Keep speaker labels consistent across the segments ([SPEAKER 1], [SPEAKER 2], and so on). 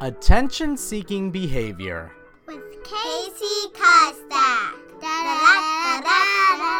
[SPEAKER 1] Attention seeking behavior.
[SPEAKER 2] with Casey Costa. Da-da-da-da-da-da.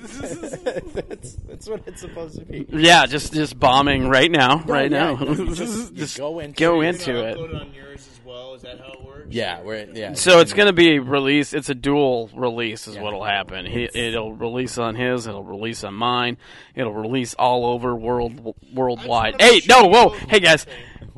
[SPEAKER 3] that's, that's what it's supposed to be.
[SPEAKER 4] Yeah, just just bombing right now, right
[SPEAKER 3] yeah,
[SPEAKER 4] now.
[SPEAKER 3] you just- you go into
[SPEAKER 4] go
[SPEAKER 3] it.
[SPEAKER 4] into
[SPEAKER 5] You're
[SPEAKER 4] it.
[SPEAKER 5] gonna upload on yours as well. Is that how it works?
[SPEAKER 3] Yeah, we're yeah.
[SPEAKER 4] So it's going to be released. It's a dual release, is
[SPEAKER 3] Yeah.
[SPEAKER 4] what'll happen. He, it'll release on his. It'll release on mine. It'll release all over world worldwide.
[SPEAKER 5] I just wanna
[SPEAKER 4] Hey,
[SPEAKER 5] make sure
[SPEAKER 4] no,
[SPEAKER 5] you
[SPEAKER 4] whoa,
[SPEAKER 5] know
[SPEAKER 4] hey guys,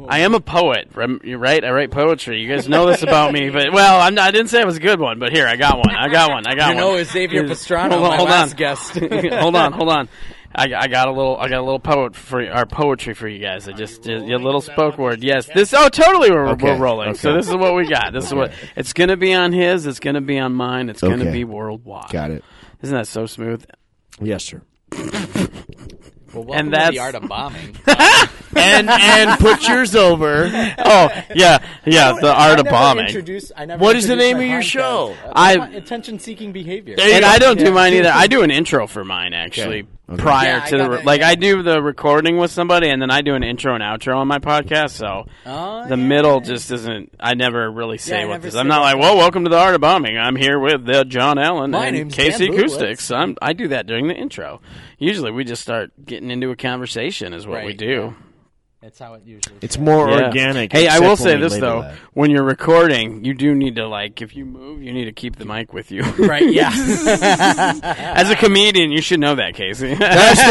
[SPEAKER 4] I am a poet. Rem- You're right. I write poetry. You guys know this about me, but well, I'm not, I didn't say it was a good one, but here I got one. I got one. I got
[SPEAKER 3] You
[SPEAKER 4] one.
[SPEAKER 3] know it's Xavier
[SPEAKER 4] Is-
[SPEAKER 3] Pastrano,
[SPEAKER 4] Hold on,
[SPEAKER 3] my
[SPEAKER 4] hold
[SPEAKER 3] last
[SPEAKER 4] on.
[SPEAKER 3] guest.
[SPEAKER 4] hold on, hold on. I, I got a little, I got a little poet for our poetry for you guys. I just
[SPEAKER 5] you
[SPEAKER 4] did a
[SPEAKER 5] rolling?
[SPEAKER 4] little
[SPEAKER 5] Is that
[SPEAKER 4] spoke
[SPEAKER 5] what
[SPEAKER 4] word.
[SPEAKER 5] this
[SPEAKER 4] Yes,
[SPEAKER 5] is?
[SPEAKER 4] this. Oh, totally, we're,
[SPEAKER 6] Okay,
[SPEAKER 4] we're rolling. So
[SPEAKER 6] okay.
[SPEAKER 4] this is what we got. This is what it's going to be on his. It's going to be on mine. It's going to
[SPEAKER 6] Okay.
[SPEAKER 4] be worldwide.
[SPEAKER 6] Got it.
[SPEAKER 4] Isn't that so smooth?
[SPEAKER 6] Yes, sir.
[SPEAKER 3] Well, welcome
[SPEAKER 4] and
[SPEAKER 3] to
[SPEAKER 4] that's-
[SPEAKER 3] the art of bombing.
[SPEAKER 4] And and
[SPEAKER 6] Put yours over.
[SPEAKER 4] oh yeah yeah the art of bombing.
[SPEAKER 3] Introduce, I never
[SPEAKER 6] What is the
[SPEAKER 3] introduced
[SPEAKER 6] name
[SPEAKER 3] my
[SPEAKER 6] of your
[SPEAKER 3] podcast.
[SPEAKER 6] show?
[SPEAKER 3] Uh,
[SPEAKER 4] I-
[SPEAKER 3] attention seeking behavior.
[SPEAKER 6] you
[SPEAKER 4] And
[SPEAKER 6] go.
[SPEAKER 4] I don't
[SPEAKER 3] Yeah.
[SPEAKER 4] do mine either. I do an intro for mine actually
[SPEAKER 6] Okay.
[SPEAKER 4] prior
[SPEAKER 3] Yeah, I
[SPEAKER 4] to the
[SPEAKER 3] got
[SPEAKER 4] re-
[SPEAKER 3] that,
[SPEAKER 4] like
[SPEAKER 3] yeah.
[SPEAKER 4] I do the recording with somebody and then I do an intro and outro on my podcast. So
[SPEAKER 3] Oh,
[SPEAKER 4] the
[SPEAKER 3] yeah.
[SPEAKER 4] middle just isn't. I never really say
[SPEAKER 3] Yeah, I
[SPEAKER 4] what
[SPEAKER 3] never
[SPEAKER 4] this.
[SPEAKER 3] say
[SPEAKER 4] I'm not
[SPEAKER 3] that.
[SPEAKER 4] like, well, welcome to the art of bombing. I'm here with uh, John Allen
[SPEAKER 3] My
[SPEAKER 4] and
[SPEAKER 3] name's
[SPEAKER 4] Casey
[SPEAKER 3] Dan Bublitz.
[SPEAKER 4] Acoustics. I'm, I do that during the intro. Usually, we just start getting into a conversation, is what we
[SPEAKER 3] Right,
[SPEAKER 4] do.
[SPEAKER 3] That's how it usually.
[SPEAKER 6] It's more
[SPEAKER 4] Yeah.
[SPEAKER 6] organic.
[SPEAKER 4] Hey, I
[SPEAKER 6] except
[SPEAKER 4] will
[SPEAKER 6] when
[SPEAKER 4] say
[SPEAKER 6] we
[SPEAKER 4] this
[SPEAKER 6] label
[SPEAKER 4] though:
[SPEAKER 6] that.
[SPEAKER 4] when you're recording, you do need to like, if you move, you need to keep the mic with you.
[SPEAKER 3] Right, yeah.
[SPEAKER 4] As a comedian, you should know that, Casey.
[SPEAKER 6] That's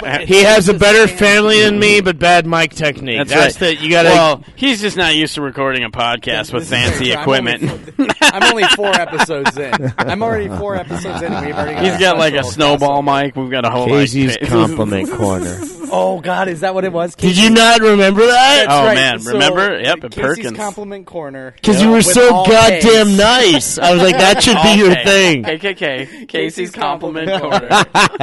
[SPEAKER 6] trade-off. He has a better family than me, but bad mic technique. That's,
[SPEAKER 4] That's right.
[SPEAKER 6] the you gotta.
[SPEAKER 4] well, he's just not used to recording a podcast with
[SPEAKER 3] This is
[SPEAKER 4] fancy
[SPEAKER 3] true. I'm only
[SPEAKER 4] equipment.
[SPEAKER 3] I'm only four episodes in. I'm already four episodes in. and We've already. Got
[SPEAKER 4] He's got like a
[SPEAKER 3] special
[SPEAKER 4] snowball mic. We've got a whole
[SPEAKER 6] Casey's
[SPEAKER 4] like, pit.
[SPEAKER 6] compliment corner.
[SPEAKER 3] guest. Oh God, is that what it was?
[SPEAKER 6] Did you not remember that?
[SPEAKER 3] That's
[SPEAKER 4] Oh,
[SPEAKER 3] right.
[SPEAKER 4] man,
[SPEAKER 3] So,
[SPEAKER 4] remember? Yep, at
[SPEAKER 3] Casey's
[SPEAKER 4] Perkins.
[SPEAKER 3] compliment corner.
[SPEAKER 6] Because you were
[SPEAKER 3] With
[SPEAKER 6] so
[SPEAKER 3] all
[SPEAKER 6] goddamn
[SPEAKER 3] Ks.
[SPEAKER 6] nice. I was like, that should be your
[SPEAKER 4] Okay.
[SPEAKER 6] thing.
[SPEAKER 4] KKK. Casey's
[SPEAKER 3] Casey's
[SPEAKER 4] compliment
[SPEAKER 3] compliment
[SPEAKER 4] corner.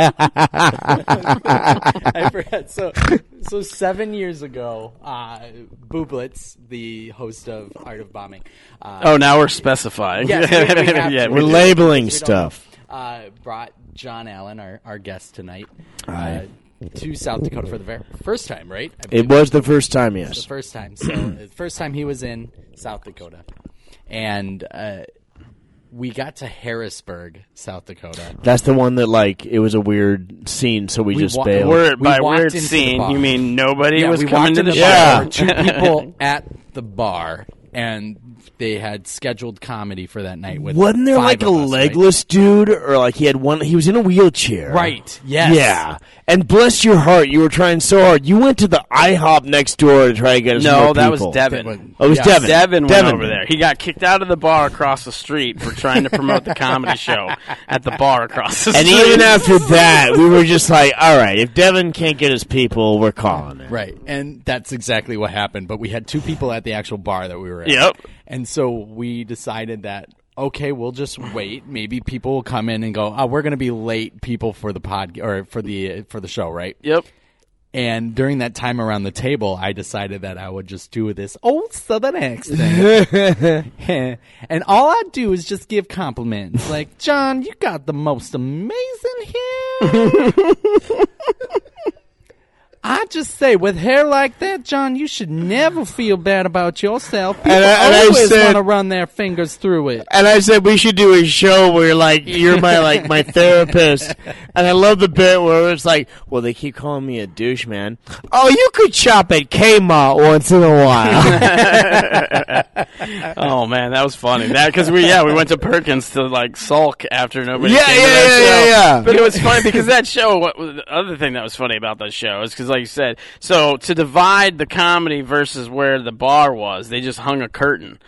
[SPEAKER 3] I forgot. So, so seven years ago, uh, Booblets, the host of Art of Bombing, uh,
[SPEAKER 4] Oh, now we're specifying.
[SPEAKER 3] Yes, we- we have
[SPEAKER 4] yeah,
[SPEAKER 3] to.
[SPEAKER 4] we
[SPEAKER 6] We're
[SPEAKER 4] do.
[SPEAKER 6] labeling stuff.
[SPEAKER 3] uh, brought John Allen, our, our guest tonight,
[SPEAKER 6] Aye.
[SPEAKER 3] uh, to South Dakota for the ver- first time, right? I believe
[SPEAKER 6] It was the first time,
[SPEAKER 3] the
[SPEAKER 6] yes.
[SPEAKER 3] first time. So, the first time he was in South Dakota, and uh, we got to Harrisburg, South Dakota.
[SPEAKER 6] That's the one that, like, it was a weird scene, so we,
[SPEAKER 3] We
[SPEAKER 6] just
[SPEAKER 3] wa-
[SPEAKER 6] bailed.
[SPEAKER 4] Weird,
[SPEAKER 3] We
[SPEAKER 4] by
[SPEAKER 3] walked
[SPEAKER 4] weird
[SPEAKER 3] into the
[SPEAKER 4] scene,
[SPEAKER 3] bar.
[SPEAKER 4] you mean nobody
[SPEAKER 3] yeah,
[SPEAKER 4] was
[SPEAKER 3] we
[SPEAKER 4] coming
[SPEAKER 3] walked
[SPEAKER 4] to
[SPEAKER 3] in
[SPEAKER 4] the,
[SPEAKER 3] the
[SPEAKER 4] show?
[SPEAKER 3] bar. There
[SPEAKER 6] Yeah.
[SPEAKER 3] were two people at the bar, and they had scheduled comedy for that night. With
[SPEAKER 6] Wasn't there
[SPEAKER 3] five
[SPEAKER 6] like a
[SPEAKER 3] of us, right?
[SPEAKER 6] legless dude, or like he had one? He was in a wheelchair,
[SPEAKER 3] Right, yes.
[SPEAKER 6] Yeah. And bless your heart, you were trying so hard. You went to the IHOP next door to try to get us
[SPEAKER 4] No,
[SPEAKER 6] more
[SPEAKER 4] that
[SPEAKER 6] people.
[SPEAKER 4] was Devin.
[SPEAKER 3] Devin.
[SPEAKER 6] Oh, it was
[SPEAKER 3] Yeah,
[SPEAKER 6] Devin.
[SPEAKER 4] Devin,
[SPEAKER 6] Devin.
[SPEAKER 4] went over there. He got kicked out of the bar across the street for trying to promote the comedy show at the bar across the
[SPEAKER 6] And
[SPEAKER 4] street.
[SPEAKER 6] even after that, we were just like, all right, if Devin can't get his people, we're calling it.
[SPEAKER 3] Right, and that's exactly what happened. But we had two people at the actual bar that we were at.
[SPEAKER 4] Yep.
[SPEAKER 3] And so we decided that okay, we'll just wait. Maybe people will come in and go. Oh, we're going to be late, people for the pod or for the for the show, right?
[SPEAKER 4] Yep.
[SPEAKER 3] And during that time around the table, I decided that I would just do this old Southern accent. and all I do is just give compliments. Like, John, you got the most amazing hair. I just say, with hair like that, John, you should never feel bad about yourself. People
[SPEAKER 6] And I- and I
[SPEAKER 3] always
[SPEAKER 6] said-
[SPEAKER 3] want to run their fingers through it.
[SPEAKER 6] And I said we should do a show where like you're my like my therapist. And I love the bit where it's like, well, they keep calling me a douche, man. Oh, you could shop at Kmart once in a while.
[SPEAKER 4] Oh man, that was funny. That because we yeah we went to Perkins to like sulk after nobody.
[SPEAKER 6] Yeah,
[SPEAKER 4] came to
[SPEAKER 6] yeah,
[SPEAKER 4] that
[SPEAKER 6] yeah,
[SPEAKER 4] show.
[SPEAKER 6] yeah, yeah.
[SPEAKER 4] But it was funny because that show. What the other thing that was funny about that show is because like you said, so to divide the comedy versus where the bar was, they just hung a curtain.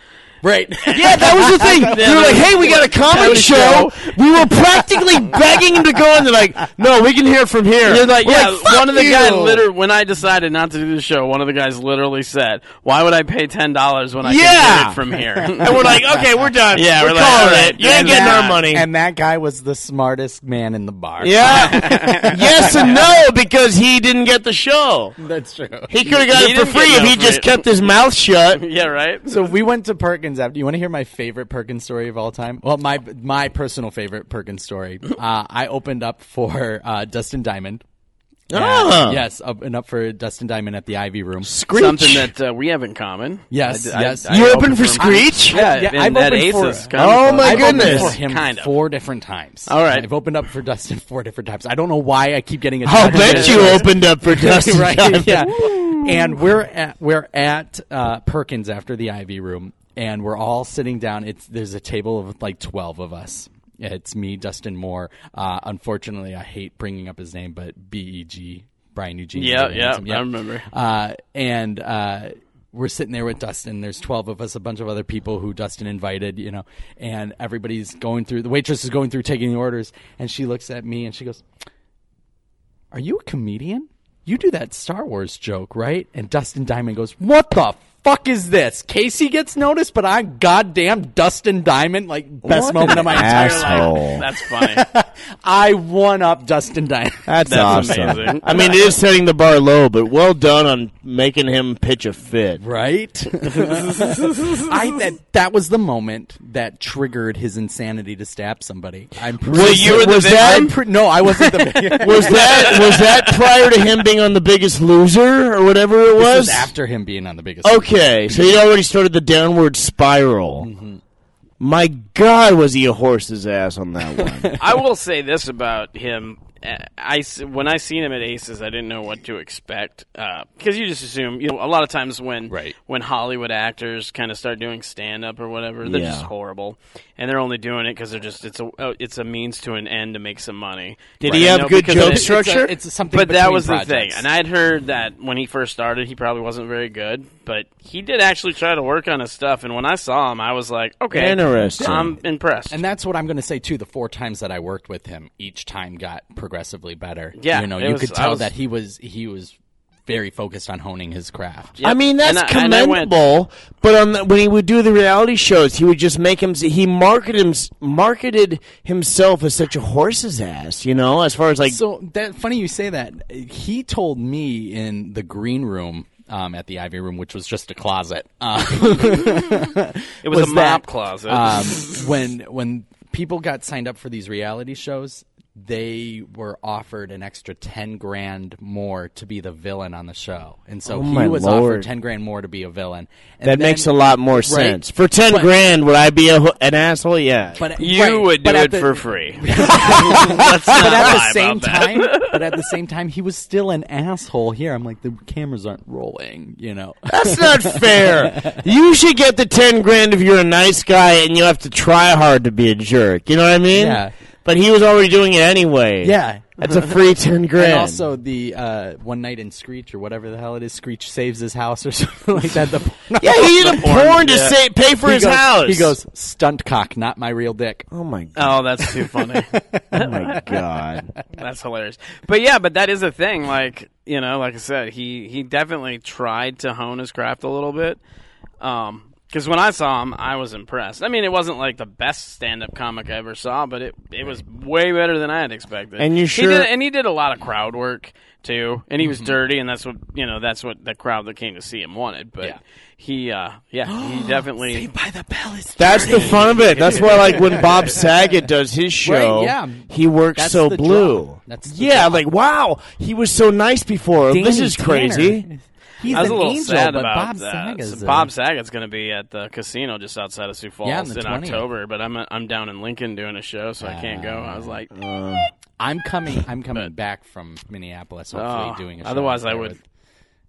[SPEAKER 3] Right.
[SPEAKER 6] yeah, that was the thing. They were like, hey, we got a comedy
[SPEAKER 4] Comedy
[SPEAKER 6] show. We were practically begging him to go, and they're like, no, we can hear it from here.
[SPEAKER 4] You're like,
[SPEAKER 6] We're
[SPEAKER 4] yeah,
[SPEAKER 6] "Fuck
[SPEAKER 4] one of the guys
[SPEAKER 6] you."
[SPEAKER 4] literally, when I decided not to do the show, one of the guys literally said, why would I pay $10 when I
[SPEAKER 6] Yeah.
[SPEAKER 4] can get it from here?
[SPEAKER 6] And we're like, okay, we're done.
[SPEAKER 4] Yeah,
[SPEAKER 6] we're,
[SPEAKER 4] we're like,
[SPEAKER 6] calling
[SPEAKER 4] all right,
[SPEAKER 6] it. You ain't
[SPEAKER 4] yeah,
[SPEAKER 6] getting
[SPEAKER 4] yeah.
[SPEAKER 6] our money.
[SPEAKER 3] And that guy was the smartest man in the bar.
[SPEAKER 6] yeah, yes and no because he didn't get the show.
[SPEAKER 3] That's true.
[SPEAKER 6] He could have got
[SPEAKER 4] He
[SPEAKER 6] it for
[SPEAKER 4] didn't get
[SPEAKER 6] free if
[SPEAKER 4] no
[SPEAKER 6] he
[SPEAKER 4] free.
[SPEAKER 6] just kept his mouth shut.
[SPEAKER 4] yeah, right?
[SPEAKER 3] So we went to Perkins Perkins after. You want to hear my favorite Perkins story of all time? Well, my my personal favorite Perkins story. Uh, I opened up for uh, Dustin Diamond.
[SPEAKER 6] Ah.
[SPEAKER 3] Yes, opened up for Dustin Diamond at the Ivy Room.
[SPEAKER 6] Screech.
[SPEAKER 4] Something that uh, we have in common.
[SPEAKER 3] Yes,
[SPEAKER 4] I- I-
[SPEAKER 3] yes.
[SPEAKER 4] I
[SPEAKER 6] you open
[SPEAKER 4] opened
[SPEAKER 6] for
[SPEAKER 4] him.
[SPEAKER 6] Screech?
[SPEAKER 4] Yeah,
[SPEAKER 3] Yeah,
[SPEAKER 4] and
[SPEAKER 3] I've
[SPEAKER 4] that
[SPEAKER 3] opened for-
[SPEAKER 4] Aces comedy
[SPEAKER 6] Oh
[SPEAKER 4] club.
[SPEAKER 6] my
[SPEAKER 4] I've opened
[SPEAKER 6] goodness.
[SPEAKER 4] for him
[SPEAKER 3] him
[SPEAKER 4] kind of.
[SPEAKER 3] four different times.
[SPEAKER 4] All right.
[SPEAKER 3] I've opened up for Dustin four different times. I don't know why I keep getting.
[SPEAKER 6] I'll
[SPEAKER 3] attracted
[SPEAKER 6] bet
[SPEAKER 3] to
[SPEAKER 6] you
[SPEAKER 3] him.
[SPEAKER 6] opened up for Dustin. Diamond.
[SPEAKER 3] right? Yeah. And we're at we're at uh, Perkins after the Ivy Room, and we're all sitting down. It's there's a table of like twelve of us. It's me, Dustin Moore. Uh, unfortunately, I hate bringing up his name, but B E G Brian Eugene.
[SPEAKER 4] Yeah,
[SPEAKER 3] Really
[SPEAKER 4] yeah,
[SPEAKER 3] handsome.
[SPEAKER 4] I remember.
[SPEAKER 3] Uh, and uh, we're sitting there with Dustin. There's 12 of us, a bunch of other people who Dustin invited, you know, and everybody's going through. The waitress is going through taking the orders, and she looks at me and she goes, Are you a comedian? You do that Star Wars joke, right? And Dustin Diamond goes, What the fuck is this? Casey gets noticed, but I'm goddamn Dustin Diamond, like best
[SPEAKER 6] What
[SPEAKER 3] moment
[SPEAKER 6] an
[SPEAKER 3] of my entire life.
[SPEAKER 6] asshole.
[SPEAKER 4] That's funny.
[SPEAKER 3] I won up Dustin Diamond.
[SPEAKER 6] That's,
[SPEAKER 4] That's
[SPEAKER 6] awesome.
[SPEAKER 4] amazing.
[SPEAKER 6] I mean, it is setting the bar low, but well done on making him pitch a fit.
[SPEAKER 3] Right? I that that was the moment that triggered his insanity to stab somebody. I'm pretty
[SPEAKER 6] Was-
[SPEAKER 4] you were the
[SPEAKER 6] was
[SPEAKER 4] victim?
[SPEAKER 6] that-
[SPEAKER 3] I'm pre- no, I wasn't the victim.
[SPEAKER 6] Was that was that prior to him being on The Biggest Loser or whatever it
[SPEAKER 3] This
[SPEAKER 6] was?
[SPEAKER 3] was after him being on the biggest.
[SPEAKER 6] Okay, so he already started the downward spiral.
[SPEAKER 4] Mm-hmm.
[SPEAKER 6] My God, was he a horse's ass on that one?
[SPEAKER 4] I will say this about him. Uh, I s- when I seen him at Aces, I didn't know what to expect because you just assume. You know, a lot of times when
[SPEAKER 3] Right.
[SPEAKER 4] when Hollywood actors kind of start doing stand up or whatever, they're
[SPEAKER 6] Yeah.
[SPEAKER 4] just horrible, and they're only doing it because they're just it's a oh, it's a means to an end to make some money.
[SPEAKER 6] Did he have good joke
[SPEAKER 4] jokes?
[SPEAKER 6] structure?
[SPEAKER 3] It's, a, it's something.
[SPEAKER 4] But that
[SPEAKER 3] between
[SPEAKER 4] was the thing,
[SPEAKER 3] projects.
[SPEAKER 4] and I had heard that when he first started, he probably wasn't very good, but he did actually try to work on his stuff. And when I saw him, I was like, okay,
[SPEAKER 6] Interesting.
[SPEAKER 4] I'm impressed.
[SPEAKER 3] And that's what I'm going to say too. The four times that I worked with him, each time got progressively better.
[SPEAKER 4] Yeah,
[SPEAKER 3] you know,
[SPEAKER 4] it
[SPEAKER 3] you
[SPEAKER 4] was-
[SPEAKER 3] could
[SPEAKER 4] I
[SPEAKER 3] tell
[SPEAKER 4] was-
[SPEAKER 3] that he was he was very focused on honing his craft.
[SPEAKER 4] Yep.
[SPEAKER 6] I mean, that's
[SPEAKER 4] And I- and I went-
[SPEAKER 6] commendable. But on the, when he would do the reality shows, he would just make him. He marketed him, marketed himself as such a horse's ass. You know, as far as like
[SPEAKER 3] So that funny you say that. He told me in the green room um, at the Ivy Room, which was just a closet. um, Uh,
[SPEAKER 4] It was, a mop
[SPEAKER 3] that,
[SPEAKER 4] closet.
[SPEAKER 3] Um, when when people got signed up for these reality shows, they were offered an extra ten grand more to be the villain on the show, and so
[SPEAKER 6] Oh my
[SPEAKER 3] he was
[SPEAKER 6] lord.
[SPEAKER 3] offered ten grand more to be a villain. And
[SPEAKER 6] that
[SPEAKER 3] then-
[SPEAKER 6] makes a lot more sense. For ten
[SPEAKER 3] But-
[SPEAKER 6] grand, would I be a, ho- an asshole? Yeah.
[SPEAKER 3] But
[SPEAKER 4] you
[SPEAKER 3] right,
[SPEAKER 4] would do
[SPEAKER 3] but at
[SPEAKER 4] it
[SPEAKER 3] the-
[SPEAKER 4] for free. Let's not
[SPEAKER 3] but at
[SPEAKER 4] lie
[SPEAKER 3] the same
[SPEAKER 4] about that.
[SPEAKER 3] time, but at the same time, he was still an asshole. Here, I'm like, the cameras aren't rolling, you know.
[SPEAKER 6] That's not fair. you should get the ten grand if you're a nice guy and you have to try hard to be a jerk. You know what I mean?
[SPEAKER 3] Yeah.
[SPEAKER 6] But he was already doing it anyway.
[SPEAKER 3] Yeah.
[SPEAKER 6] That's a free ten grand.
[SPEAKER 3] And also the uh, one night in Screech or whatever the hell it is, Screech saves his house or something like that. The
[SPEAKER 6] yeah, he did a porn, to
[SPEAKER 4] yeah.
[SPEAKER 6] sa- pay for
[SPEAKER 3] He
[SPEAKER 6] his
[SPEAKER 3] goes-
[SPEAKER 6] house.
[SPEAKER 3] He goes stunt cock, not my real dick.
[SPEAKER 6] Oh my god!
[SPEAKER 4] Oh, that's too funny.
[SPEAKER 6] Oh my god!
[SPEAKER 4] that's hilarious. But yeah, but that is a thing. Like you know, like I said, he he definitely tried to hone his craft a little bit. Um, because when I saw him, I was impressed. I mean, it wasn't like the best stand-up comic I ever saw, but it it was way better than I had expected.
[SPEAKER 6] And you
[SPEAKER 4] He
[SPEAKER 6] sure-
[SPEAKER 4] did, and he did a lot of crowd work too, and he was dirty, and that's what you know. That's what the crowd that came to see him wanted. But
[SPEAKER 3] Yeah.
[SPEAKER 4] he, uh, yeah, he definitely.
[SPEAKER 3] By the bell is
[SPEAKER 6] That's the fun of it. That's why, like when Bob Saget does his show,
[SPEAKER 3] Right, yeah.
[SPEAKER 6] he works
[SPEAKER 3] That's
[SPEAKER 6] so
[SPEAKER 3] the
[SPEAKER 6] blue.
[SPEAKER 3] draw. That's the
[SPEAKER 6] yeah,
[SPEAKER 3] draw.
[SPEAKER 6] like wow, he was so nice before. this
[SPEAKER 3] Danny
[SPEAKER 6] is crazy.
[SPEAKER 3] Tanner. He's
[SPEAKER 4] I was
[SPEAKER 3] an
[SPEAKER 4] a little
[SPEAKER 3] angel,
[SPEAKER 4] sad
[SPEAKER 3] but
[SPEAKER 4] about
[SPEAKER 3] Bob
[SPEAKER 4] that.
[SPEAKER 3] Saga's
[SPEAKER 4] So
[SPEAKER 3] a-
[SPEAKER 4] Bob Saget's going to be at the casino just outside of Sioux Falls
[SPEAKER 3] Yeah, on the
[SPEAKER 4] in
[SPEAKER 3] 20th.
[SPEAKER 4] October, but I'm I'm down in Lincoln doing a show, so I can't go.
[SPEAKER 3] Ah,
[SPEAKER 4] I was like,
[SPEAKER 3] I'm coming. I'm coming back from Minneapolis. Hopefully,
[SPEAKER 4] oh.
[SPEAKER 3] doing a show
[SPEAKER 4] otherwise I
[SPEAKER 3] there
[SPEAKER 4] would
[SPEAKER 3] with-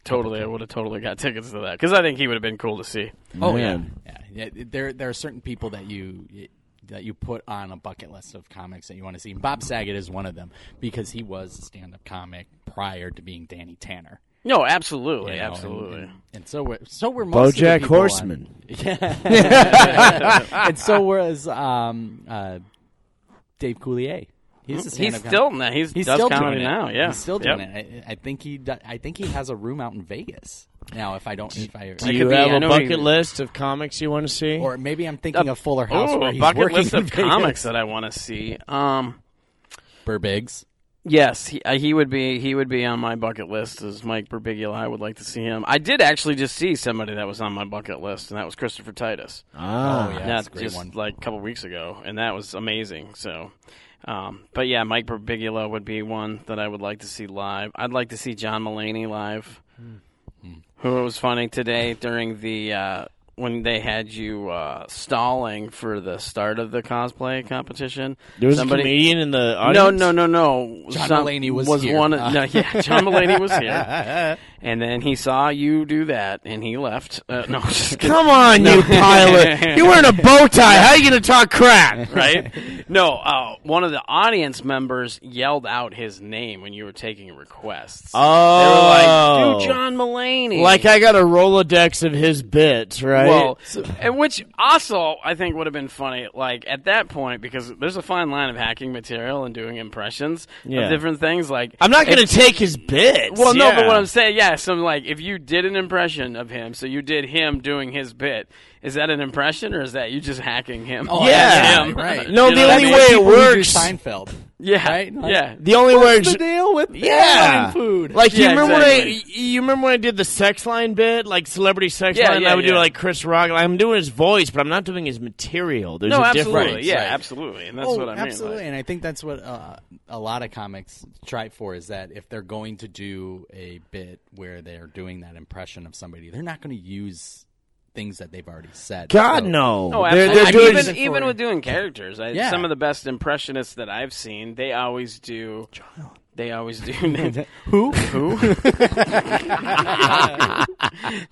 [SPEAKER 4] totally, I would have totally got tickets to that because I think he would have been cool to see.
[SPEAKER 3] Oh
[SPEAKER 6] Man.
[SPEAKER 3] yeah. yeah, yeah. There there are certain people that you that you put on a bucket list of comics that you want to see. And Bob Saget is one of them because he was a stand up comic prior to being Danny Tanner.
[SPEAKER 4] No, absolutely,
[SPEAKER 3] you know, and-
[SPEAKER 4] absolutely.
[SPEAKER 3] And, and so we're so we're most of the
[SPEAKER 6] Bojack
[SPEAKER 3] people on-
[SPEAKER 6] Horseman.
[SPEAKER 3] and so was um, uh, Dave Coulier. He's a
[SPEAKER 4] he's
[SPEAKER 3] stand-up comic.
[SPEAKER 4] still now. He's,
[SPEAKER 3] He's
[SPEAKER 4] does
[SPEAKER 3] still
[SPEAKER 4] comedy
[SPEAKER 3] doing it.
[SPEAKER 4] now. Yeah,
[SPEAKER 3] he's still doing
[SPEAKER 4] Yep.
[SPEAKER 3] it. I, I think he. Do, I think he has a room out in Vegas now. If I don't, if I,
[SPEAKER 6] Do
[SPEAKER 4] could
[SPEAKER 6] you
[SPEAKER 4] be-
[SPEAKER 6] have
[SPEAKER 4] I
[SPEAKER 6] a
[SPEAKER 4] know
[SPEAKER 6] bucket
[SPEAKER 4] he-
[SPEAKER 6] list of comics you want to see?
[SPEAKER 3] or maybe I'm thinking of Fuller House
[SPEAKER 4] Oh,
[SPEAKER 3] where
[SPEAKER 4] a
[SPEAKER 3] he's
[SPEAKER 4] bucket
[SPEAKER 3] working
[SPEAKER 4] list
[SPEAKER 3] in
[SPEAKER 4] of
[SPEAKER 3] Vegas.
[SPEAKER 4] comics that I want to see. Um,
[SPEAKER 3] Burbigs.
[SPEAKER 4] Yes, he, uh, he would be he would be on my bucket list as Mike Birbiglia. I would like to see him. I did actually just see somebody that was on my bucket list, and that was Christopher Titus.
[SPEAKER 6] Ah.
[SPEAKER 3] Oh, yeah,
[SPEAKER 4] Not
[SPEAKER 3] that's a great
[SPEAKER 4] just
[SPEAKER 3] one.
[SPEAKER 4] like a couple weeks ago, and that was amazing. So, um, but yeah, Mike Birbiglia would be one that I would like to see live. I'd like to see John Mulaney live.
[SPEAKER 3] Hmm.
[SPEAKER 4] Who it was funny today during the uh, when they had you uh, stalling for the start of the cosplay competition.
[SPEAKER 6] There was
[SPEAKER 4] somebody-
[SPEAKER 6] a comedian in the
[SPEAKER 4] no,
[SPEAKER 6] audience.
[SPEAKER 4] no, no, no.
[SPEAKER 3] John Mulaney was
[SPEAKER 4] was
[SPEAKER 3] here.
[SPEAKER 4] one.
[SPEAKER 6] Uh.
[SPEAKER 4] Of, no, yeah, John Mulaney was here, and then he saw you do that, and he left. Uh, no, I'm just kidding.
[SPEAKER 6] Come on, you pilot. You're wearing a bow tie. How you going to talk crap?
[SPEAKER 4] right? No, uh, one of the audience members yelled out his name when you were taking requests. they were
[SPEAKER 6] Oh.
[SPEAKER 4] like, "Dude, John Mulaney."
[SPEAKER 6] Like I got a Rolodex of his bits, right?
[SPEAKER 4] Well, and which also I think would have been funny, like at that point, because there's a fine line of hacking material and doing impressions
[SPEAKER 6] Yeah.
[SPEAKER 4] of different things. Like
[SPEAKER 6] I'm not going
[SPEAKER 4] if-
[SPEAKER 6] to take his bits.
[SPEAKER 4] Well, no,
[SPEAKER 6] yeah.
[SPEAKER 4] but what I'm saying, yeah, so like if you did an impression of him, so you did him doing his bit, is that an impression or is that you just hacking him?
[SPEAKER 3] Oh,
[SPEAKER 6] Yeah.
[SPEAKER 4] Him.
[SPEAKER 3] right.
[SPEAKER 6] No,
[SPEAKER 4] You know
[SPEAKER 6] the
[SPEAKER 4] what I
[SPEAKER 6] only
[SPEAKER 4] mean?
[SPEAKER 6] way it
[SPEAKER 3] People who do
[SPEAKER 6] works.
[SPEAKER 3] Seinfeld.
[SPEAKER 4] yeah,
[SPEAKER 3] right? Like-
[SPEAKER 4] yeah,
[SPEAKER 6] The only way
[SPEAKER 3] What's the deal with
[SPEAKER 6] Yeah.
[SPEAKER 3] airline food?
[SPEAKER 6] Like you
[SPEAKER 4] Yeah,
[SPEAKER 6] remember when
[SPEAKER 4] exactly.
[SPEAKER 6] I you remember when I did the sex line bit, like celebrity sex
[SPEAKER 4] Yeah,
[SPEAKER 6] line.
[SPEAKER 4] yeah,
[SPEAKER 6] I would do
[SPEAKER 4] yeah.
[SPEAKER 6] like Chris Rock. Like, I'm doing his voice, but I'm not doing his material. There's
[SPEAKER 4] no,
[SPEAKER 6] a
[SPEAKER 4] absolutely,
[SPEAKER 6] difference.
[SPEAKER 4] yeah,
[SPEAKER 3] right.
[SPEAKER 4] absolutely, and that's
[SPEAKER 3] oh,
[SPEAKER 4] what I mean.
[SPEAKER 3] absolutely,
[SPEAKER 4] like-
[SPEAKER 3] and I think that's what uh, a lot of comics try for is that if they're going to do a bit where they're doing that impression of somebody, they're not going to use things that they've already said.
[SPEAKER 6] God
[SPEAKER 3] So-
[SPEAKER 6] no.
[SPEAKER 4] No,
[SPEAKER 6] they're,
[SPEAKER 4] Oh, absolutely.
[SPEAKER 6] they're
[SPEAKER 4] I mean,
[SPEAKER 6] doing
[SPEAKER 4] even, even with doing characters, I,
[SPEAKER 3] Yeah.
[SPEAKER 4] some of the best impressionists that I've seen, they always do. They always do. Who? Who?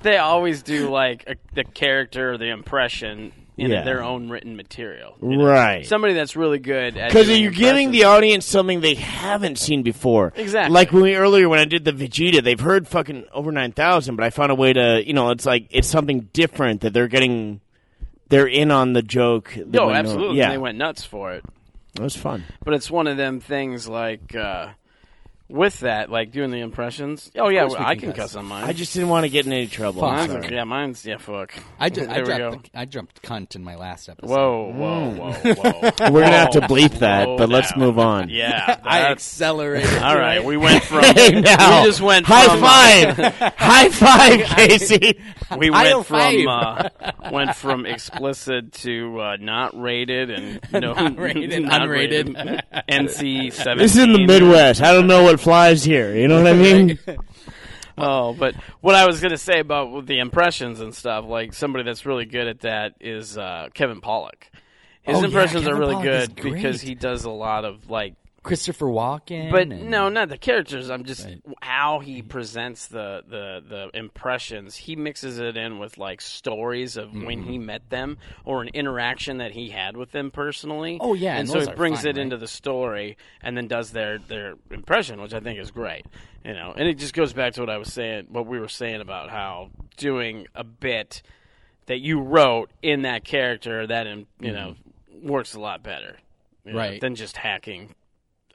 [SPEAKER 4] they always do like a, the character or the impression in
[SPEAKER 6] Yeah.
[SPEAKER 4] their own written material. you know?
[SPEAKER 6] right.
[SPEAKER 4] Somebody that's really good at
[SPEAKER 6] Because
[SPEAKER 4] doing
[SPEAKER 6] you're giving the
[SPEAKER 4] impressions.
[SPEAKER 6] audience something they haven't seen before.
[SPEAKER 4] Exactly.
[SPEAKER 6] Like when we earlier when I did the Vegeta, they've heard fucking over nine thousand, but I found a way to you know it's like it's something different that they're getting. They're in on the joke. that
[SPEAKER 4] No,
[SPEAKER 6] went-
[SPEAKER 4] Oh, absolutely.
[SPEAKER 6] Yeah,
[SPEAKER 4] They went nuts for it.
[SPEAKER 6] it was fun.
[SPEAKER 4] but it's one of them things like uh, with that, like doing the impressions. Oh yeah,
[SPEAKER 3] course we
[SPEAKER 4] I
[SPEAKER 3] can
[SPEAKER 4] can
[SPEAKER 3] cuss.
[SPEAKER 4] cuss on mine.
[SPEAKER 6] I just didn't want to get in any trouble. I'm
[SPEAKER 4] mine's
[SPEAKER 6] sorry.
[SPEAKER 4] yeah, mine's yeah, fuck.
[SPEAKER 3] I, ju- I
[SPEAKER 4] there we go.
[SPEAKER 3] dropped the, I dropped cunt in my last episode.
[SPEAKER 4] Whoa, whoa,
[SPEAKER 3] Mm.
[SPEAKER 4] whoa, whoa!
[SPEAKER 6] We're gonna have to bleep that,
[SPEAKER 4] Whoa,
[SPEAKER 6] but let's
[SPEAKER 4] now.
[SPEAKER 6] move on.
[SPEAKER 4] yeah,
[SPEAKER 3] I
[SPEAKER 4] that's,
[SPEAKER 3] accelerated.
[SPEAKER 4] all right. We went from
[SPEAKER 6] Hey, now.
[SPEAKER 4] we just went
[SPEAKER 6] high
[SPEAKER 4] from, uh,
[SPEAKER 6] five, high five, Casey.
[SPEAKER 4] We
[SPEAKER 3] Aisle
[SPEAKER 4] went from uh, went from explicit to uh, not rated and no
[SPEAKER 3] rated,
[SPEAKER 4] not
[SPEAKER 3] unrated.
[SPEAKER 4] rated. NC seventeen.
[SPEAKER 6] This is in the Midwest. I don't know what flies here. You know what I mean?
[SPEAKER 4] Oh, but what I was gonna say about with the impressions and stuff, like somebody that's really good at that is uh, Kevin Pollock. His
[SPEAKER 3] Oh, yeah,
[SPEAKER 4] impressions are
[SPEAKER 3] Kevin
[SPEAKER 4] really
[SPEAKER 3] Pollak is
[SPEAKER 4] good because
[SPEAKER 3] great.
[SPEAKER 4] he does a lot of like,
[SPEAKER 3] Christopher Walken.
[SPEAKER 4] but
[SPEAKER 3] and-
[SPEAKER 4] no, not the characters. I'm just how he presents the, the the impressions. He mixes it in with like stories of when
[SPEAKER 3] Mm-hmm.
[SPEAKER 4] he met them or an interaction that he had with them personally.
[SPEAKER 3] Oh, yeah,
[SPEAKER 4] and,
[SPEAKER 3] and
[SPEAKER 4] so
[SPEAKER 3] those
[SPEAKER 4] he
[SPEAKER 3] are
[SPEAKER 4] brings
[SPEAKER 3] fun,
[SPEAKER 4] it
[SPEAKER 3] right?
[SPEAKER 4] into the story and then does their their impression, which I think is great. You know, and it just goes back to what I was saying, what we were saying about how doing a bit that you wrote in that character that um, you know works a lot better, you
[SPEAKER 3] Mm-hmm.
[SPEAKER 4] know,
[SPEAKER 3] Right.
[SPEAKER 4] than just hacking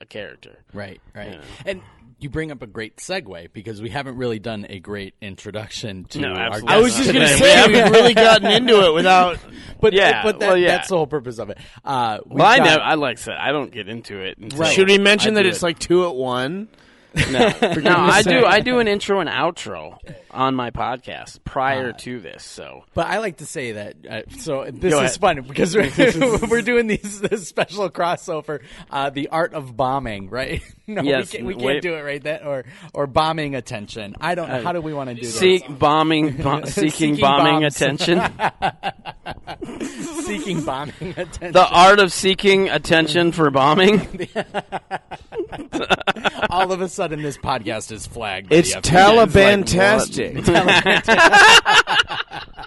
[SPEAKER 4] a character.
[SPEAKER 3] Right, right. And you bring up a great segue because we haven't really done a great introduction to
[SPEAKER 4] No,
[SPEAKER 3] our
[SPEAKER 4] absolutely
[SPEAKER 6] I was
[SPEAKER 3] guest
[SPEAKER 6] just gonna
[SPEAKER 3] today.
[SPEAKER 6] say we've really gotten into it without.
[SPEAKER 3] but
[SPEAKER 4] Yeah,
[SPEAKER 3] but that,
[SPEAKER 4] well, yeah.
[SPEAKER 3] that's the whole purpose of it. Uh, we've
[SPEAKER 4] Well, I
[SPEAKER 3] got-
[SPEAKER 4] know I like that. I don't get into it. Until
[SPEAKER 3] Right.
[SPEAKER 6] Should we mention
[SPEAKER 4] I
[SPEAKER 6] that
[SPEAKER 4] do
[SPEAKER 6] it's
[SPEAKER 4] it.
[SPEAKER 6] like two at one?
[SPEAKER 4] No, I do. I do an intro and outro on my podcast prior to this. So
[SPEAKER 3] But I like to say that. Uh, so this
[SPEAKER 4] Go
[SPEAKER 3] is fun because we're, we're doing these this special crossover, uh, the art of bombing, right? no,
[SPEAKER 4] Yes,
[SPEAKER 3] we can't, we can't
[SPEAKER 4] wait. Uh,
[SPEAKER 3] do it right that or or bombing attention. I don't. how do we want to do
[SPEAKER 4] seek bombing, bo- seeking,
[SPEAKER 3] Seeking
[SPEAKER 4] bombing
[SPEAKER 3] bombs.
[SPEAKER 4] attention.
[SPEAKER 3] this? Seeking bombing attention.
[SPEAKER 4] the art of seeking attention for bombing.
[SPEAKER 3] All of a sudden, this podcast is flagged. by
[SPEAKER 6] It's
[SPEAKER 3] the FBI.
[SPEAKER 6] Taliban-tastic.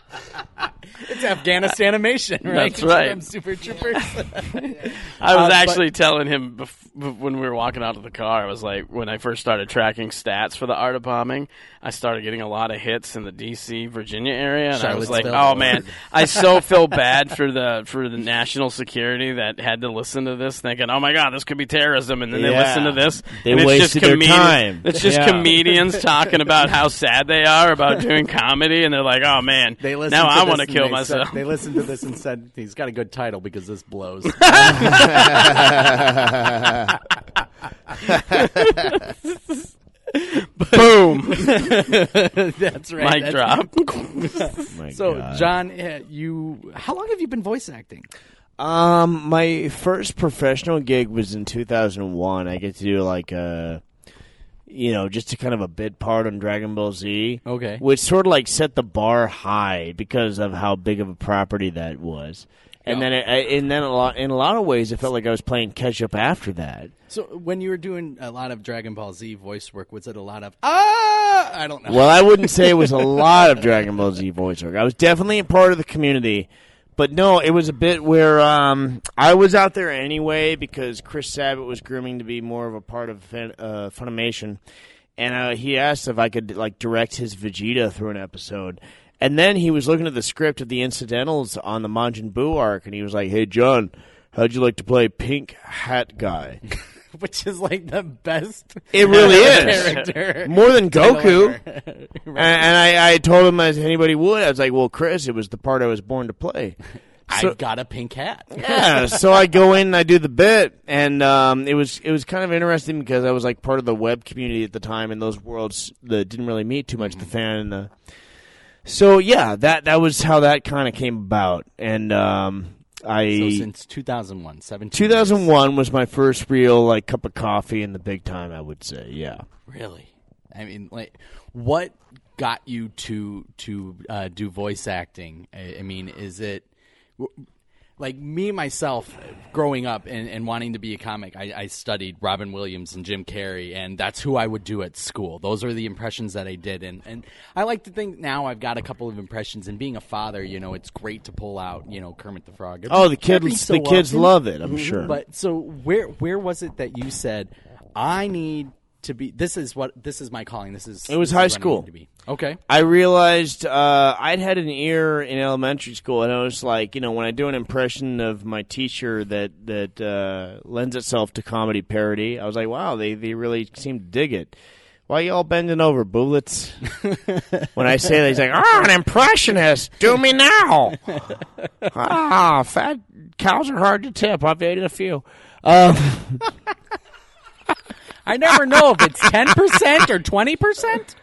[SPEAKER 3] It's Afghanistan animation, right?
[SPEAKER 4] That's right.
[SPEAKER 3] Them Super Troopers.
[SPEAKER 4] I
[SPEAKER 3] Uh,
[SPEAKER 4] was
[SPEAKER 3] but-
[SPEAKER 4] actually telling him bef- bef- when we were walking out of the car. I was like, when I first started tracking stats for the art of bombing, I started getting a lot of hits in the D.C. Virginia area, and I was like,
[SPEAKER 3] Charlottesville.
[SPEAKER 4] oh man, I so feel bad for the for the national security that had to listen to this, thinking, oh my god, this could be terrorism, and then they
[SPEAKER 6] Yeah.
[SPEAKER 4] listen to this.
[SPEAKER 6] They
[SPEAKER 4] and it's
[SPEAKER 6] wasted
[SPEAKER 4] just
[SPEAKER 6] their
[SPEAKER 4] comedi-
[SPEAKER 6] time.
[SPEAKER 4] It's just
[SPEAKER 6] Yeah.
[SPEAKER 4] comedians talking about how sad they are about doing comedy, and they're like, oh man,
[SPEAKER 3] They listened
[SPEAKER 4] now
[SPEAKER 3] to
[SPEAKER 4] I
[SPEAKER 3] this
[SPEAKER 4] want to
[SPEAKER 3] and
[SPEAKER 4] kill
[SPEAKER 3] they said-
[SPEAKER 4] myself.
[SPEAKER 3] they listened to this and said, he's got a good title because this blows.
[SPEAKER 4] Boom.
[SPEAKER 3] that's right.
[SPEAKER 4] Mic
[SPEAKER 3] that's-
[SPEAKER 4] drop.
[SPEAKER 6] Oh My
[SPEAKER 3] So,
[SPEAKER 6] God.
[SPEAKER 3] John, uh, you how long have you been voice acting?
[SPEAKER 6] Um, my first professional gig was in 2001. I get to do like a, you know, just a kind of a bit part on Dragon Ball Z.
[SPEAKER 3] Okay.
[SPEAKER 6] Which sort of like set the bar high because of how big of a property that was. And then, it, I, and then a lot, in a lot of ways, it felt like I was playing catch up after that.
[SPEAKER 3] So, when you were doing a lot of Dragon Ball Z voice work, was it a lot of ah? I don't know.
[SPEAKER 6] Well, I wouldn't say it was a lot of Dragon Ball Z voice work. I was definitely a part of the community, but no, it was a bit where um, I was out there anyway because Chris Sabat was grooming to be more of a part of Fun- uh, Funimation, and uh, he asked if I could like direct his Vegeta through an episode. And then he was looking at the script of the incidentals on the Majin Buu arc, and he was like, "Hey, John, how'd you like to play Pink Hat Guy?"
[SPEAKER 3] which is like the best
[SPEAKER 6] It really is
[SPEAKER 3] character.
[SPEAKER 6] more than Goku.
[SPEAKER 3] Right.
[SPEAKER 6] And, and I, I told him as anybody would. I was like, "Well, Chris, it was the part I was born to play."
[SPEAKER 3] I got a pink hat.
[SPEAKER 6] yeah, so I go in and I do the bit, and um, it was it was kind of interesting because I was like part of the web community at the time, and those worlds that didn't really meet too
[SPEAKER 3] Mm-hmm.
[SPEAKER 6] much the fan and the. So yeah, that that was how that kind of came about, and um, I
[SPEAKER 3] So since 2001, 17 years.
[SPEAKER 6] 2001 was my first real like cup of coffee in the big time. I would say, yeah.
[SPEAKER 3] Really? I mean, like, what got you to to uh, do voice acting? I, I mean, is it w- like me myself growing up and, and wanting to be a comic? I, I studied Robin Williams and Jim Carrey, and that's who I would do at school. Those are the impressions that I did, and and I like to think now I've got a couple of impressions. And being a father, you know, it's great to pull out, you know, Kermit the Frog.
[SPEAKER 6] Oh, the
[SPEAKER 3] Every
[SPEAKER 6] kids,
[SPEAKER 3] so
[SPEAKER 6] the kids
[SPEAKER 3] often. Mm-hmm.
[SPEAKER 6] love it. I'm sure.
[SPEAKER 3] But so where where was it that you said I need to be? This is what this is my calling. This is
[SPEAKER 6] It was
[SPEAKER 3] this is
[SPEAKER 6] high
[SPEAKER 3] what I need
[SPEAKER 6] school.
[SPEAKER 3] to be." Okay,
[SPEAKER 6] I realized uh, I'd had an ear in elementary school, and I was like, you know, when I do an impression of my teacher that that uh, lends itself to comedy parody, I was like, wow, they they really seem to dig it. Why y'all bending over, bullets? when I say that, he's like, "Ah, an impressionist, do me now." ah, fat cows are hard to tip. I've ate a few. Um,
[SPEAKER 3] I never know if it's ten percent or twenty percent.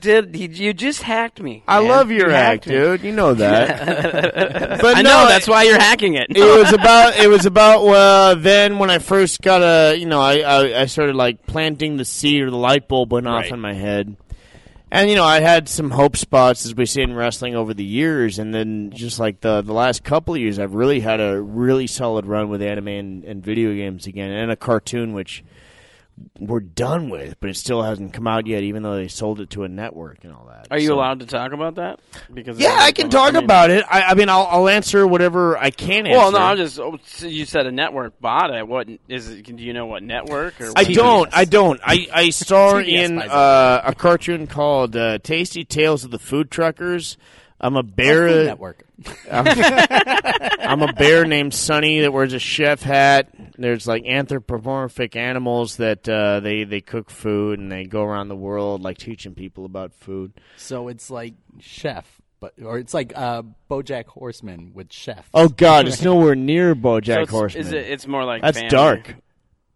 [SPEAKER 4] Did he, you just hacked me?
[SPEAKER 6] I
[SPEAKER 4] man.
[SPEAKER 6] love your
[SPEAKER 4] You
[SPEAKER 6] act,
[SPEAKER 4] hacked me.
[SPEAKER 6] dude. You know that. but
[SPEAKER 4] I
[SPEAKER 6] no,
[SPEAKER 4] know
[SPEAKER 6] it-
[SPEAKER 4] that's why you're hacking it.
[SPEAKER 6] it was about it was about uh, then when I first got a you know I, I I started like planting the seed or the light bulb went off
[SPEAKER 4] Right.
[SPEAKER 6] in my head, and you know I had some hope spots as we see in wrestling over the years, and then just like the the last couple of years I've really had a really solid run with anime and, and video games again and a cartoon which we're done with, but it still hasn't come out yet, even though they sold it to a network and all that.
[SPEAKER 4] Are you
[SPEAKER 6] So-
[SPEAKER 4] allowed to talk about that? Because it
[SPEAKER 6] Yeah, I
[SPEAKER 4] doesn't
[SPEAKER 6] can
[SPEAKER 4] come up-
[SPEAKER 6] talk
[SPEAKER 4] I mean-
[SPEAKER 6] about it. I, I mean, I'll, I'll answer whatever I can answer.
[SPEAKER 4] Well, no, I'm just. oh, so you said a network bought it. What is it? Do you know what network? Or
[SPEAKER 6] I
[SPEAKER 4] what-
[SPEAKER 6] don't. I don't. I, I star
[SPEAKER 3] TBS
[SPEAKER 6] in
[SPEAKER 3] buys it.
[SPEAKER 6] uh, a cartoon called uh, Tasty Tales of the Food Truckers. I'm a bear.
[SPEAKER 3] Food Network.
[SPEAKER 6] I'm a bear named Sonny that wears a chef hat. There's like anthropomorphic animals that uh, they they cook food and they go around the world like teaching people about food.
[SPEAKER 3] So it's like Chef, but or it's like uh, BoJack Horseman with Chef.
[SPEAKER 6] Oh God, it's nowhere near
[SPEAKER 4] So
[SPEAKER 6] BoJack
[SPEAKER 4] it's,
[SPEAKER 6] Horseman.
[SPEAKER 4] Is it? It's more like
[SPEAKER 6] That's
[SPEAKER 4] family.
[SPEAKER 6] dark.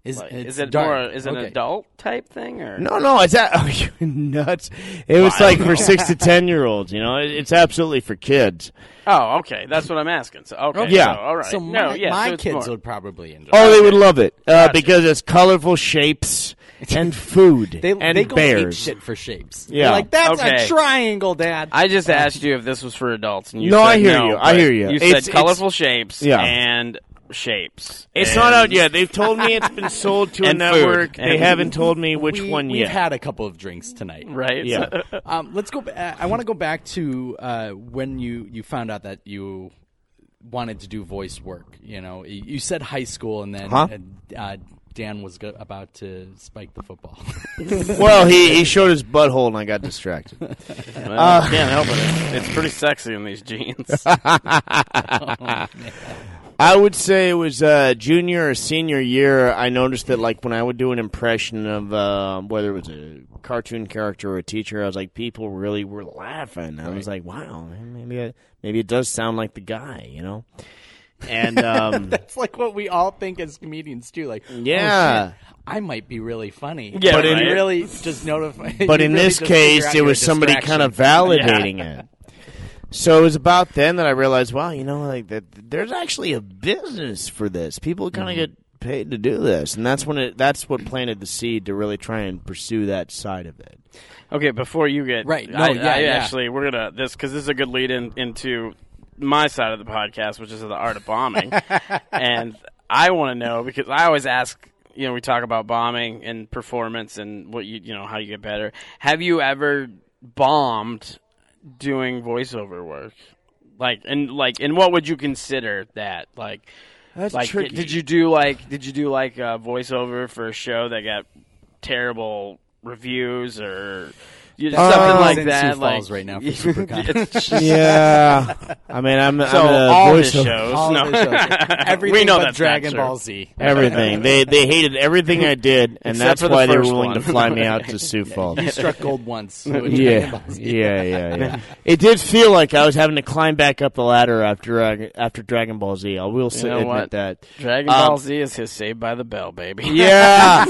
[SPEAKER 3] is,
[SPEAKER 4] Like,
[SPEAKER 3] it's
[SPEAKER 4] is it
[SPEAKER 3] dark.
[SPEAKER 4] more? Is it an
[SPEAKER 3] Okay.
[SPEAKER 4] adult type thing or
[SPEAKER 6] No, no, it's that. Oh, you nuts! It was like for six to ten year olds. You know, It- it's absolutely for kids.
[SPEAKER 4] Oh, okay. That's what I'm asking. So okay.
[SPEAKER 6] Yeah.
[SPEAKER 4] so, all right.
[SPEAKER 3] So my,
[SPEAKER 4] no, yeah,
[SPEAKER 3] my
[SPEAKER 4] so it's
[SPEAKER 3] kids
[SPEAKER 4] more-
[SPEAKER 3] would probably enjoy.
[SPEAKER 6] Oh, they would love it uh, because it's colorful shapes and food
[SPEAKER 3] they
[SPEAKER 6] and
[SPEAKER 3] they go ape
[SPEAKER 6] bears.
[SPEAKER 3] shit for shapes.
[SPEAKER 6] Yeah.
[SPEAKER 3] They're like that's
[SPEAKER 4] Okay.
[SPEAKER 3] a triangle, Dad.
[SPEAKER 4] I just asked you if this was for adults, and you
[SPEAKER 6] No,
[SPEAKER 4] said
[SPEAKER 6] I hear
[SPEAKER 4] no,
[SPEAKER 6] you. I
[SPEAKER 4] but
[SPEAKER 6] hear you.
[SPEAKER 4] You
[SPEAKER 6] It's-
[SPEAKER 4] said colorful shapes
[SPEAKER 6] Yeah.
[SPEAKER 4] and shapes.
[SPEAKER 6] It's
[SPEAKER 4] And-
[SPEAKER 6] not out yet. They've told me it's been sold to a
[SPEAKER 4] And food.
[SPEAKER 6] network. They
[SPEAKER 4] And-
[SPEAKER 6] haven't told me which
[SPEAKER 3] we,
[SPEAKER 6] one
[SPEAKER 3] we've
[SPEAKER 6] yet.
[SPEAKER 3] had a couple of drinks tonight,
[SPEAKER 4] right?
[SPEAKER 6] Yeah.
[SPEAKER 3] um, let's go. ba- uh, I want to go back to uh, when you you found out that you wanted to do voice work. You know, you you said high school, and then
[SPEAKER 6] Huh?
[SPEAKER 3] uh, uh, Dan was go- about to spike the football.
[SPEAKER 6] well, he, he showed his butthole and I got distracted.
[SPEAKER 4] Well,
[SPEAKER 3] Uh,
[SPEAKER 4] can't help it. It's pretty sexy in these jeans.
[SPEAKER 6] I would say it was uh, junior or senior year. I noticed that, like, when I would do an impression of uh, whether it was a cartoon character or a teacher, I was like, people really were laughing. I was like, wow, man, maybe I, maybe it does sound like the guy, you know. and um,
[SPEAKER 3] That's like what we all think as comedians too. Like, oh,
[SPEAKER 6] Yeah.
[SPEAKER 3] shit, I might be really funny.
[SPEAKER 4] Yeah,
[SPEAKER 3] but
[SPEAKER 4] right.
[SPEAKER 3] in really just notify.
[SPEAKER 6] but in this case, it was somebody kind of validating it. So it was about then that I realized, wow, you know, like that there's actually a business for this. People kind of
[SPEAKER 4] Mm-hmm.
[SPEAKER 6] get paid to do this, and that's when it that's what planted the seed to really try and pursue that side of it.
[SPEAKER 4] Okay, before you get
[SPEAKER 3] Right, no,
[SPEAKER 4] I,
[SPEAKER 3] yeah,
[SPEAKER 4] I
[SPEAKER 3] yeah.
[SPEAKER 4] actually we're gonna this because this is a good lead in into my side of the podcast, which is the art of bombing, and I want to know because I always ask. You know, we talk about bombing and performance and what you you know how you get better. Have you ever bombed doing voiceover work? Like and like and what would you consider that like?
[SPEAKER 6] That's
[SPEAKER 4] like
[SPEAKER 6] tricky.
[SPEAKER 4] did you do like did you do like a voiceover for a show that got terrible reviews or you- something
[SPEAKER 6] Uh,
[SPEAKER 4] like
[SPEAKER 3] in
[SPEAKER 4] that
[SPEAKER 3] Sioux
[SPEAKER 4] like
[SPEAKER 3] Falls right now for SuperCon.
[SPEAKER 4] It's just-
[SPEAKER 6] Yeah, I mean, I'm,
[SPEAKER 4] so
[SPEAKER 6] I'm a
[SPEAKER 4] all the
[SPEAKER 6] voice of-
[SPEAKER 4] shows
[SPEAKER 3] All
[SPEAKER 4] no
[SPEAKER 3] of his shows. Everything
[SPEAKER 4] we know
[SPEAKER 3] but
[SPEAKER 4] that's
[SPEAKER 3] Dragon
[SPEAKER 4] not true.
[SPEAKER 3] Ball Z.
[SPEAKER 6] everything. They they hated everything I did, and
[SPEAKER 4] Except
[SPEAKER 6] that's
[SPEAKER 4] for the
[SPEAKER 6] why they were
[SPEAKER 4] first
[SPEAKER 6] willing to
[SPEAKER 4] one.
[SPEAKER 6] fly me out to Sioux Falls.
[SPEAKER 3] You struck gold once. with Dragon
[SPEAKER 6] Yeah,
[SPEAKER 3] Ball Z.
[SPEAKER 6] yeah, yeah, yeah. It did feel like I was having to climb back up the ladder after uh, after Dragon Ball Z. I will say,
[SPEAKER 4] know
[SPEAKER 6] admit
[SPEAKER 4] what?
[SPEAKER 6] that.
[SPEAKER 4] Dragon
[SPEAKER 6] Um,
[SPEAKER 4] Ball Z is his Saved by the Bell baby
[SPEAKER 6] Yeah.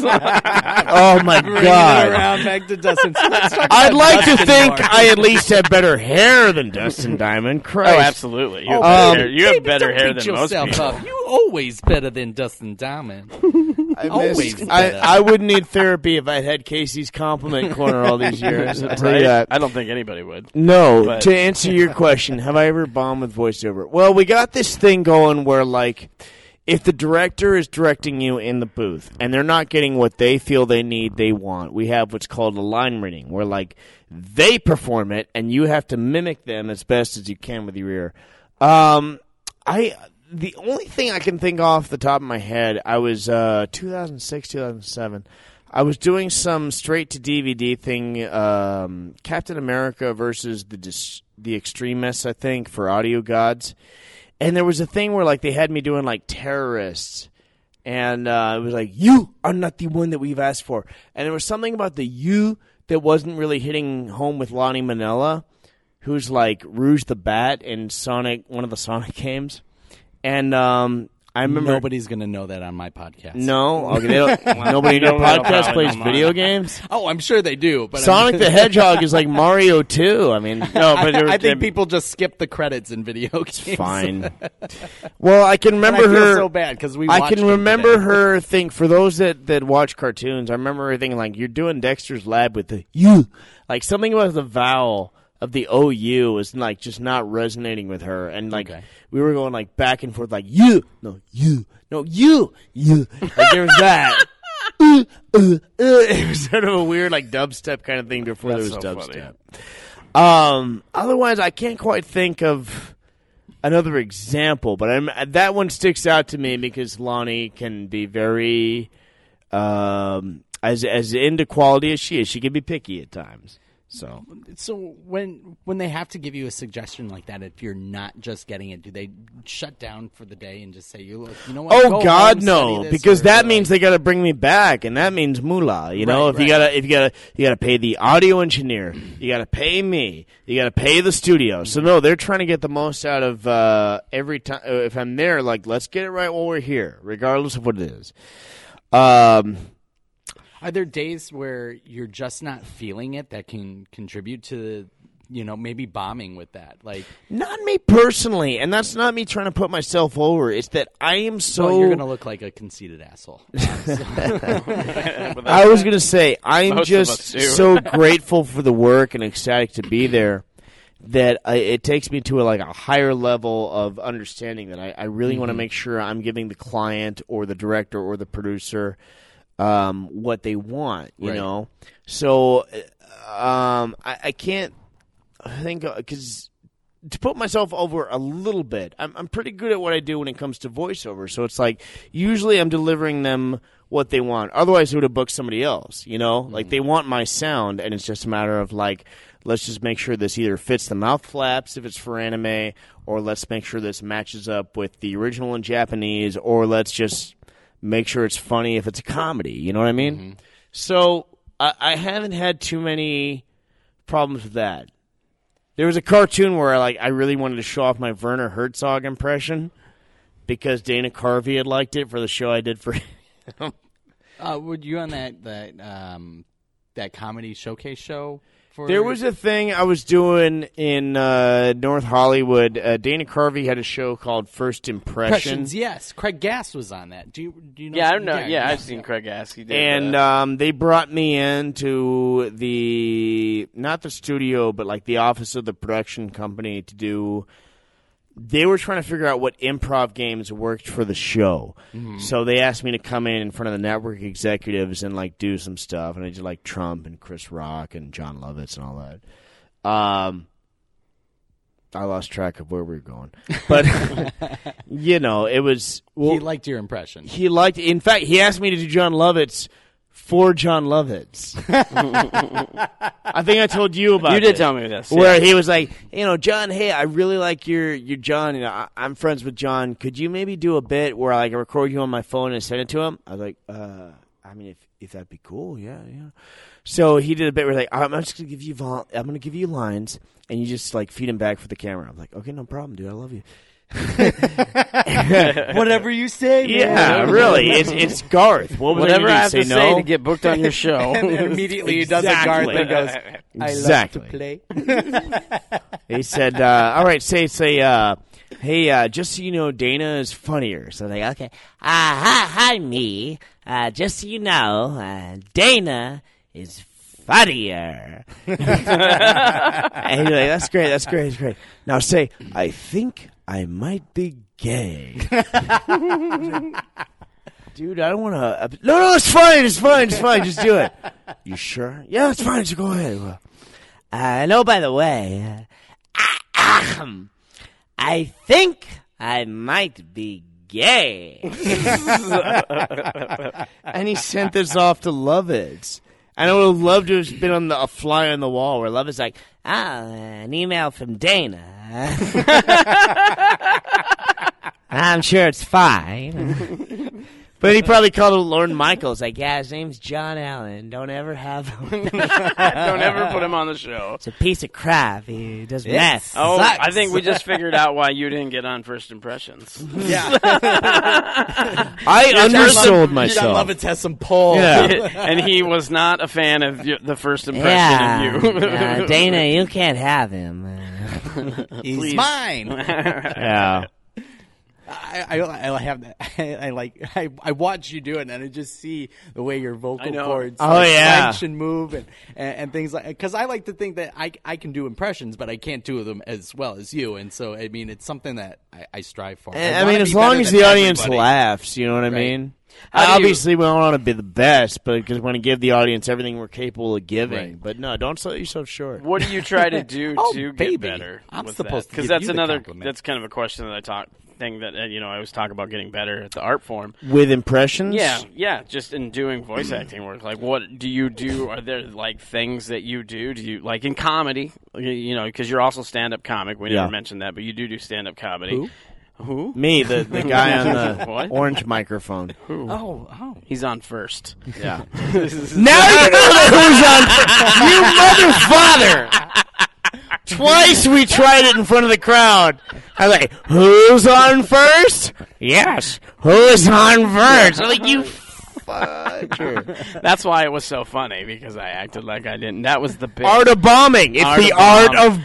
[SPEAKER 6] oh my
[SPEAKER 3] Bringing it
[SPEAKER 6] god.
[SPEAKER 3] around back to Dustin. Let's talk
[SPEAKER 6] I'd
[SPEAKER 3] about
[SPEAKER 6] like to
[SPEAKER 3] Dustin
[SPEAKER 6] think
[SPEAKER 3] more.
[SPEAKER 6] I at least have better hair than Dustin Diamond. Christ.
[SPEAKER 4] oh absolutely you have
[SPEAKER 6] Um,
[SPEAKER 4] better hair, you have
[SPEAKER 3] Baby,
[SPEAKER 4] better
[SPEAKER 3] don't
[SPEAKER 4] hair
[SPEAKER 3] beat
[SPEAKER 4] than most
[SPEAKER 3] yourself
[SPEAKER 4] people
[SPEAKER 3] up. You always better than Dustin Diamond.
[SPEAKER 6] I,
[SPEAKER 3] always
[SPEAKER 6] missed- I,
[SPEAKER 3] better.
[SPEAKER 6] I would need therapy if I had Casey's compliment corner all these years. I'll tell you
[SPEAKER 4] right?
[SPEAKER 6] that.
[SPEAKER 4] I don't think anybody would
[SPEAKER 6] No,
[SPEAKER 4] But-
[SPEAKER 6] to answer your question, have I ever bombed with voiceover? Well, we got this thing going where, like, if the director is directing you in the booth and they're not getting what they feel they need, they want, we have what's called a line reading, where, like, they perform it and you have to mimic them as best as you can with your ear. Um, I. The only thing I can think off the top of my head, I was uh, 2006, 2007. I was doing some straight to DVD thing, um, Captain America versus the dis- the extremists, I think, for Audio Gods, and there was a thing where like they had me doing like terrorists, and uh, it was like you are not the one that we've asked for, and there was something about the you that wasn't really hitting home with Lonnie Manella, who's like Rouge the Bat in Sonic, one of the Sonic games, and um, I remember.
[SPEAKER 3] Nobody's gonna know that on my podcast.
[SPEAKER 6] no, okay, they don't, nobody in
[SPEAKER 4] Nobody will
[SPEAKER 6] your podcast
[SPEAKER 4] probably
[SPEAKER 6] plays
[SPEAKER 4] know mine.
[SPEAKER 6] video games.
[SPEAKER 3] Oh, I'm sure they do. But I'm-
[SPEAKER 6] Sonic the Hedgehog is like Mario 2. I mean, no, but
[SPEAKER 3] I,
[SPEAKER 6] there was-
[SPEAKER 3] I think people just skip the credits in video games.
[SPEAKER 6] fine. well, I can
[SPEAKER 3] And I
[SPEAKER 6] remember
[SPEAKER 3] feel
[SPEAKER 6] her.
[SPEAKER 3] so bad because we.
[SPEAKER 6] I
[SPEAKER 3] watched
[SPEAKER 6] can
[SPEAKER 3] them
[SPEAKER 6] remember
[SPEAKER 3] today.
[SPEAKER 6] her thing. For those that that watch cartoons, I remember her thinking like, "You're doing Dexter's Lab with the you," like something about the vowel of the OU was like just not resonating with her, and like
[SPEAKER 3] Okay.
[SPEAKER 6] we were going like back and forth, like you, no, you, no, you, you. Like there was that. Uh, uh, uh. It was sort of a weird, like dubstep kind of thing before
[SPEAKER 4] so
[SPEAKER 6] there was
[SPEAKER 4] funny.
[SPEAKER 6] dubstep. Um, otherwise, I can't quite think of another example, but I'm, that one sticks out to me because Lonnie can be very um, as as into quality as she is. She can be picky at times. So
[SPEAKER 3] So when when they have to give you a suggestion like that, if you're not just getting it, do they shut down for the day and just say you look? You know what?
[SPEAKER 6] oh
[SPEAKER 3] go
[SPEAKER 6] God,
[SPEAKER 3] home, study
[SPEAKER 6] no!
[SPEAKER 3] this,"
[SPEAKER 6] Because
[SPEAKER 3] or,
[SPEAKER 6] that
[SPEAKER 3] uh,
[SPEAKER 6] means they got to bring me back, and that means moolah. You know,
[SPEAKER 3] Right,
[SPEAKER 6] if you
[SPEAKER 3] right.
[SPEAKER 6] gotta if you gotta you gotta pay the audio engineer, you gotta pay me, you gotta pay the studio. So no, they're trying to get the most out of uh, every time. If I'm there, like let's get it right while we're here, regardless of what it is. Um,
[SPEAKER 3] Are there days where you're just not feeling it that can contribute to, you know, maybe bombing with that? Like,
[SPEAKER 6] Not me personally, and that's not me trying to put myself over. It's that I am so.
[SPEAKER 3] well, oh, you're gonna look like a conceited asshole.
[SPEAKER 6] I was gonna say I'm
[SPEAKER 4] Most of
[SPEAKER 6] just
[SPEAKER 4] us do.
[SPEAKER 6] so grateful for the work and ecstatic to be there. That I, it takes me to a, like a higher level of understanding that I, I really want to make sure I'm giving the client or the director or the producer um, what they want. You
[SPEAKER 3] Right.
[SPEAKER 6] know, so uh, um, I, I can't think because to put myself over a little bit. I'm, I'm pretty good at what I do when it comes to voiceover. So it's like usually I'm delivering them what they want. Otherwise, they would have booked somebody else. You know, like they want my sound, and it's just a matter of like, let's just make sure this either fits the mouth flaps if it's for anime, or let's make sure this matches up with the original in Japanese, or let's just make sure it's funny if it's a comedy. You know what I mean? So I, I haven't had too many problems with that. There was a cartoon where like I really wanted to show off my Werner Herzog impression, because Dana Carvey had liked it for the show I did for him.
[SPEAKER 3] Uh, were you on that that um that comedy showcase show? For
[SPEAKER 6] There was a thing I was doing in uh, North Hollywood. Uh, Dana Carvey had a show called First Impressions,
[SPEAKER 3] impressions. Yes, Craig Gass was on that. Do you do you know?
[SPEAKER 4] Yeah, I don't know. Yeah, I've seen Craig Ask. He did,
[SPEAKER 6] and
[SPEAKER 4] uh,
[SPEAKER 6] um, they brought me in to the not the studio, but like the office of the production company to do. They were trying to figure out what improv games worked for the show, so they asked me to come in in front of the network executives and like do some stuff, and I did like Trump and Chris Rock and John Lovitz and all that. Um, I lost track of where we were going, but you know, it was well,
[SPEAKER 3] He liked your impression.
[SPEAKER 6] he liked. In fact, he asked me to do John Lovitz for John Lovitz. I think I told you about.
[SPEAKER 4] you did
[SPEAKER 6] it,
[SPEAKER 4] tell me this. yeah.
[SPEAKER 6] Where he was like, you know, John, hey, I really like your your John. You know, I, I'm friends with John. Could you maybe do a bit where I can record you on my phone and send it to him? I was like, uh, I mean, if if that'd be cool, yeah, yeah. So he did a bit where like, I'm just gonna give you vol- I'm gonna give you lines, and you just like feed him back for the camera. I'm like, okay, no problem, dude. I love you.
[SPEAKER 3] Whatever you say.
[SPEAKER 6] Yeah, really. It's it's Garth. What was
[SPEAKER 4] Whatever
[SPEAKER 6] I,
[SPEAKER 4] I
[SPEAKER 6] gonna do,
[SPEAKER 4] have
[SPEAKER 6] say
[SPEAKER 4] to
[SPEAKER 6] no?
[SPEAKER 4] say to get booked on your show.
[SPEAKER 3] And then immediately he does a guard and goes, I
[SPEAKER 6] Exactly.
[SPEAKER 3] love to play.
[SPEAKER 6] He said, uh, "All right, say say, uh, hey, uh, just so you know, Dana is funnier." So they okay.
[SPEAKER 7] Uh, hi, hi, me. Uh, just so you know, uh, Dana is funnier.
[SPEAKER 6] And he's like, "That's great. That's great. That's great." Now say, "I think I might be gay." Dude, I don't want to. No, no, it's fine. It's fine. It's fine. Just do it. You sure? Yeah, it's fine. Just go ahead. Well,
[SPEAKER 7] Uh, no, by the way, uh, ahem, I think I might be gay.
[SPEAKER 6] and he sent this off to Lovitz. And I would have loved to have been on the, a fly on the wall where Lovitz is like,
[SPEAKER 7] Ah, an email from Dana. I'm sure it's fine.
[SPEAKER 6] but he probably called him Lauren
[SPEAKER 7] Michael's like, yeah, his name's John Allen. Don't ever have him.
[SPEAKER 4] Don't ever put him on the show.
[SPEAKER 7] It's a piece of crap. He does mess.
[SPEAKER 4] Oh, I think we just figured out why you didn't get on First Impressions.
[SPEAKER 6] I undersold
[SPEAKER 3] John
[SPEAKER 6] myself.
[SPEAKER 3] Lovitz has some pull.
[SPEAKER 4] and he was not a fan of y- the first impression
[SPEAKER 7] yeah,
[SPEAKER 4] of you.
[SPEAKER 7] uh, Dana, you can't have him. Uh,
[SPEAKER 3] He's
[SPEAKER 4] Please.
[SPEAKER 3] mine.
[SPEAKER 6] Yeah.
[SPEAKER 3] I, I, I have that. I, I like. I, I watch you do it, and I just see the way your vocal
[SPEAKER 4] I know.
[SPEAKER 3] cords
[SPEAKER 6] Oh,
[SPEAKER 3] like,
[SPEAKER 6] yeah.
[SPEAKER 3] clench and move and, and, and things like. Because I like to think that I I can do impressions, but I can't do them as well as you. And so I mean, it's something that I, Eh, I strive for.
[SPEAKER 6] I,
[SPEAKER 3] wanna
[SPEAKER 6] mean,
[SPEAKER 3] be
[SPEAKER 6] as long
[SPEAKER 3] better
[SPEAKER 6] as
[SPEAKER 3] than
[SPEAKER 6] the audience
[SPEAKER 3] everybody.
[SPEAKER 6] laughs, you know what I mean? Obviously, we don't want to be the best, but because we want to give the audience everything we're capable of giving.
[SPEAKER 3] Right.
[SPEAKER 6] But no, don't sell yourself short.
[SPEAKER 4] What do you try to do
[SPEAKER 3] Oh,
[SPEAKER 4] to
[SPEAKER 3] baby.
[SPEAKER 4] get better?
[SPEAKER 3] I'm
[SPEAKER 4] with
[SPEAKER 3] supposed
[SPEAKER 4] that?
[SPEAKER 3] to give
[SPEAKER 4] that's
[SPEAKER 3] you the
[SPEAKER 4] another
[SPEAKER 3] compliment.
[SPEAKER 4] that's kind of a question that I talk thing that uh, you know I always talk about getting better at the art form.
[SPEAKER 6] With impressions?
[SPEAKER 4] Yeah, yeah, just in doing voice acting work. Like, what do you do? Are there like things that you do? Do you like in comedy? You, you know, because you're also stand up comic. We
[SPEAKER 6] Yeah.
[SPEAKER 4] never mentioned that, but you do do stand up comedy. Who?
[SPEAKER 6] Me, the, the guy on the
[SPEAKER 4] What?
[SPEAKER 6] orange microphone.
[SPEAKER 3] Oh, oh.
[SPEAKER 4] He's on first.
[SPEAKER 6] Yeah.
[SPEAKER 4] This is-
[SPEAKER 6] Now you know that who's on. You mother father. Twice we tried it in front of the crowd. I was like, "Who's on first? Yes. Who's on first? I'm like, "You fudger!"
[SPEAKER 4] that's why it was so funny because I acted like I didn't. That was the big
[SPEAKER 6] Art of bombing. It's
[SPEAKER 4] Art
[SPEAKER 6] the
[SPEAKER 4] of
[SPEAKER 6] art
[SPEAKER 4] bomb.
[SPEAKER 6] of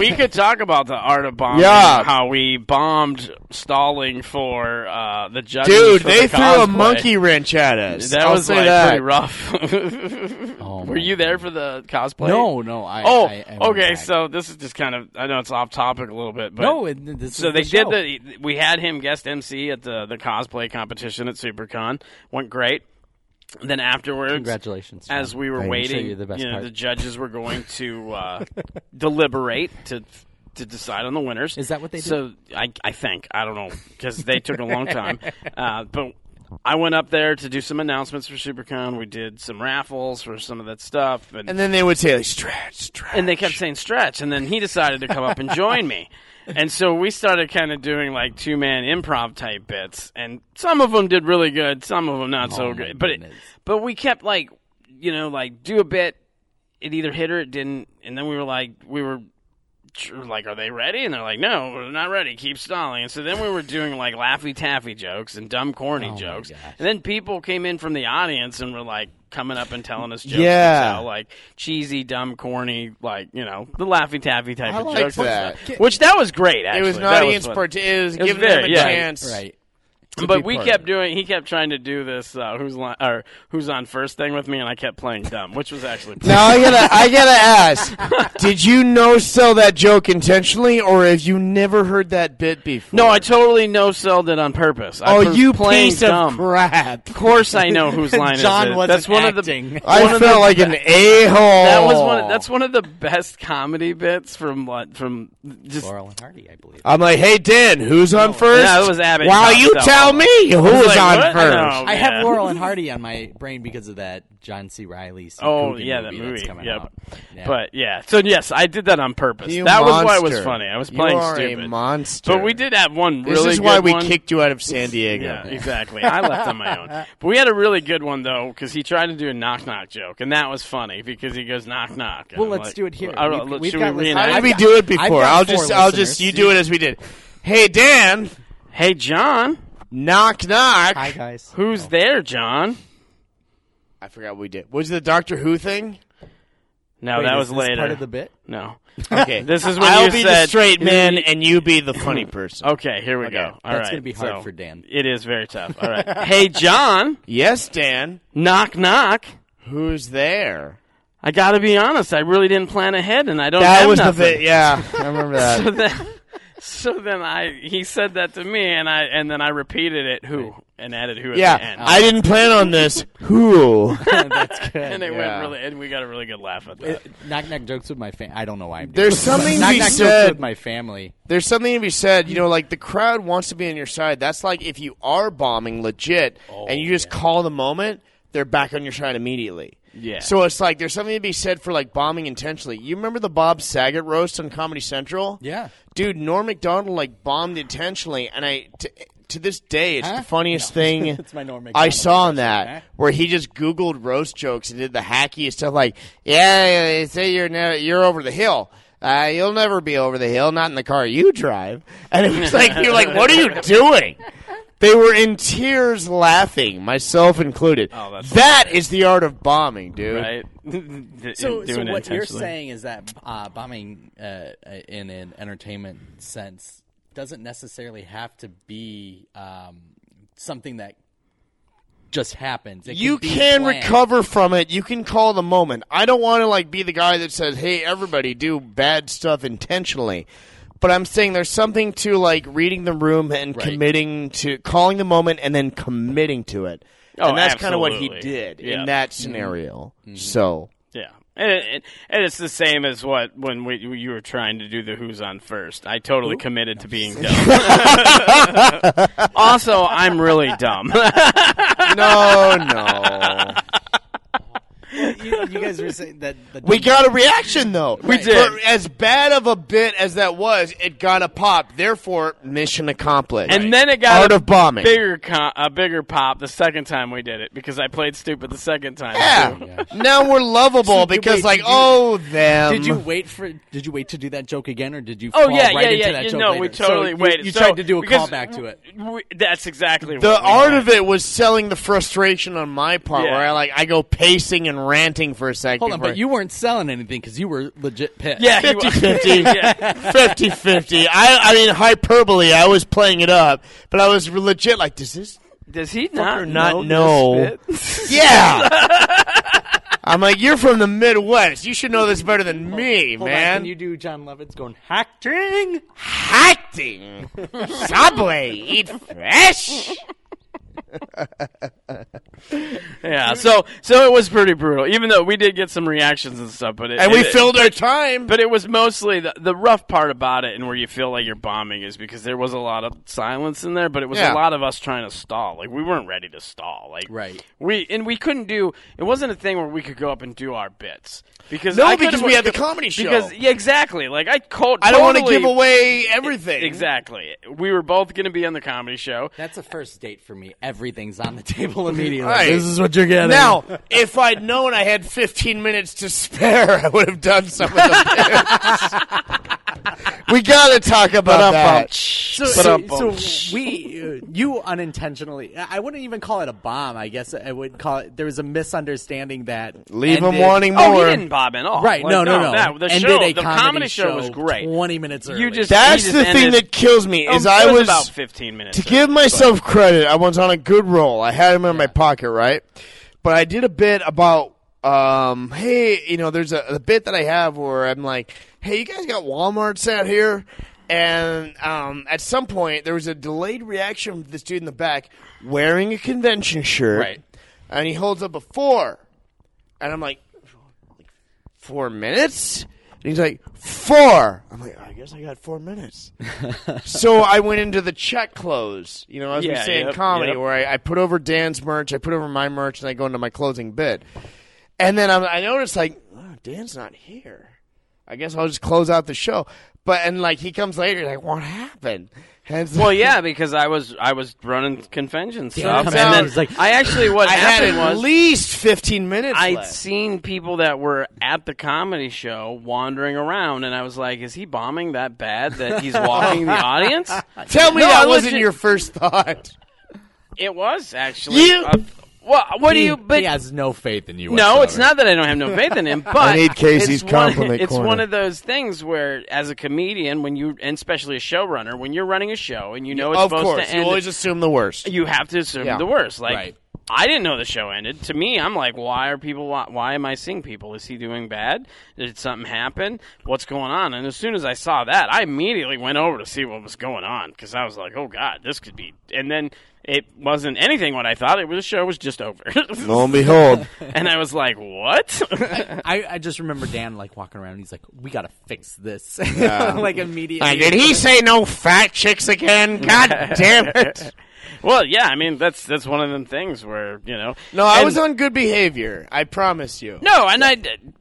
[SPEAKER 4] Well, we could talk about the art of bombing.
[SPEAKER 6] Yeah.
[SPEAKER 4] How we bombed stalling for uh, the judges.
[SPEAKER 6] Dude,
[SPEAKER 4] for
[SPEAKER 6] they
[SPEAKER 4] the
[SPEAKER 6] threw a
[SPEAKER 4] cosplay.
[SPEAKER 6] monkey wrench at us.
[SPEAKER 4] That
[SPEAKER 6] I'll
[SPEAKER 4] was
[SPEAKER 6] say
[SPEAKER 4] like
[SPEAKER 6] that.
[SPEAKER 4] pretty rough. Were you there for the cosplay?
[SPEAKER 3] Oh No, no. I,
[SPEAKER 4] Oh,
[SPEAKER 3] I- I went
[SPEAKER 4] okay.
[SPEAKER 3] back.
[SPEAKER 4] So this is just kind of I know it's off topic a little bit, but
[SPEAKER 3] no. it- this
[SPEAKER 4] so
[SPEAKER 3] is
[SPEAKER 4] they
[SPEAKER 3] the
[SPEAKER 4] did
[SPEAKER 3] show.
[SPEAKER 4] the. We had him guest MC at the the cosplay competition at SuperCon. Went great. Then afterwards,
[SPEAKER 3] Congratulations.
[SPEAKER 4] as
[SPEAKER 3] John.
[SPEAKER 4] we were
[SPEAKER 3] I'm sure
[SPEAKER 4] waiting,
[SPEAKER 3] you're the best
[SPEAKER 4] you know,
[SPEAKER 3] part.
[SPEAKER 4] the judges were going to uh, deliberate to to decide on the winners.
[SPEAKER 3] Is that what they do?
[SPEAKER 4] So I, I think I don't know because they took a long time, uh, but. I went up there to do some announcements for SuperCon. We did some raffles for some of that stuff, and,
[SPEAKER 6] And then they would say, like, "Stretch, stretch."
[SPEAKER 4] and they kept saying stretch, and then he decided to come up and join me. And so we started kind of doing like two man improv type bits, and some of them did really good, some of them not so good. But it,
[SPEAKER 3] Oh goodness.
[SPEAKER 4] but we kept like you know like do a bit, it either hit or it didn't, and then we were like we were tr- like, are they ready? And they're like, no, we're not ready. Keep stalling. And so then we were doing like laffy taffy jokes and dumb corny
[SPEAKER 6] Oh,
[SPEAKER 4] jokes. And then people came in from the audience and were like coming up and telling us jokes. and
[SPEAKER 6] Yeah.
[SPEAKER 4] so, like cheesy, dumb, corny, like you know the laffy taffy type
[SPEAKER 6] I
[SPEAKER 4] of
[SPEAKER 6] liked
[SPEAKER 4] jokes. and
[SPEAKER 6] that.
[SPEAKER 4] stuff. Which that was great. Actually,
[SPEAKER 5] it was an
[SPEAKER 4] That
[SPEAKER 5] audience
[SPEAKER 4] fun.
[SPEAKER 5] part. It was
[SPEAKER 4] was
[SPEAKER 5] giving
[SPEAKER 4] very-
[SPEAKER 5] them a
[SPEAKER 4] yeah.
[SPEAKER 5] chance.
[SPEAKER 3] Right.
[SPEAKER 4] But we kept doing. He kept trying to do this. Uh, who's li- or who's on first thing with me, and I kept playing dumb, which was actually pretty
[SPEAKER 6] Now I gotta, I gotta ask: Did you no sell that joke intentionally, or have you never heard that bit before?
[SPEAKER 4] No, I totally no sold it on purpose. I
[SPEAKER 6] Oh,
[SPEAKER 4] was
[SPEAKER 6] you
[SPEAKER 4] playing
[SPEAKER 6] piece
[SPEAKER 4] dumb.
[SPEAKER 6] of crap!
[SPEAKER 4] Of course, I know whose line
[SPEAKER 3] John
[SPEAKER 4] is it.
[SPEAKER 3] wasn't
[SPEAKER 4] That's one of
[SPEAKER 3] acting.
[SPEAKER 4] the.
[SPEAKER 6] I felt like an a hole.
[SPEAKER 4] That was
[SPEAKER 6] Oh.
[SPEAKER 4] one. Of, that's one of the best comedy bits from what from just.
[SPEAKER 3] Laurel and Hardy, I believe.
[SPEAKER 6] I'm like, hey, Dan, who's on first?
[SPEAKER 4] Yeah, it was Abbott.
[SPEAKER 6] Wow,
[SPEAKER 4] and
[SPEAKER 6] you
[SPEAKER 4] Costello.
[SPEAKER 6] tell me who
[SPEAKER 4] was
[SPEAKER 6] was,
[SPEAKER 4] like,
[SPEAKER 6] on
[SPEAKER 4] what?
[SPEAKER 6] first.
[SPEAKER 4] No.
[SPEAKER 3] I
[SPEAKER 4] Yeah.
[SPEAKER 3] have Laurel and Hardy on my brain because of that John C. Riley. Steve
[SPEAKER 4] Oh,
[SPEAKER 3] Coogan
[SPEAKER 4] yeah, that
[SPEAKER 3] movie
[SPEAKER 4] movie.
[SPEAKER 3] That's coming
[SPEAKER 4] Yep.
[SPEAKER 3] out. Yeah.
[SPEAKER 4] But yeah, so yes, I did that on purpose.
[SPEAKER 6] You
[SPEAKER 4] that was why it was
[SPEAKER 6] monster.
[SPEAKER 4] funny. I was
[SPEAKER 6] You
[SPEAKER 4] playing
[SPEAKER 6] are a
[SPEAKER 4] stupid.
[SPEAKER 6] monster.
[SPEAKER 4] but we did have one
[SPEAKER 6] This
[SPEAKER 4] really.
[SPEAKER 6] is why
[SPEAKER 4] good
[SPEAKER 6] we
[SPEAKER 4] one.
[SPEAKER 6] kicked you out of San Diego.
[SPEAKER 4] Yeah, exactly. I left on my own. But we had a really good one though, because he tried to do a knock knock joke, and that was funny because he goes knock knock. And
[SPEAKER 3] Well,
[SPEAKER 4] I'm
[SPEAKER 3] let's
[SPEAKER 4] like,
[SPEAKER 3] do it here.
[SPEAKER 4] I don't
[SPEAKER 3] We've-
[SPEAKER 4] know, let's-
[SPEAKER 3] we've
[SPEAKER 4] should
[SPEAKER 3] got-
[SPEAKER 4] we reenact
[SPEAKER 6] Let
[SPEAKER 3] I've
[SPEAKER 6] me
[SPEAKER 3] got-
[SPEAKER 6] do it
[SPEAKER 3] I've
[SPEAKER 6] before.
[SPEAKER 3] got
[SPEAKER 6] I'll
[SPEAKER 3] four
[SPEAKER 6] just, I'll
[SPEAKER 3] listeners.
[SPEAKER 6] just, you do it as we did. Hey, Dan,
[SPEAKER 4] Hey, John,
[SPEAKER 6] knock, knock.
[SPEAKER 3] Hi guys.
[SPEAKER 4] who's there, John?
[SPEAKER 6] I forgot what we did. Was it the Doctor Who thing?
[SPEAKER 4] No,
[SPEAKER 3] Wait,
[SPEAKER 4] that
[SPEAKER 3] is
[SPEAKER 4] was
[SPEAKER 3] this
[SPEAKER 4] later.
[SPEAKER 3] Part of the bit.
[SPEAKER 4] no,
[SPEAKER 6] Okay,
[SPEAKER 4] this is when
[SPEAKER 6] I'll
[SPEAKER 4] you
[SPEAKER 6] be
[SPEAKER 4] said Oh.
[SPEAKER 6] the straight man, and you be the funny person.
[SPEAKER 4] Okay, here we go. All
[SPEAKER 3] That's
[SPEAKER 4] right,
[SPEAKER 3] gonna be hard
[SPEAKER 4] so-
[SPEAKER 3] for Dan.
[SPEAKER 4] It is very tough. All right. hey, John,
[SPEAKER 6] Yes, Dan.
[SPEAKER 4] knock knock.
[SPEAKER 6] Who's there?
[SPEAKER 4] I gotta be honest. I really didn't plan ahead, and I don't.
[SPEAKER 6] That
[SPEAKER 4] have
[SPEAKER 6] was
[SPEAKER 4] nothing.
[SPEAKER 6] the bit. Yeah, I remember that.
[SPEAKER 4] So then, so then I he said that to me, and I and then I repeated it. Who and added who at the
[SPEAKER 6] yeah,
[SPEAKER 4] end.
[SPEAKER 6] I didn't plan on this. Who?
[SPEAKER 4] and it
[SPEAKER 6] yeah.
[SPEAKER 4] went really, and we got a really good laugh at that.
[SPEAKER 3] Knock knock jokes with my family. I don't know why I'm. Doing
[SPEAKER 6] There's
[SPEAKER 3] this, but
[SPEAKER 6] something
[SPEAKER 3] knock
[SPEAKER 6] to be
[SPEAKER 3] knock
[SPEAKER 6] said-
[SPEAKER 3] jokes with my family.
[SPEAKER 6] There's something to be said. You know, like the crowd wants to be on your side. That's like if you are bombing legit and
[SPEAKER 3] Oh,
[SPEAKER 6] you just call the moment, they're back on your side immediately.
[SPEAKER 4] Yeah.
[SPEAKER 6] So it's like there's something to be said for like bombing intentionally. You remember the Bob Saget roast on Comedy Central?
[SPEAKER 3] Yeah.
[SPEAKER 6] Dude, Norm Macdonald like bombed intentionally, and I t- to this day it's
[SPEAKER 3] Huh?
[SPEAKER 6] the funniest
[SPEAKER 3] No.
[SPEAKER 6] thing
[SPEAKER 3] It's my Norm
[SPEAKER 6] I
[SPEAKER 3] Macdonald
[SPEAKER 6] saw on
[SPEAKER 3] impression,
[SPEAKER 6] that
[SPEAKER 3] huh?
[SPEAKER 6] where he just Googled roast jokes and did the hackiest stuff like, "Yeah, they say you're ne- you're over the hill. Uh, you'll never be over the hill, not in the car you drive." And it was like, "You're like, what are you doing?" They were in tears, laughing, myself included.
[SPEAKER 4] Oh, that's
[SPEAKER 6] that is the art of bombing, dude.
[SPEAKER 4] right?
[SPEAKER 3] So, so
[SPEAKER 4] Doing it
[SPEAKER 3] what you're
[SPEAKER 4] intentionally.
[SPEAKER 3] saying is that uh, bombing uh, in an entertainment sense doesn't necessarily have to be um, something that just happens. It
[SPEAKER 6] You
[SPEAKER 3] be
[SPEAKER 6] can
[SPEAKER 3] planned.
[SPEAKER 6] recover from it. You can call the moment. I don't want to like be the guy that says, "Hey, everybody, do bad stuff intentionally." But I'm saying there's something to like reading the room and
[SPEAKER 3] Right.
[SPEAKER 6] committing to calling the moment and then committing to it.
[SPEAKER 4] Oh,
[SPEAKER 6] and that's kind of what he
[SPEAKER 4] absolutely.
[SPEAKER 6] did
[SPEAKER 4] Yeah. Mm-hmm.
[SPEAKER 6] in that scenario. So
[SPEAKER 4] Yeah, and, it, it, and it's the same as what when we, you were trying to do the who's on first. I totally committed to being dumb. also, I'm really dumb.
[SPEAKER 6] no, no,
[SPEAKER 3] You, you guys were saying that. that
[SPEAKER 6] we got a reaction though. We
[SPEAKER 4] did.
[SPEAKER 6] as bad of a bit as that was, it got a pop. Therefore, mission accomplished.
[SPEAKER 4] and then it got
[SPEAKER 6] Art
[SPEAKER 4] a
[SPEAKER 6] of bombing.
[SPEAKER 4] bigger co- a bigger pop the second time we did it because I played stupid the second time.
[SPEAKER 6] Yeah.
[SPEAKER 4] too.
[SPEAKER 6] Now we're lovable
[SPEAKER 3] So,
[SPEAKER 6] because,
[SPEAKER 3] wait,
[SPEAKER 6] like,
[SPEAKER 3] did you-
[SPEAKER 6] oh, them.
[SPEAKER 3] Did you wait for? Did you wait to do that joke again, or did you?
[SPEAKER 4] Oh
[SPEAKER 3] fall
[SPEAKER 4] yeah,
[SPEAKER 3] right
[SPEAKER 4] yeah,
[SPEAKER 3] into
[SPEAKER 4] yeah.
[SPEAKER 3] That
[SPEAKER 4] You
[SPEAKER 3] joke
[SPEAKER 4] know,
[SPEAKER 3] later?
[SPEAKER 4] we
[SPEAKER 3] So
[SPEAKER 4] totally
[SPEAKER 3] you-
[SPEAKER 4] waited.
[SPEAKER 3] You
[SPEAKER 4] So-
[SPEAKER 3] tried to do a
[SPEAKER 4] because
[SPEAKER 3] callback to it.
[SPEAKER 4] we- that's exactly
[SPEAKER 6] The
[SPEAKER 4] what we
[SPEAKER 6] art
[SPEAKER 4] did.
[SPEAKER 6] of it was selling the frustration on my part,
[SPEAKER 4] Yeah.
[SPEAKER 6] where I like I go pacing and ranting for a second.
[SPEAKER 3] Hold on, but you weren't selling anything because you were legit pissed.
[SPEAKER 4] Yeah, he was-
[SPEAKER 6] 50 50 50 50 I I mean hyperbole I was playing it up but I was legit like does this
[SPEAKER 4] Does he not
[SPEAKER 6] not
[SPEAKER 4] know?
[SPEAKER 6] know. yeah I'm like you're from the Midwest you should know this better than me
[SPEAKER 3] Hold on,
[SPEAKER 6] man
[SPEAKER 3] can you do John Lovitz going hacking?
[SPEAKER 6] acting Subway eat fresh
[SPEAKER 4] Yeah. So so it was pretty brutal. Even though we did get some reactions and stuff, but it,
[SPEAKER 6] and we
[SPEAKER 4] it-
[SPEAKER 6] filled our time
[SPEAKER 4] But it was mostly the, the rough part about it, and where you feel like you're bombing is because there was a lot of silence in there. But it was
[SPEAKER 6] Yeah.
[SPEAKER 4] a lot of us trying to stall. Like we weren't ready to stall. Like
[SPEAKER 3] Right.
[SPEAKER 4] We and we couldn't do. It wasn't a thing where we could go up and do our bits because
[SPEAKER 6] No,
[SPEAKER 4] I could've-
[SPEAKER 6] because we had the comedy show.
[SPEAKER 4] Because yeah, exactly. Like I co-
[SPEAKER 6] I don't want to
[SPEAKER 4] totally-
[SPEAKER 6] give away everything.
[SPEAKER 4] Exactly. We were both going to be on the comedy show.
[SPEAKER 3] That's a first date for me. Everything's on the table immediately.
[SPEAKER 6] Right.
[SPEAKER 3] This is what you're getting.
[SPEAKER 6] Now, if I'd known I had 15 minutes to spare, I would have done some of the we gotta talk about that.
[SPEAKER 3] So, so, so we, uh, you unintentionally, I wouldn't even call it a bomb. I guess I would call it. There was a misunderstanding that
[SPEAKER 6] Leave him
[SPEAKER 3] ended-
[SPEAKER 6] wanting
[SPEAKER 4] Oh,
[SPEAKER 6] more.
[SPEAKER 4] he didn't bob at all.
[SPEAKER 3] Right?
[SPEAKER 4] Like,
[SPEAKER 3] no, no, no.
[SPEAKER 4] that- the
[SPEAKER 3] Ended
[SPEAKER 4] show,
[SPEAKER 3] a
[SPEAKER 4] the comedy show was great.
[SPEAKER 3] Twenty minutes early.
[SPEAKER 4] You just
[SPEAKER 6] That's
[SPEAKER 4] he just
[SPEAKER 6] the thing
[SPEAKER 4] ended-
[SPEAKER 6] that kills me
[SPEAKER 4] Oh,
[SPEAKER 6] is
[SPEAKER 4] it
[SPEAKER 6] I
[SPEAKER 4] was,
[SPEAKER 6] was,
[SPEAKER 4] about fifteen minutes.
[SPEAKER 6] to
[SPEAKER 4] in.
[SPEAKER 6] give myself credit. I was on a good roll. I had him in my pocket, right? But I did a bit about um, hey, you know, there's a, a bit that I have where I'm like, hey, you guys got Walmart's out here. And um, at some point, there was a delayed reaction from this dude in the back wearing a convention shirt,
[SPEAKER 3] Right.
[SPEAKER 6] And he holds up a four, and I'm like, four minutes? And he's like, four. I'm like, I guess I got four minutes. so I went into the check close, you know, as we
[SPEAKER 4] Yeah,
[SPEAKER 6] say in
[SPEAKER 4] yep,
[SPEAKER 6] comedy,
[SPEAKER 4] yep.
[SPEAKER 6] where I, I put over Dan's merch, I put over my merch, and I go into my closing bid. And then I'm, I noticed, like, oh, Dan's not here. I guess I'll just close out the show. But, and like, he comes later, like, what happened? And it's
[SPEAKER 4] Well,
[SPEAKER 6] like-
[SPEAKER 4] yeah, because I was I was running convention stuff,
[SPEAKER 3] come
[SPEAKER 4] and
[SPEAKER 6] out.
[SPEAKER 4] then
[SPEAKER 6] It's
[SPEAKER 3] like,
[SPEAKER 4] I actually what
[SPEAKER 6] I had
[SPEAKER 4] happened
[SPEAKER 6] at
[SPEAKER 4] was
[SPEAKER 6] least 15 minutes
[SPEAKER 4] I'd
[SPEAKER 6] left.
[SPEAKER 4] seen people that were at the comedy show wandering around, and I was like, "Is he bombing that bad that he's walking the audience?"
[SPEAKER 6] Tell me
[SPEAKER 4] No, I
[SPEAKER 6] that wasn't
[SPEAKER 4] legit-
[SPEAKER 6] your first thought.
[SPEAKER 4] It was actually.
[SPEAKER 6] You-
[SPEAKER 4] uh, well, what do
[SPEAKER 3] he,
[SPEAKER 4] you? But
[SPEAKER 3] he has no faith in you.
[SPEAKER 4] No, it's
[SPEAKER 3] whatsoever.
[SPEAKER 4] not that I don't have no faith in him, but
[SPEAKER 6] I need
[SPEAKER 4] it's
[SPEAKER 6] Casey's
[SPEAKER 4] one,
[SPEAKER 6] compliment
[SPEAKER 4] It's
[SPEAKER 6] corner.
[SPEAKER 4] one of those things where, as a comedian, when you, and especially a showrunner, when you're running a show and you know it's
[SPEAKER 6] Of
[SPEAKER 4] supposed
[SPEAKER 6] course,
[SPEAKER 4] to
[SPEAKER 6] you
[SPEAKER 4] end,
[SPEAKER 6] always assume the worst.
[SPEAKER 4] you have to assume
[SPEAKER 6] Yeah.
[SPEAKER 4] the worst. Like,
[SPEAKER 3] Right.
[SPEAKER 4] I didn't know the show ended. To me, I'm like, why are people? Why, why am I seeing people? Is he doing bad? Did something happen? What's going on? And as soon as I saw that, I immediately went over to see what was going on because I was like, oh god, this could be. And then it wasn't anything what I thought. It was the show was just over.
[SPEAKER 6] Lo and behold,
[SPEAKER 4] and I was like, what?
[SPEAKER 3] I, I just remember Dan like walking around. He's like, "We gotta fix this." like immediately.
[SPEAKER 6] Like, Uh, did he say no fat chicks again? God damn it!
[SPEAKER 4] Well, yeah, I mean that's that's one of them things where you know.
[SPEAKER 6] No, I
[SPEAKER 4] and-
[SPEAKER 6] was on good behavior. I promise you.
[SPEAKER 4] No, and I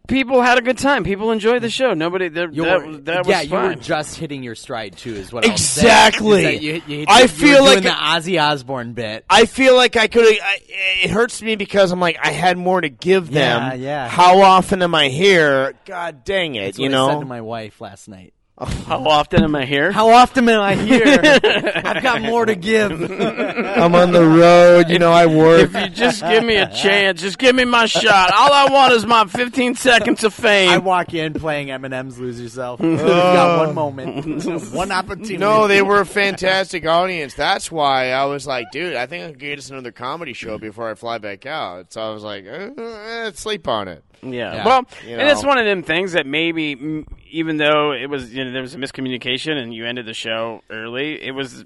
[SPEAKER 4] people had a good time. People enjoyed the show. Nobody that
[SPEAKER 3] You
[SPEAKER 4] that,
[SPEAKER 3] were-
[SPEAKER 4] was- that was
[SPEAKER 3] yeah, you were
[SPEAKER 4] fine.
[SPEAKER 3] just hitting your stride too, is what I'll say,
[SPEAKER 6] Exactly.
[SPEAKER 3] is that you, you, you,
[SPEAKER 6] I
[SPEAKER 3] you were
[SPEAKER 6] feel
[SPEAKER 3] doing
[SPEAKER 6] like
[SPEAKER 3] the
[SPEAKER 6] it-
[SPEAKER 3] Ozzy Osbourne bit.
[SPEAKER 6] I feel like I could. I, it hurts me because I'm like I had more to give them.
[SPEAKER 3] Yeah, yeah.
[SPEAKER 6] How often am I here? God dang it!
[SPEAKER 3] That's
[SPEAKER 6] you
[SPEAKER 3] what
[SPEAKER 6] know.
[SPEAKER 3] I said to my wife last night.
[SPEAKER 4] How often am I here?
[SPEAKER 3] How often am I here? I've got more to give.
[SPEAKER 6] I'm on the road. You know I work.
[SPEAKER 4] if you just give me a chance, just give me my shot. All I want is my 15 seconds of
[SPEAKER 3] I
[SPEAKER 4] fame.
[SPEAKER 3] walk in playing Eminem's "Lose Yourself." You've got one moment, one opportunity.
[SPEAKER 6] no, they were a fantastic audience. That's why I was like, dude, I think I could get us another comedy show before I fly back out. So I was like, eh, eh, sleep on it.
[SPEAKER 4] yeah.
[SPEAKER 3] Yeah.
[SPEAKER 4] Well,
[SPEAKER 6] You
[SPEAKER 4] and it's
[SPEAKER 6] know.
[SPEAKER 4] one of them things that maybe, mm, even though it was you know there was a miscommunication and you ended the show early, it was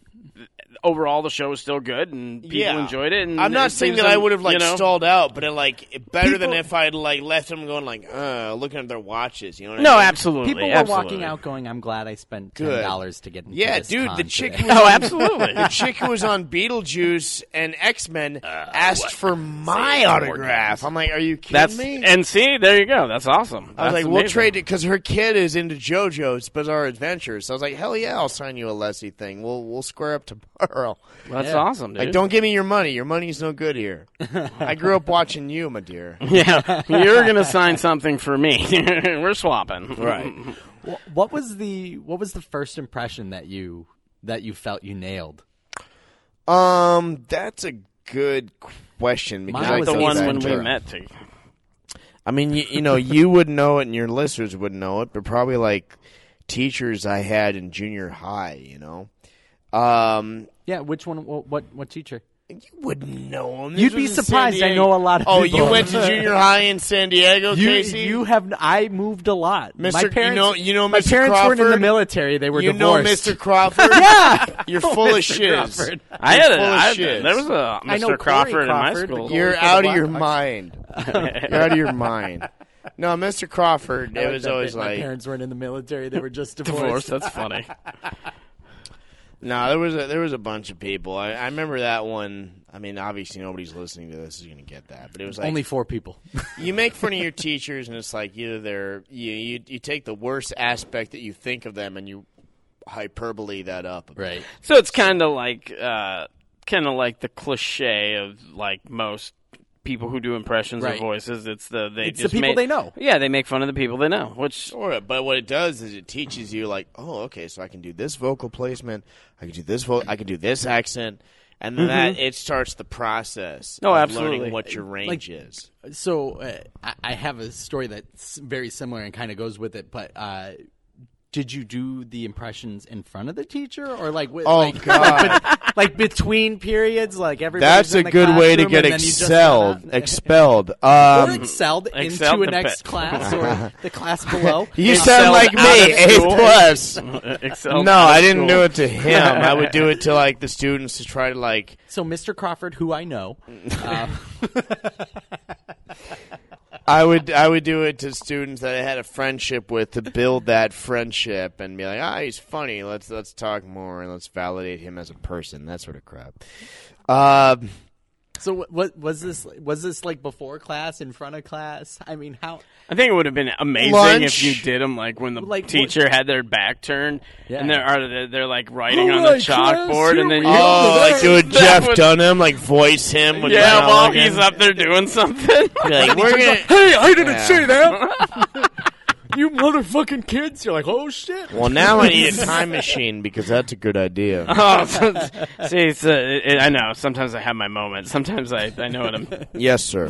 [SPEAKER 4] overall the show was still good and people
[SPEAKER 6] Yeah.
[SPEAKER 4] enjoyed it. And
[SPEAKER 6] I'm
[SPEAKER 4] Mm-hmm. it
[SPEAKER 6] not saying
[SPEAKER 4] seems
[SPEAKER 6] that I
[SPEAKER 4] un-
[SPEAKER 6] would have like
[SPEAKER 4] you know?
[SPEAKER 6] stalled out, but it, like it better than
[SPEAKER 3] People-
[SPEAKER 6] if I had like left them going like uh, looking at their watches. You know? What
[SPEAKER 4] No,
[SPEAKER 6] I mean?
[SPEAKER 4] absolutely.
[SPEAKER 3] People were
[SPEAKER 4] absolutely.
[SPEAKER 3] walking out going, "I'm glad I spent ten
[SPEAKER 6] Good.
[SPEAKER 3] dollars to get." into
[SPEAKER 6] Yeah,
[SPEAKER 3] this
[SPEAKER 6] dude,
[SPEAKER 3] con
[SPEAKER 6] the chick
[SPEAKER 3] today."
[SPEAKER 6] who was
[SPEAKER 4] Oh,
[SPEAKER 6] on-
[SPEAKER 4] absolutely.
[SPEAKER 6] the chick who was on Beetlejuice and X Men asked for my autograph. I'm like, are you kidding
[SPEAKER 4] That's
[SPEAKER 6] me?
[SPEAKER 4] and see, there you go. That's awesome.
[SPEAKER 6] I was like,
[SPEAKER 4] That's
[SPEAKER 6] we'll
[SPEAKER 4] amazing.
[SPEAKER 6] trade it because her kid is into JoJo's Bizarre Adventures. So I was like, hell yeah, I'll sign you a Leslie thing. We'll we'll square up tomorrow.
[SPEAKER 4] That's
[SPEAKER 3] Yeah.
[SPEAKER 4] awesome, dude.
[SPEAKER 6] Like, don't give me your money. Your money's no good here. I grew up watching you, my dear.
[SPEAKER 4] yeah, you're gonna sign something for me. We're swapping,
[SPEAKER 3] Wh- What was the What was the first impression that you that you felt you nailed?
[SPEAKER 6] Um, that's a good question. Because
[SPEAKER 3] Mine
[SPEAKER 6] I
[SPEAKER 3] was
[SPEAKER 4] The
[SPEAKER 3] That's
[SPEAKER 6] don't
[SPEAKER 4] one
[SPEAKER 6] know
[SPEAKER 4] when
[SPEAKER 6] that
[SPEAKER 4] we
[SPEAKER 6] term.
[SPEAKER 4] met. To,
[SPEAKER 6] I mean, you, you know, you would know it, and your listeners would know it, but probably like teachers I had in junior high. You know, um,
[SPEAKER 3] Yeah, which one? What what, what teacher?
[SPEAKER 6] you wouldn't know them.
[SPEAKER 3] You'd be surprised. I know a lot of
[SPEAKER 6] Oh,
[SPEAKER 3] people.
[SPEAKER 6] you went to junior high in San Diego,
[SPEAKER 3] You,
[SPEAKER 6] Casey.
[SPEAKER 3] you have I moved a lot.
[SPEAKER 6] Mr.
[SPEAKER 3] My
[SPEAKER 6] you
[SPEAKER 3] parents,
[SPEAKER 6] know- you know
[SPEAKER 3] my
[SPEAKER 6] Mr.
[SPEAKER 3] parents weren't in the
[SPEAKER 6] Crawford?
[SPEAKER 3] military; they were
[SPEAKER 6] you know,
[SPEAKER 3] divorced.
[SPEAKER 6] Mr. Crawford.
[SPEAKER 3] Yeah,
[SPEAKER 6] You're full of
[SPEAKER 3] Mr.
[SPEAKER 6] shiz.
[SPEAKER 3] Crawford.
[SPEAKER 4] I had a,
[SPEAKER 6] full of
[SPEAKER 4] I,
[SPEAKER 6] shit.
[SPEAKER 4] there was a
[SPEAKER 3] I know
[SPEAKER 4] Mr. Crawford
[SPEAKER 3] Corey
[SPEAKER 4] in my
[SPEAKER 3] Crawford, the
[SPEAKER 4] school.
[SPEAKER 3] Corey-
[SPEAKER 6] You're
[SPEAKER 3] for the
[SPEAKER 6] out of
[SPEAKER 3] Black
[SPEAKER 6] your
[SPEAKER 3] Hawks.
[SPEAKER 6] mind. You're out of your mind. No, Mr. Crawford.
[SPEAKER 3] I
[SPEAKER 6] It
[SPEAKER 3] like
[SPEAKER 6] was
[SPEAKER 3] that
[SPEAKER 6] always
[SPEAKER 3] bit. my
[SPEAKER 6] like
[SPEAKER 3] parents weren't in the military; they were just
[SPEAKER 4] Divorce.
[SPEAKER 3] divorced.
[SPEAKER 4] That's funny.
[SPEAKER 6] No, there was a, there was a bunch of people. I, I remember that one. I mean, obviously nobody's listening to this is going to get that, but it was like
[SPEAKER 3] Only four people.
[SPEAKER 6] you make fun of your teachers, and it's like either they're you, you you take the worst aspect that you think of them, and you hyperbole that up. a bit.
[SPEAKER 3] right.
[SPEAKER 4] So it's kind of like, uh, kind of like the cliche of like most people who do impressions
[SPEAKER 3] Right.
[SPEAKER 4] or voices. It's the they
[SPEAKER 3] It's the
[SPEAKER 4] just
[SPEAKER 3] people
[SPEAKER 4] make-
[SPEAKER 3] they know.
[SPEAKER 4] Yeah, they make fun of the people they know, which
[SPEAKER 5] Sure, but what it does is it teaches you, like, oh, okay, so I can do this vocal placement, I can do this, vo- I can do this accent, and then that it starts the process.
[SPEAKER 4] No,
[SPEAKER 5] of
[SPEAKER 4] absolutely.
[SPEAKER 5] Learning what your range is.
[SPEAKER 3] So uh, I, I have a story that's very similar and kind of goes with it, but. Uh, did you do the impressions in front of the teacher, or like, with,
[SPEAKER 5] Oh,
[SPEAKER 3] like,
[SPEAKER 5] God.
[SPEAKER 3] bet- like between periods? Like everybody.
[SPEAKER 5] That's a good way to get excelled. Expelled.
[SPEAKER 3] or
[SPEAKER 5] Um,
[SPEAKER 3] excelled
[SPEAKER 4] Excelled
[SPEAKER 3] into a
[SPEAKER 4] the
[SPEAKER 3] next
[SPEAKER 4] pe-
[SPEAKER 3] class or the class below.
[SPEAKER 6] You
[SPEAKER 4] Excelled
[SPEAKER 6] sound like me,
[SPEAKER 4] out of
[SPEAKER 6] A
[SPEAKER 4] school.
[SPEAKER 6] plus.
[SPEAKER 4] Excel.
[SPEAKER 6] No, I didn't do it to him. I would do it to like the students to try to like.
[SPEAKER 3] So Mr. Crawford, who I know, uh,
[SPEAKER 6] I would I would do it to students that I had a friendship with to build that friendship and be like, ah, he's funny. Let's let's talk more and let's validate him as a person. That sort of crap. Um,
[SPEAKER 3] so what- what was this? Was this like before class, in front of class? I mean, how?
[SPEAKER 4] I think it would have been amazing
[SPEAKER 6] Lunch.
[SPEAKER 4] if you did them like when the
[SPEAKER 3] Like,
[SPEAKER 4] teacher had their back turned and they're are they- they're like writing
[SPEAKER 3] All
[SPEAKER 4] on the
[SPEAKER 3] right, class,
[SPEAKER 4] chalkboard
[SPEAKER 3] here
[SPEAKER 4] and then
[SPEAKER 3] we
[SPEAKER 4] you
[SPEAKER 6] oh, like do a
[SPEAKER 4] That
[SPEAKER 6] Jeff
[SPEAKER 4] would-
[SPEAKER 6] Dunham, like voice him. With
[SPEAKER 4] yeah,
[SPEAKER 6] John
[SPEAKER 4] while
[SPEAKER 6] Logan.
[SPEAKER 4] he's up there doing something.
[SPEAKER 6] Be like, we're gonna.
[SPEAKER 3] Hey, I didn't
[SPEAKER 6] Yeah. say
[SPEAKER 3] that. you motherfucking kids! You're like, oh shit.
[SPEAKER 6] Well, now I need a time machine because that's a good idea.
[SPEAKER 4] oh, so- see, it's, uh, it, I know. Sometimes I have my moment. Sometimes I, I know what I'm.
[SPEAKER 6] Yes, sir.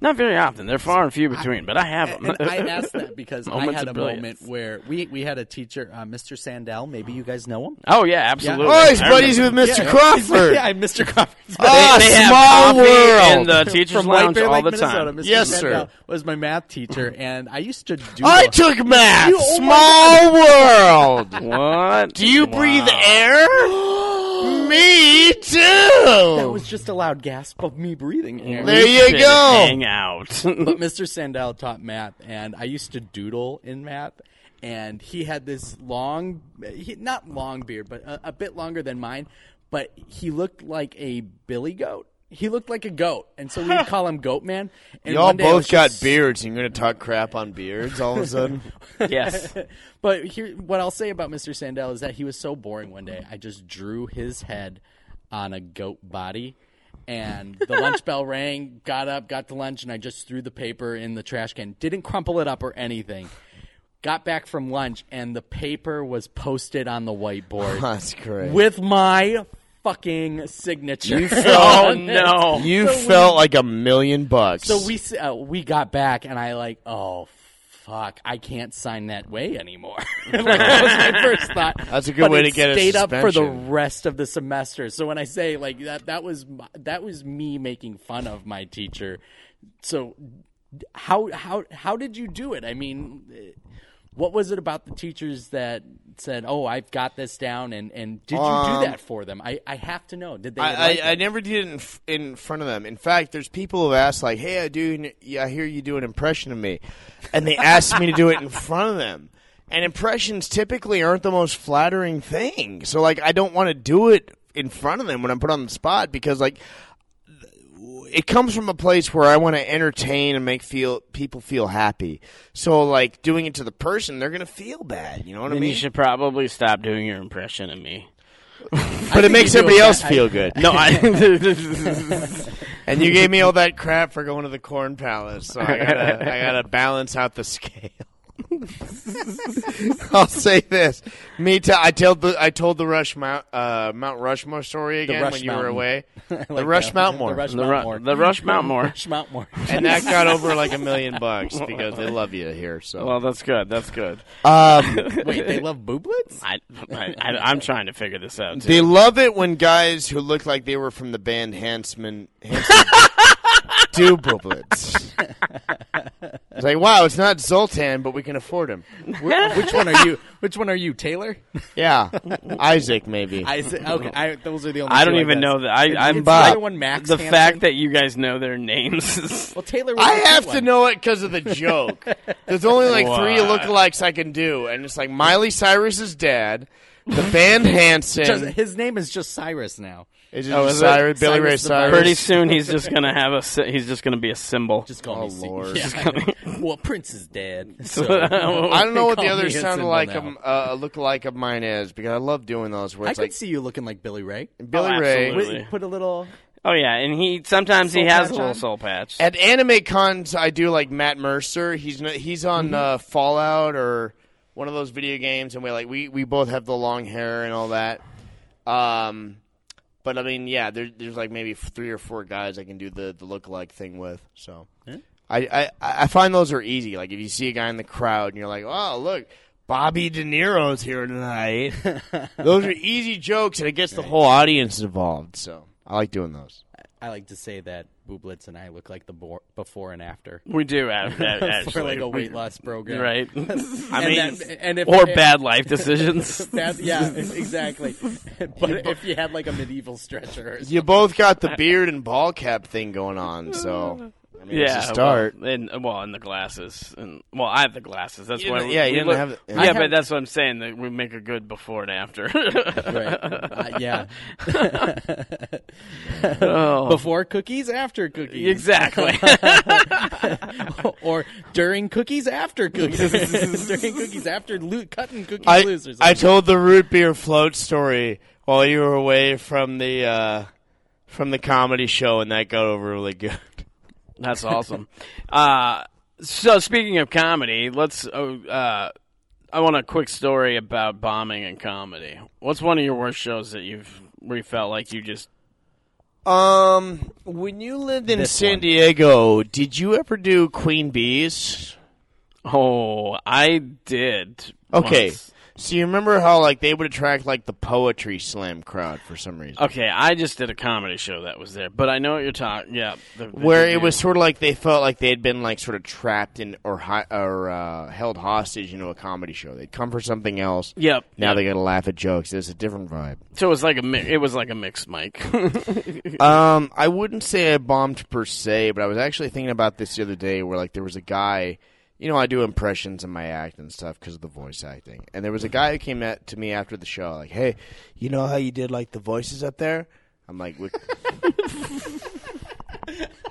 [SPEAKER 4] Not very often. They're far and few between, but I have them.
[SPEAKER 3] And I asked that because I
[SPEAKER 4] Moments
[SPEAKER 3] had
[SPEAKER 4] of
[SPEAKER 3] a
[SPEAKER 4] brilliance.
[SPEAKER 3] moment where we, we had a teacher, uh, Mr. Sandell. Maybe you guys know him.
[SPEAKER 4] oh yeah, absolutely.
[SPEAKER 6] Oh, he's
[SPEAKER 4] I
[SPEAKER 6] buddies
[SPEAKER 4] remember.
[SPEAKER 6] with Mr. Crawford.
[SPEAKER 3] yeah, Mr. Crawford's
[SPEAKER 6] Ah,
[SPEAKER 4] They have
[SPEAKER 6] small
[SPEAKER 4] coffee
[SPEAKER 6] world.
[SPEAKER 4] in the teacher's
[SPEAKER 3] from White
[SPEAKER 4] lounge
[SPEAKER 3] Bear
[SPEAKER 4] all
[SPEAKER 3] Lake,
[SPEAKER 4] the
[SPEAKER 3] Minnesota.
[SPEAKER 4] time.
[SPEAKER 3] Mr.
[SPEAKER 6] Yes, sir.
[SPEAKER 3] Sandell Was my math teacher, and I used to do.
[SPEAKER 6] I
[SPEAKER 3] a-
[SPEAKER 6] took math.
[SPEAKER 3] You- oh
[SPEAKER 6] Small world.
[SPEAKER 4] What?
[SPEAKER 6] Do you breathe air? Me
[SPEAKER 3] That
[SPEAKER 6] too.
[SPEAKER 3] was just a loud gasp of me breathing air.
[SPEAKER 6] There you
[SPEAKER 4] Shit,
[SPEAKER 6] go.
[SPEAKER 4] Hang out.
[SPEAKER 3] But Mr. Sandell taught math, and I used to doodle in math. And he had this long, he, not long beard, but a, a bit longer than mine. But he looked like a billy goat. He looked like a goat, and so we'd call him Goat Man. And
[SPEAKER 6] Y'all
[SPEAKER 3] one day I was
[SPEAKER 6] both got
[SPEAKER 3] just-
[SPEAKER 6] beards, and you're gonna talk crap on beards all of a sudden.
[SPEAKER 4] yes.
[SPEAKER 3] But here, what I'll say about Mr. Sandell is that he was so boring one day. I just drew his head on a goat body, and the lunch bell rang. Got up, got to lunch, and I just threw the paper in the trash can. Didn't crumple it up or anything. Got back from lunch, and the paper was posted on the whiteboard
[SPEAKER 6] That's great.
[SPEAKER 3] with my fucking signature.
[SPEAKER 4] Oh no.
[SPEAKER 6] you felt like a million bucks.
[SPEAKER 3] So we s- uh, we got back, and I like, oh fuck, I can't sign that way anymore. like, that was my first thought.
[SPEAKER 6] That's a good
[SPEAKER 3] But
[SPEAKER 6] way
[SPEAKER 3] it
[SPEAKER 6] to get a
[SPEAKER 3] stayed up for the
[SPEAKER 6] suspension.
[SPEAKER 3] rest of the semester. So when I say like that, that was my, that was me making fun of my teacher. So how how how did you do it? I mean. eh, What was it about the teachers that said, "Oh, I've got this down," and, and did you do that for them? I, I have to know. Did they?
[SPEAKER 6] Um, I,
[SPEAKER 3] like it?
[SPEAKER 6] I, I never did it in, f- in front of them. In fact, there's people who ask like, "Hey, I do. n- yeah, I hear you do an impression of me," and they asked me to do it in front of them. And impressions typically aren't the most flattering thing. So like, I don't want to do it in front of them when I'm put on the spot because like, it comes from a place where I want to entertain and make feel people feel happy. So like, doing it to the person, they're gonna feel bad. You know what I
[SPEAKER 4] Then you
[SPEAKER 6] mean?
[SPEAKER 4] should probably stop doing your impression of me.
[SPEAKER 6] but it
[SPEAKER 3] think
[SPEAKER 6] makes
[SPEAKER 3] you do
[SPEAKER 6] everybody
[SPEAKER 3] it
[SPEAKER 6] else
[SPEAKER 3] bad.
[SPEAKER 6] feel good.
[SPEAKER 4] No, I.
[SPEAKER 6] And you gave me all that crap for going to the corn palace, so I gotta, I gotta balance out the scale. I'll say this: me, t- I told the I told the Rush Mount uh, Mount Rushmore story again
[SPEAKER 3] Rush
[SPEAKER 6] when you were
[SPEAKER 3] Mountain.
[SPEAKER 6] away. the
[SPEAKER 3] Like
[SPEAKER 6] Rush
[SPEAKER 3] the-
[SPEAKER 6] Mountmore,
[SPEAKER 3] the Rush
[SPEAKER 4] the,
[SPEAKER 3] Mountmore.
[SPEAKER 4] Ru- the Rush Mountmore.
[SPEAKER 3] Rush Mountmore.
[SPEAKER 6] and that got over like a million bucks because they love you here. So,
[SPEAKER 4] Well, that's good. That's good.
[SPEAKER 6] um,
[SPEAKER 3] Wait, they love booblets?
[SPEAKER 4] I, I, I, am trying to figure this out. Too.
[SPEAKER 6] they love it when guys who look like they were from the band Hansman. Hanson Do booblets. It's like, wow, it's not Zoltan, but we can afford him.
[SPEAKER 3] Wh- which one are you? Which one are you, Taylor?
[SPEAKER 6] Yeah, Isaac maybe.
[SPEAKER 3] I s- okay. I, those are the only.
[SPEAKER 4] I
[SPEAKER 3] two
[SPEAKER 4] don't even
[SPEAKER 3] guess.
[SPEAKER 4] know that. I, I'm
[SPEAKER 3] it's
[SPEAKER 6] Bob.
[SPEAKER 3] The other one, Max.
[SPEAKER 4] the
[SPEAKER 3] Hansen.
[SPEAKER 4] fact that you guys know their names. Is,
[SPEAKER 3] well, Taylor. Was
[SPEAKER 6] I
[SPEAKER 3] the cute
[SPEAKER 6] have to
[SPEAKER 3] one.
[SPEAKER 6] know it because of the joke. There's only like three
[SPEAKER 4] Wow.
[SPEAKER 6] lookalikes I can do, and it's like Miley Cyrus's dad, the band Hanson,
[SPEAKER 3] Just- his name is just Cyrus now.
[SPEAKER 6] is
[SPEAKER 4] Oh, is it?
[SPEAKER 6] Cyrus, Billy Ray
[SPEAKER 3] Cyrus the Virus.
[SPEAKER 6] Cyrus.
[SPEAKER 4] pretty soon he's just gonna have a. sy- He's just gonna be a symbol.
[SPEAKER 3] Just call
[SPEAKER 6] Oh,
[SPEAKER 3] me. C-
[SPEAKER 6] Lord.
[SPEAKER 3] Yeah. well, Prince is dead. So
[SPEAKER 6] I don't know what
[SPEAKER 3] Call
[SPEAKER 6] the
[SPEAKER 3] me
[SPEAKER 6] other
[SPEAKER 3] a
[SPEAKER 6] sound
[SPEAKER 3] symbol
[SPEAKER 6] like
[SPEAKER 3] now.
[SPEAKER 6] um, uh, a lookalike of mine is because I love doing those where
[SPEAKER 3] I
[SPEAKER 6] it's
[SPEAKER 3] could
[SPEAKER 6] like
[SPEAKER 3] see you looking like Billy Ray.
[SPEAKER 6] Billy
[SPEAKER 4] Oh,
[SPEAKER 6] Ray.
[SPEAKER 4] absolutely. Really?
[SPEAKER 3] Put a little.
[SPEAKER 4] Oh yeah, and he sometimes he
[SPEAKER 6] Soul
[SPEAKER 4] has a
[SPEAKER 6] patch
[SPEAKER 4] little
[SPEAKER 6] on?
[SPEAKER 4] soul patch.
[SPEAKER 6] At anime cons, I do like Matt Mercer. He's n- he's on uh, Fallout or one of those video games, and we like we, we both have the long hair and all that. Um, but I mean, yeah, there, there's like maybe three or four guys I can do the the lookalike thing with. So I, I I find those are easy. Like if you see a guy in the crowd and you're like, oh look. Bobby De Niro's here tonight. those are easy jokes, and it gets the whole audience involved. So I like doing those.
[SPEAKER 3] I like to say that Booblitz and I look like the bo- before and after
[SPEAKER 4] we do have that
[SPEAKER 3] for like
[SPEAKER 4] actually,
[SPEAKER 3] a weight loss program,
[SPEAKER 4] right?
[SPEAKER 3] I
[SPEAKER 4] mean,
[SPEAKER 3] and if,
[SPEAKER 4] or bad life decisions.
[SPEAKER 3] That, yeah, exactly. but if you had like a medieval stretcher, or
[SPEAKER 6] You both got the beard and ball cap thing going on, so I mean,
[SPEAKER 4] yeah,
[SPEAKER 6] it's a start.
[SPEAKER 4] Well, and well, and the glasses, and well, I have the glasses. That's
[SPEAKER 6] You
[SPEAKER 4] why.
[SPEAKER 6] didn't-
[SPEAKER 4] we-
[SPEAKER 6] yeah, you
[SPEAKER 4] we
[SPEAKER 6] didn't
[SPEAKER 4] look-
[SPEAKER 6] have the-
[SPEAKER 4] Yeah,
[SPEAKER 6] I
[SPEAKER 4] but
[SPEAKER 6] have-
[SPEAKER 4] that's what I'm saying. That we make a good before and after.
[SPEAKER 3] right? Uh, yeah.
[SPEAKER 4] Oh.
[SPEAKER 3] Before cookies, after cookies,
[SPEAKER 4] Exactly.
[SPEAKER 3] or during cookies, after cookies, during cookies, after lo- cutting cookies loose, or something.
[SPEAKER 6] I told the root beer float story while you were away from the uh, from the comedy show, and that got over really good.
[SPEAKER 4] That's awesome. uh, so speaking of comedy, let's. Uh, uh, I want a quick story about bombing and comedy. What's one of your worst shows that you've where you felt like you just
[SPEAKER 6] Um, when you lived in San Diego, did you ever do Queen Bees?
[SPEAKER 4] oh I did
[SPEAKER 6] Okay.
[SPEAKER 4] once.
[SPEAKER 6] So you remember how like they would attract like the poetry slam crowd for some reason,
[SPEAKER 4] okay I just did a comedy show that was there, but I know what you're talking. Yeah, the, the-
[SPEAKER 6] where
[SPEAKER 4] the-
[SPEAKER 6] it was sort of like they felt like they had been like sort of trapped in or hi- or uh, held hostage into a comedy show. They'd come for something else.
[SPEAKER 4] Yep.
[SPEAKER 6] Now they got to laugh at jokes. It's a different vibe.
[SPEAKER 4] So it was like a mi- it was like a mixed mic.
[SPEAKER 6] Um, I wouldn't say I bombed per se, but I was actually thinking about this the other day, where like there was a guy. You know, I do impressions in my act and stuff because of the voice acting. And there was a guy who came at, to me after the show, like, "Hey, you know how you did like the voices up there?" I'm like, "What?"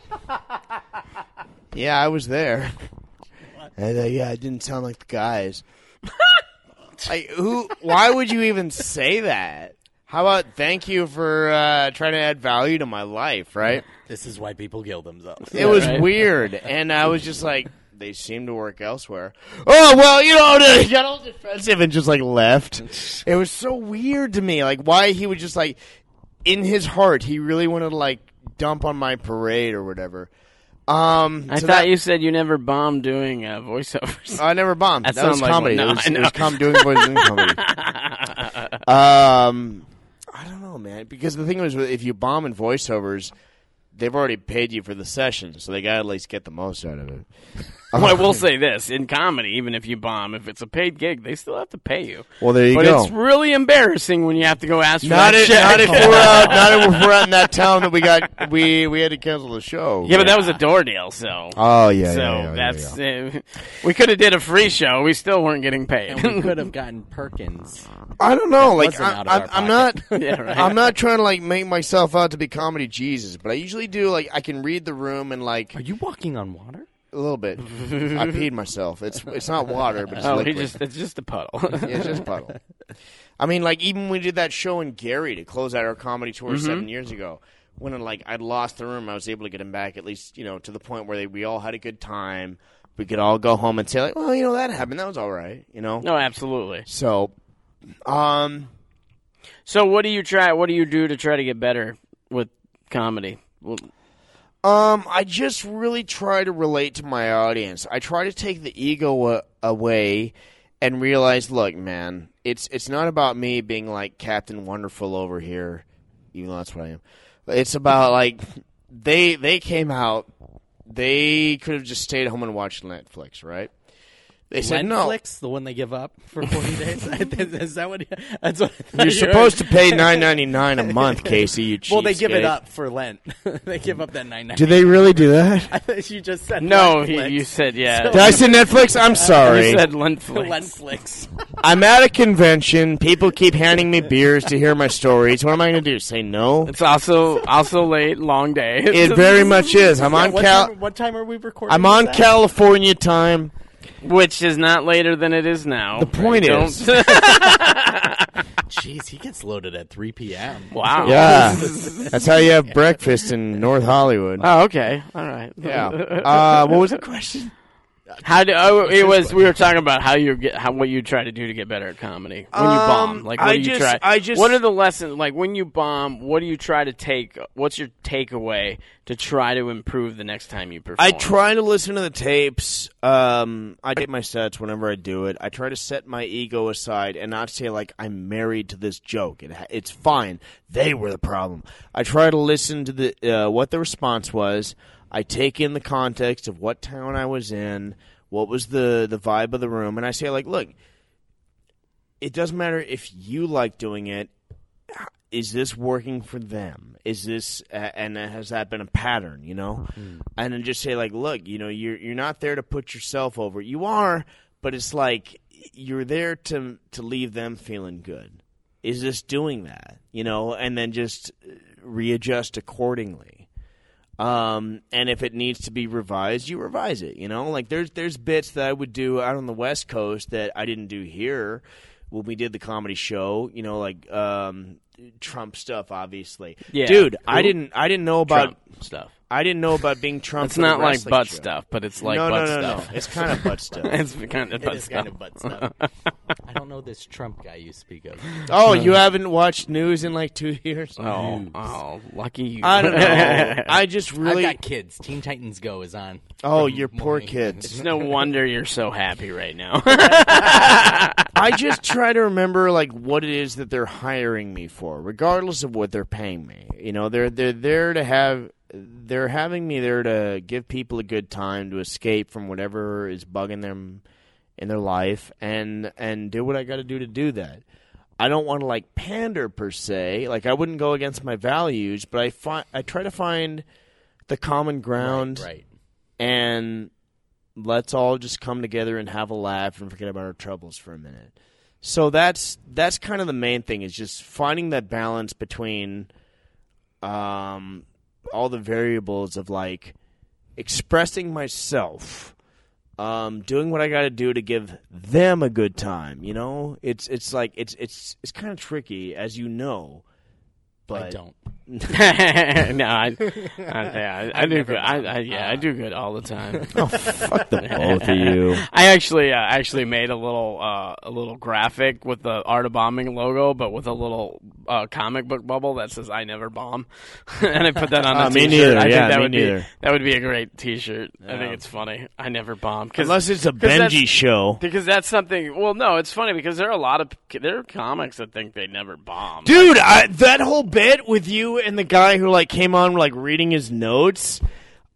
[SPEAKER 6] "Yeah, I was there." And uh, yeah, I didn't sound like the guys. like, who? Why would you even say that? How about thank you for uh, trying to add value to my life, right?
[SPEAKER 3] this is why people kill themselves.
[SPEAKER 6] It was weird, and I was just like, they seem to work elsewhere. Oh well, you know, they got all defensive and just like left. It was so weird to me, like why he would just like in his heart he really wanted to like dump on my parade or whatever. Um,
[SPEAKER 4] I
[SPEAKER 6] so
[SPEAKER 4] thought
[SPEAKER 6] that-
[SPEAKER 4] you said you never bombed doing uh, voiceovers.
[SPEAKER 6] I never bombed. That,
[SPEAKER 4] That
[SPEAKER 6] was
[SPEAKER 4] sounded like
[SPEAKER 6] comedy.
[SPEAKER 4] one. No,
[SPEAKER 6] it was,
[SPEAKER 4] I
[SPEAKER 6] it
[SPEAKER 4] know.
[SPEAKER 6] was com- doing voices in comedy. Um, I don't know, man. Because the thing was, if you bomb in voiceovers, they've already paid you for the session, so they gotta at least get the most out of it.
[SPEAKER 4] Well, I will say this: in comedy, even if you bomb, if it's a paid gig, they still have to pay you.
[SPEAKER 6] Well, there you
[SPEAKER 4] but
[SPEAKER 6] go.
[SPEAKER 4] it's really embarrassing when you have to go ask for
[SPEAKER 6] not
[SPEAKER 4] that
[SPEAKER 6] if,
[SPEAKER 4] check.
[SPEAKER 6] not if we're out. Not if we're out in that town that we got. We we had to cancel the show.
[SPEAKER 4] yeah, but that was a door deal, so.
[SPEAKER 6] Oh yeah,
[SPEAKER 4] so
[SPEAKER 6] yeah, yeah, yeah,
[SPEAKER 4] that's
[SPEAKER 6] yeah.
[SPEAKER 4] uh, we could have did a free show. We still weren't getting paid.
[SPEAKER 3] And we could have gotten Perkins.
[SPEAKER 6] I don't know. Like
[SPEAKER 3] wasn't
[SPEAKER 6] I,
[SPEAKER 3] out of
[SPEAKER 6] I,
[SPEAKER 3] our
[SPEAKER 6] I'm not.
[SPEAKER 4] yeah, right.
[SPEAKER 6] I'm not trying to like make myself out to be comedy Jesus, but I usually do. Like I can read the room and like
[SPEAKER 3] Are you walking on water?
[SPEAKER 6] A little bit. I peed myself. It's it's not water, but it's
[SPEAKER 4] oh, he
[SPEAKER 6] liquid.
[SPEAKER 4] just it's just a puddle.
[SPEAKER 6] Yeah, it's just puddle. I mean, like even when we did that show in Gary to close out our comedy tour seven years ago, when like I'd lost the room, I was able to get him back at least you know to the point where they, we all had a good time. We could all go home and say like, well, you know that happened. That was all right. You know.
[SPEAKER 4] no, absolutely.
[SPEAKER 6] So, um,
[SPEAKER 4] So what do you try? What do you do to try to get better with comedy? Well,
[SPEAKER 6] um, I just really try to relate to my audience. I try to take the ego a- away and realize, look, man, it's it's not about me being like Captain Wonderful over here, even though that's what I am. It's about like they they came out, they could have just stayed home and watched Netflix, right? They said
[SPEAKER 3] Netflix, the one they give up for forty days. is that what? That's what. I thought
[SPEAKER 6] no. You're
[SPEAKER 3] you were-
[SPEAKER 6] supposed to pay nine ninety nine a month, Casey. You
[SPEAKER 3] Well, they give it
[SPEAKER 6] cheapskate.
[SPEAKER 3] up for Lent. they give up that nine
[SPEAKER 8] Do
[SPEAKER 3] ninety.
[SPEAKER 8] they really do that?
[SPEAKER 3] I thought you just said
[SPEAKER 4] no, he,
[SPEAKER 3] Lentflix.
[SPEAKER 4] you said yeah.
[SPEAKER 8] Did I say Netflix? I'm sorry.
[SPEAKER 4] you said Lentflix.
[SPEAKER 3] Lentflix.
[SPEAKER 6] I'm at a convention. People keep handing me beers to hear my stories. What am I going to do? Say no?
[SPEAKER 4] It's also also late, long day.
[SPEAKER 6] It very much is. I'm on
[SPEAKER 3] what,
[SPEAKER 6] Cal.
[SPEAKER 3] time, what time are we recording?
[SPEAKER 6] I'm on
[SPEAKER 3] this at?
[SPEAKER 6] California time.
[SPEAKER 4] which is not later than it is now. The
[SPEAKER 6] point is-
[SPEAKER 3] Jeez, he gets loaded at 3 p.m.
[SPEAKER 4] Wow.
[SPEAKER 6] Yeah, that's how you have breakfast in North Hollywood.
[SPEAKER 4] Oh, okay. All right.
[SPEAKER 6] Yeah. Uh, what was the question?
[SPEAKER 4] How do oh, it was? We were talking about how you get how what you try to do to get better at comedy when you bomb.
[SPEAKER 6] Um,
[SPEAKER 4] Like what
[SPEAKER 6] I
[SPEAKER 4] do you
[SPEAKER 6] just-
[SPEAKER 4] try?
[SPEAKER 6] I just-
[SPEAKER 4] what are the lessons? Like when you bomb, what do you try to take? What's your takeaway to try to improve the next time you perform?
[SPEAKER 6] I try to listen to the tapes. Um, I take my sets whenever I do it. I try to set my ego aside and not say like I'm married to this joke. It, ha- it's fine. They were the problem. I try to listen to the uh, what the response was. I take in the context of what town I was in, what was the the vibe of the room, and I say like, look, it doesn't matter if you like doing it. Is this working for them? Is this uh, and has that been a pattern? You know, and then just say like, look, you know, you're you're not there to put yourself over. You are, but it's like you're there to to leave them feeling good. Is this doing that? You know, and then just uh, readjust accordingly. Um, and if it needs to be revised, you revise it. You know, like there's there's bits that I would do out on the West Coast that I didn't do here when we did the comedy show. You know, like um, Trump stuff, obviously.
[SPEAKER 4] Yeah.
[SPEAKER 6] dude, I
[SPEAKER 4] Who-
[SPEAKER 6] didn't I didn't know about
[SPEAKER 4] Trump stuff.
[SPEAKER 6] I didn't know about being Trump.
[SPEAKER 4] It's
[SPEAKER 6] for the
[SPEAKER 4] not like
[SPEAKER 6] wrestling
[SPEAKER 4] butt
[SPEAKER 6] show.
[SPEAKER 4] stuff, but it's like
[SPEAKER 6] no,
[SPEAKER 4] butt
[SPEAKER 6] no, no,
[SPEAKER 4] stuff.
[SPEAKER 6] no. It's kind of butt stuff.
[SPEAKER 4] it's kind of butt
[SPEAKER 3] It's
[SPEAKER 4] stuff.
[SPEAKER 3] kind of butt stuff. I don't know this Trump guy you speak of.
[SPEAKER 6] oh,
[SPEAKER 4] Hmm.
[SPEAKER 6] you haven't watched news in like two years.
[SPEAKER 4] Oh, oh, lucky you.
[SPEAKER 6] I don't know. I just really.
[SPEAKER 3] I've got kids. Teen Titans Go is on.
[SPEAKER 6] oh, your poor
[SPEAKER 3] morning.
[SPEAKER 6] kids.
[SPEAKER 4] it's no wonder you're so happy right now.
[SPEAKER 6] I just try to remember like what it is that they're hiring me for, regardless of what they're paying me. You know, they're they're there to have they're having me there to give people a good time to escape from whatever is bugging them in their life and and do what I got to do to do that. I don't want to like pander per se. Like I wouldn't go against my values, but I find I try to find the common ground
[SPEAKER 3] Right.
[SPEAKER 6] and let's all just come together and have a laugh and forget about our troubles for a minute. So that's that's kind of the main thing is just finding that balance between um, all the variables of like expressing myself, um, doing what I got to do to give them a good time. You know, it's it's like it's it's it's kind of tricky as you know. But
[SPEAKER 3] I don't.
[SPEAKER 4] no, I, I, yeah, I, I do good. I, I, yeah,
[SPEAKER 6] Uh,
[SPEAKER 4] I do good all the time.
[SPEAKER 6] oh. fuck the both of you.
[SPEAKER 4] I actually uh, actually made a little uh, a little graphic with the Art of Bombing logo, but with a little uh, comic book bubble that says "I never bomb," and I put that on a
[SPEAKER 6] Uh, me
[SPEAKER 4] t-shirt.
[SPEAKER 6] neither.
[SPEAKER 4] I think
[SPEAKER 6] Yeah,
[SPEAKER 4] that
[SPEAKER 6] me
[SPEAKER 4] would be
[SPEAKER 6] neither.
[SPEAKER 4] that would be a great T-shirt. I think it's funny. I never bomb 'Cause-
[SPEAKER 6] Unless it's a
[SPEAKER 4] 'cause that's-
[SPEAKER 6] Benji show.
[SPEAKER 4] because that's something. Well, no, it's funny because there are a lot of there are comics that think they never bomb.
[SPEAKER 6] Dude, I, that whole bit with you and the guy who like came on like reading his notes.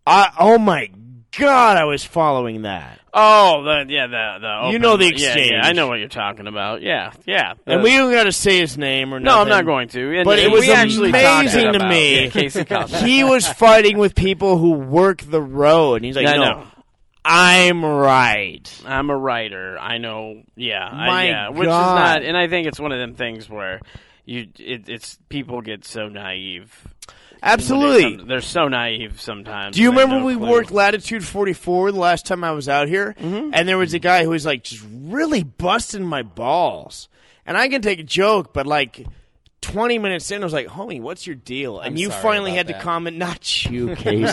[SPEAKER 6] I oh my god, I was following that.
[SPEAKER 4] Oh, the, yeah, the the
[SPEAKER 6] You
[SPEAKER 4] open-
[SPEAKER 6] know the
[SPEAKER 4] yeah,
[SPEAKER 6] exchange.
[SPEAKER 4] Yeah, I know what you're talking about. Yeah, yeah.
[SPEAKER 6] And
[SPEAKER 4] The-
[SPEAKER 6] we don't got to say his name or
[SPEAKER 4] no, I'm not
[SPEAKER 6] nothing.
[SPEAKER 4] going to. And
[SPEAKER 6] But it
[SPEAKER 4] we
[SPEAKER 6] was
[SPEAKER 4] actually talked
[SPEAKER 6] amazing to
[SPEAKER 4] about-
[SPEAKER 6] me.
[SPEAKER 4] Yeah, Casey Costa.
[SPEAKER 6] He was fighting with people who work the road, and he's like,
[SPEAKER 4] Yeah, I
[SPEAKER 6] "No,
[SPEAKER 4] know.
[SPEAKER 6] I'm right."
[SPEAKER 4] I'm a writer. I know. Yeah. I,
[SPEAKER 6] My
[SPEAKER 4] yeah. Which is
[SPEAKER 6] God.
[SPEAKER 4] not. And I think it's one of them things where you it, it's people get so naive.
[SPEAKER 6] Absolutely.
[SPEAKER 4] They're so naive sometimes.
[SPEAKER 6] Do you
[SPEAKER 4] and they have
[SPEAKER 6] remember
[SPEAKER 4] no
[SPEAKER 6] we
[SPEAKER 4] clue.
[SPEAKER 6] worked Latitude 44 the last time I was out here? And there was a guy who was like just really busting my balls. And I can take a joke, but like 20 minutes in, I was like, homie, what's your deal? And
[SPEAKER 3] I'm
[SPEAKER 6] you
[SPEAKER 3] sorry
[SPEAKER 6] finally
[SPEAKER 3] about
[SPEAKER 6] had
[SPEAKER 3] that.
[SPEAKER 6] to comment, not you, Casey. You're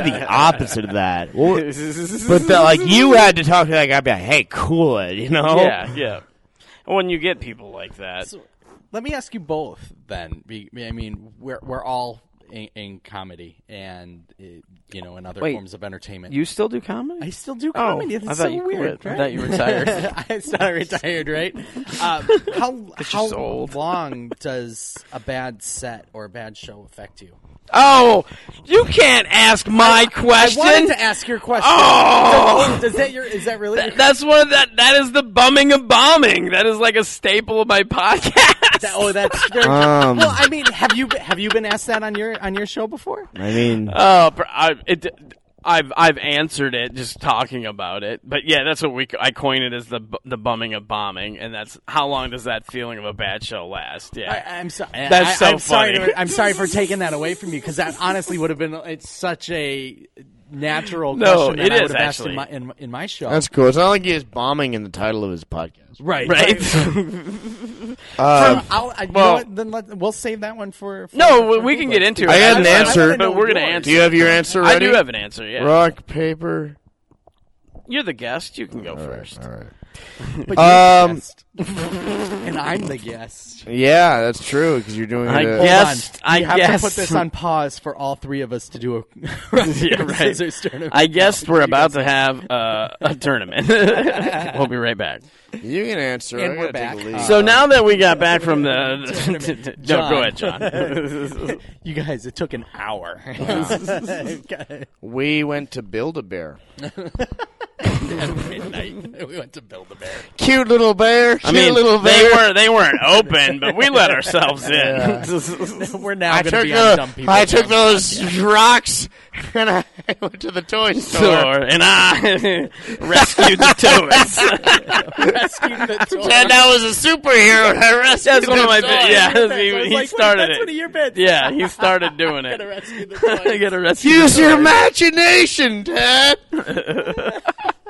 [SPEAKER 6] the opposite of that. Well, but the, like you had to talk to that guy, be like, hey, cool it, you know?
[SPEAKER 4] Yeah. Yeah. When you get people like that,
[SPEAKER 3] So, let me ask you both then. Be, I mean, we're we're all in, in comedy and uh, you know in other
[SPEAKER 4] Wait.
[SPEAKER 3] forms of entertainment.
[SPEAKER 4] you still do comedy.
[SPEAKER 3] I still do
[SPEAKER 4] Oh,
[SPEAKER 3] comedy. It's
[SPEAKER 4] I
[SPEAKER 3] so
[SPEAKER 4] thought you
[SPEAKER 3] weird.
[SPEAKER 4] quit. I
[SPEAKER 3] right?
[SPEAKER 4] thought you retired.
[SPEAKER 3] I thought I retired, right? Uh, how how
[SPEAKER 4] sold.
[SPEAKER 3] long does a bad set or a bad show affect you?
[SPEAKER 4] oh, you can't ask my question.
[SPEAKER 3] I wanted to ask your question.
[SPEAKER 4] Oh!
[SPEAKER 3] does that your is that really? your-
[SPEAKER 4] that's one of that. That is the bumming of bombing. That is like a staple of my podcast.
[SPEAKER 3] that- oh, that's very,
[SPEAKER 6] Um.
[SPEAKER 3] well. I mean, have you have you been asked that on your on your show before?
[SPEAKER 6] I mean,
[SPEAKER 4] Oh, pr- I, it, I've I've answered it just talking about it, but yeah, that's what we I coined it as the bu- the bumming of bombing, and that's how long does that feeling of a bad show last? Yeah,
[SPEAKER 3] I, I'm sorry. I,
[SPEAKER 4] That's so
[SPEAKER 3] I'm sorry.
[SPEAKER 4] funny.
[SPEAKER 3] to- I'm sorry for taking that away from you because that honestly would have been. It's such a natural
[SPEAKER 4] No,
[SPEAKER 3] question that
[SPEAKER 4] it
[SPEAKER 3] I would
[SPEAKER 4] is,
[SPEAKER 3] have asked in
[SPEAKER 4] actually.
[SPEAKER 3] my in, in my show.
[SPEAKER 6] that's cool. It's not like he is bombing in the title of his podcast.
[SPEAKER 3] right.
[SPEAKER 4] right.
[SPEAKER 5] Uh,
[SPEAKER 3] I'll, I, you know
[SPEAKER 5] well-
[SPEAKER 3] what, then let, we'll save that one for. for
[SPEAKER 4] Um, No, we,
[SPEAKER 3] for
[SPEAKER 4] we can
[SPEAKER 3] people.
[SPEAKER 4] get into it.
[SPEAKER 5] I had an
[SPEAKER 4] wanna-
[SPEAKER 5] answer.
[SPEAKER 4] but we're gonna
[SPEAKER 5] do
[SPEAKER 4] answer.
[SPEAKER 5] you have your answer
[SPEAKER 4] I
[SPEAKER 5] ready?
[SPEAKER 4] do have an answer. Yeah,
[SPEAKER 5] Rock, paper.
[SPEAKER 4] you're the guest. You can go first.
[SPEAKER 5] All right.
[SPEAKER 3] But you're the
[SPEAKER 5] Um,
[SPEAKER 3] guest. and I'm the guest.
[SPEAKER 5] Yeah, that's true because you're doing
[SPEAKER 4] I
[SPEAKER 6] Uh,
[SPEAKER 5] it.
[SPEAKER 4] guess-
[SPEAKER 3] Yes,
[SPEAKER 4] I
[SPEAKER 3] you have
[SPEAKER 4] guess.
[SPEAKER 3] to put this on pause for all three of us to do a rock,
[SPEAKER 4] Yeah,
[SPEAKER 3] paper,
[SPEAKER 4] right.
[SPEAKER 3] scissors, turn of-
[SPEAKER 4] I guess we're about to have uh, a tournament. we'll be right back.
[SPEAKER 5] you can answer.
[SPEAKER 3] And
[SPEAKER 5] I
[SPEAKER 3] we're
[SPEAKER 5] gotta take a
[SPEAKER 3] back. Uh,
[SPEAKER 5] lead.
[SPEAKER 4] So now that we got back from the,
[SPEAKER 3] Tournament.
[SPEAKER 4] no, go ahead,
[SPEAKER 3] John.
[SPEAKER 4] John.
[SPEAKER 3] You guys, it took an hour.
[SPEAKER 5] we went to build a bear.
[SPEAKER 3] Midnight. We went to build a bear.
[SPEAKER 5] Cute little bear. Cute
[SPEAKER 4] I mean,
[SPEAKER 5] little
[SPEAKER 4] they
[SPEAKER 5] bear.
[SPEAKER 4] were they weren't open, but we let ourselves in.
[SPEAKER 3] We're now
[SPEAKER 5] I
[SPEAKER 3] going to
[SPEAKER 5] took
[SPEAKER 3] be on dumb
[SPEAKER 5] the,
[SPEAKER 3] people.
[SPEAKER 5] I took those rocks and I went to the toy store.
[SPEAKER 4] Thor and I rescued the toys.
[SPEAKER 3] rescued the toy.
[SPEAKER 5] And I was a superhero. And I rescued
[SPEAKER 4] That's one of
[SPEAKER 5] the
[SPEAKER 4] my
[SPEAKER 5] toy.
[SPEAKER 4] bit- yeah.
[SPEAKER 3] That's
[SPEAKER 4] he-
[SPEAKER 3] I was
[SPEAKER 4] he
[SPEAKER 3] like, wait,
[SPEAKER 4] started
[SPEAKER 3] that's
[SPEAKER 4] it.
[SPEAKER 3] one of your bits.
[SPEAKER 4] yeah, he started doing it.
[SPEAKER 3] Gotta rescue the
[SPEAKER 4] I
[SPEAKER 3] toy.
[SPEAKER 4] gotta rescue.
[SPEAKER 5] Use
[SPEAKER 4] the
[SPEAKER 5] your
[SPEAKER 4] toys.
[SPEAKER 5] imagination, Dad.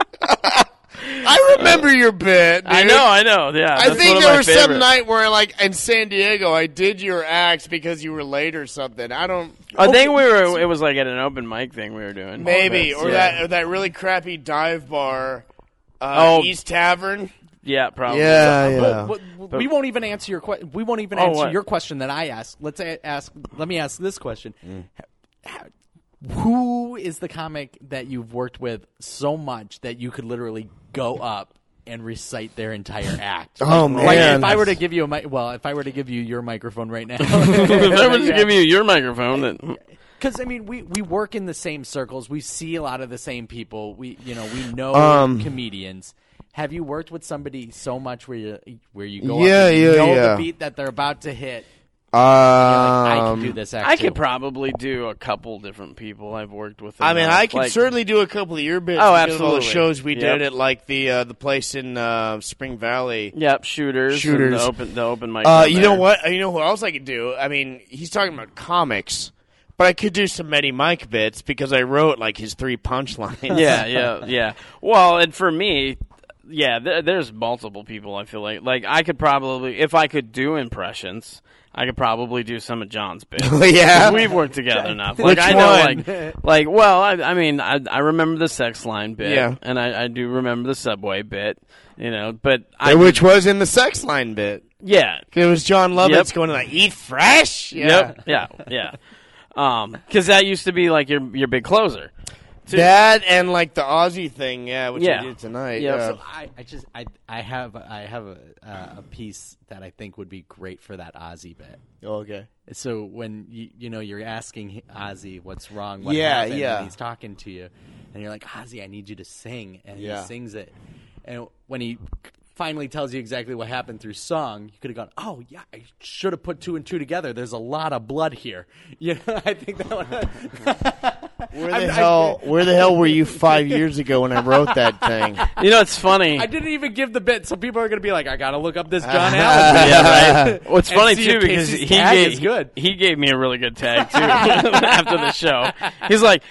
[SPEAKER 5] I remember your bit.
[SPEAKER 4] I
[SPEAKER 5] dude.
[SPEAKER 4] know, I know. Yeah, that's
[SPEAKER 5] I
[SPEAKER 4] one
[SPEAKER 5] think
[SPEAKER 4] of
[SPEAKER 5] there
[SPEAKER 4] my
[SPEAKER 5] was
[SPEAKER 4] favorite.
[SPEAKER 5] some night where, like, in San Diego, I did your act because you were late or something. I don't.
[SPEAKER 4] I think we were. It was like at an open mic thing we were doing.
[SPEAKER 5] Maybe
[SPEAKER 4] But,
[SPEAKER 5] or
[SPEAKER 4] yeah.
[SPEAKER 5] that or that really crappy dive bar, uh,
[SPEAKER 4] Oh.
[SPEAKER 5] East Tavern.
[SPEAKER 4] Yeah, probably.
[SPEAKER 5] yeah.
[SPEAKER 3] But we won't even answer your question. We won't even
[SPEAKER 4] Oh,
[SPEAKER 3] answer
[SPEAKER 4] what?
[SPEAKER 3] your question that I asked. Let's a- ask. Let me ask this question:
[SPEAKER 5] Mm.
[SPEAKER 3] How- Who is the comic that you've worked with so much that you could literally go up and recite their entire act?
[SPEAKER 5] Oh,
[SPEAKER 3] Like, like,
[SPEAKER 5] man.
[SPEAKER 3] if I were to give you a mi- well, if I were to give you your microphone right now,
[SPEAKER 4] if I was to give you your microphone, then
[SPEAKER 3] Because I mean, we, we work in the same circles. We see a lot of the same people. We you know we know
[SPEAKER 5] Um,
[SPEAKER 3] comedians. Have you worked with somebody so much where you where you go?
[SPEAKER 5] Yeah,
[SPEAKER 3] up and you
[SPEAKER 5] yeah,
[SPEAKER 3] know the
[SPEAKER 5] yeah.
[SPEAKER 3] beat that they're about to hit.
[SPEAKER 5] Um,
[SPEAKER 3] You're like, I
[SPEAKER 6] Um,
[SPEAKER 3] can do this. Act
[SPEAKER 4] I
[SPEAKER 3] too."
[SPEAKER 4] could probably do a couple different people I've worked with.
[SPEAKER 5] I mean,
[SPEAKER 4] enough.
[SPEAKER 5] I can
[SPEAKER 4] Like,
[SPEAKER 5] certainly do a couple of your bits.
[SPEAKER 4] Oh,
[SPEAKER 5] because of all the
[SPEAKER 4] absolutely.
[SPEAKER 5] shows we
[SPEAKER 4] Yep.
[SPEAKER 5] did at like the uh, the place in uh, Spring Valley.
[SPEAKER 4] Yep, shooters, shooters.
[SPEAKER 5] Shooters.
[SPEAKER 4] the open, the open mic.
[SPEAKER 5] Uh,
[SPEAKER 4] down
[SPEAKER 5] you know
[SPEAKER 4] there.
[SPEAKER 5] what? You know who else I could do? I mean, he's talking about comics, but I could do some Eddie Mike bits because I wrote like his three punchlines.
[SPEAKER 4] yeah, yeah, yeah. Well, and for me, yeah, th- there's multiple people. I feel like, like I could probably, if I could do impressions, I could probably do some of John's bits.
[SPEAKER 5] yeah.
[SPEAKER 4] We've worked together enough. Like
[SPEAKER 5] Which
[SPEAKER 4] I know,
[SPEAKER 5] one?
[SPEAKER 4] like, like well, I, I mean, I, I remember the sex line bit,
[SPEAKER 5] Yeah.
[SPEAKER 4] and I, I do remember the subway bit, you know. But I,
[SPEAKER 5] And Which was in the sex line bit.
[SPEAKER 4] yeah,
[SPEAKER 5] It was John Lovitz
[SPEAKER 4] Yep.
[SPEAKER 5] going like, "Eat fresh." Yeah.
[SPEAKER 4] yep, yeah, yeah, um, because that used to be like your your big closer. Dude.
[SPEAKER 5] That and like the Aussie thing, yeah, which
[SPEAKER 4] Yeah.
[SPEAKER 5] we did tonight.
[SPEAKER 4] Yep.
[SPEAKER 5] Yeah.
[SPEAKER 4] So-
[SPEAKER 3] I, I just I I have I have a, uh, a piece that I think would be great for that Ozzy bit.
[SPEAKER 5] Oh, okay.
[SPEAKER 3] So when you you know you're asking Ozzy what's wrong, what
[SPEAKER 5] Yeah,
[SPEAKER 3] happened,
[SPEAKER 5] yeah.
[SPEAKER 3] and he's talking to you, and you're like Ozzy, I need you to sing, and
[SPEAKER 5] Yeah.
[SPEAKER 3] he sings it, and when he finally tells you exactly what happened through song, you could have gone, oh yeah, I should have put two and two together. There's a lot of blood here. You know, I think that one.
[SPEAKER 5] Where the
[SPEAKER 3] I'm- I-
[SPEAKER 5] hell? where the hell were you five years ago when I wrote that thing?
[SPEAKER 4] You know, it's funny.
[SPEAKER 3] I didn't even give the bit, so people are going to be like, "I gotta look up this John Allen." bit."
[SPEAKER 4] yeah, right. What's
[SPEAKER 3] And
[SPEAKER 4] funny
[SPEAKER 3] see
[SPEAKER 4] too
[SPEAKER 3] if
[SPEAKER 4] because
[SPEAKER 3] Casey's
[SPEAKER 4] he
[SPEAKER 3] tag
[SPEAKER 4] gave
[SPEAKER 3] is good.
[SPEAKER 4] he gave me a really good tag too after the show. He's like,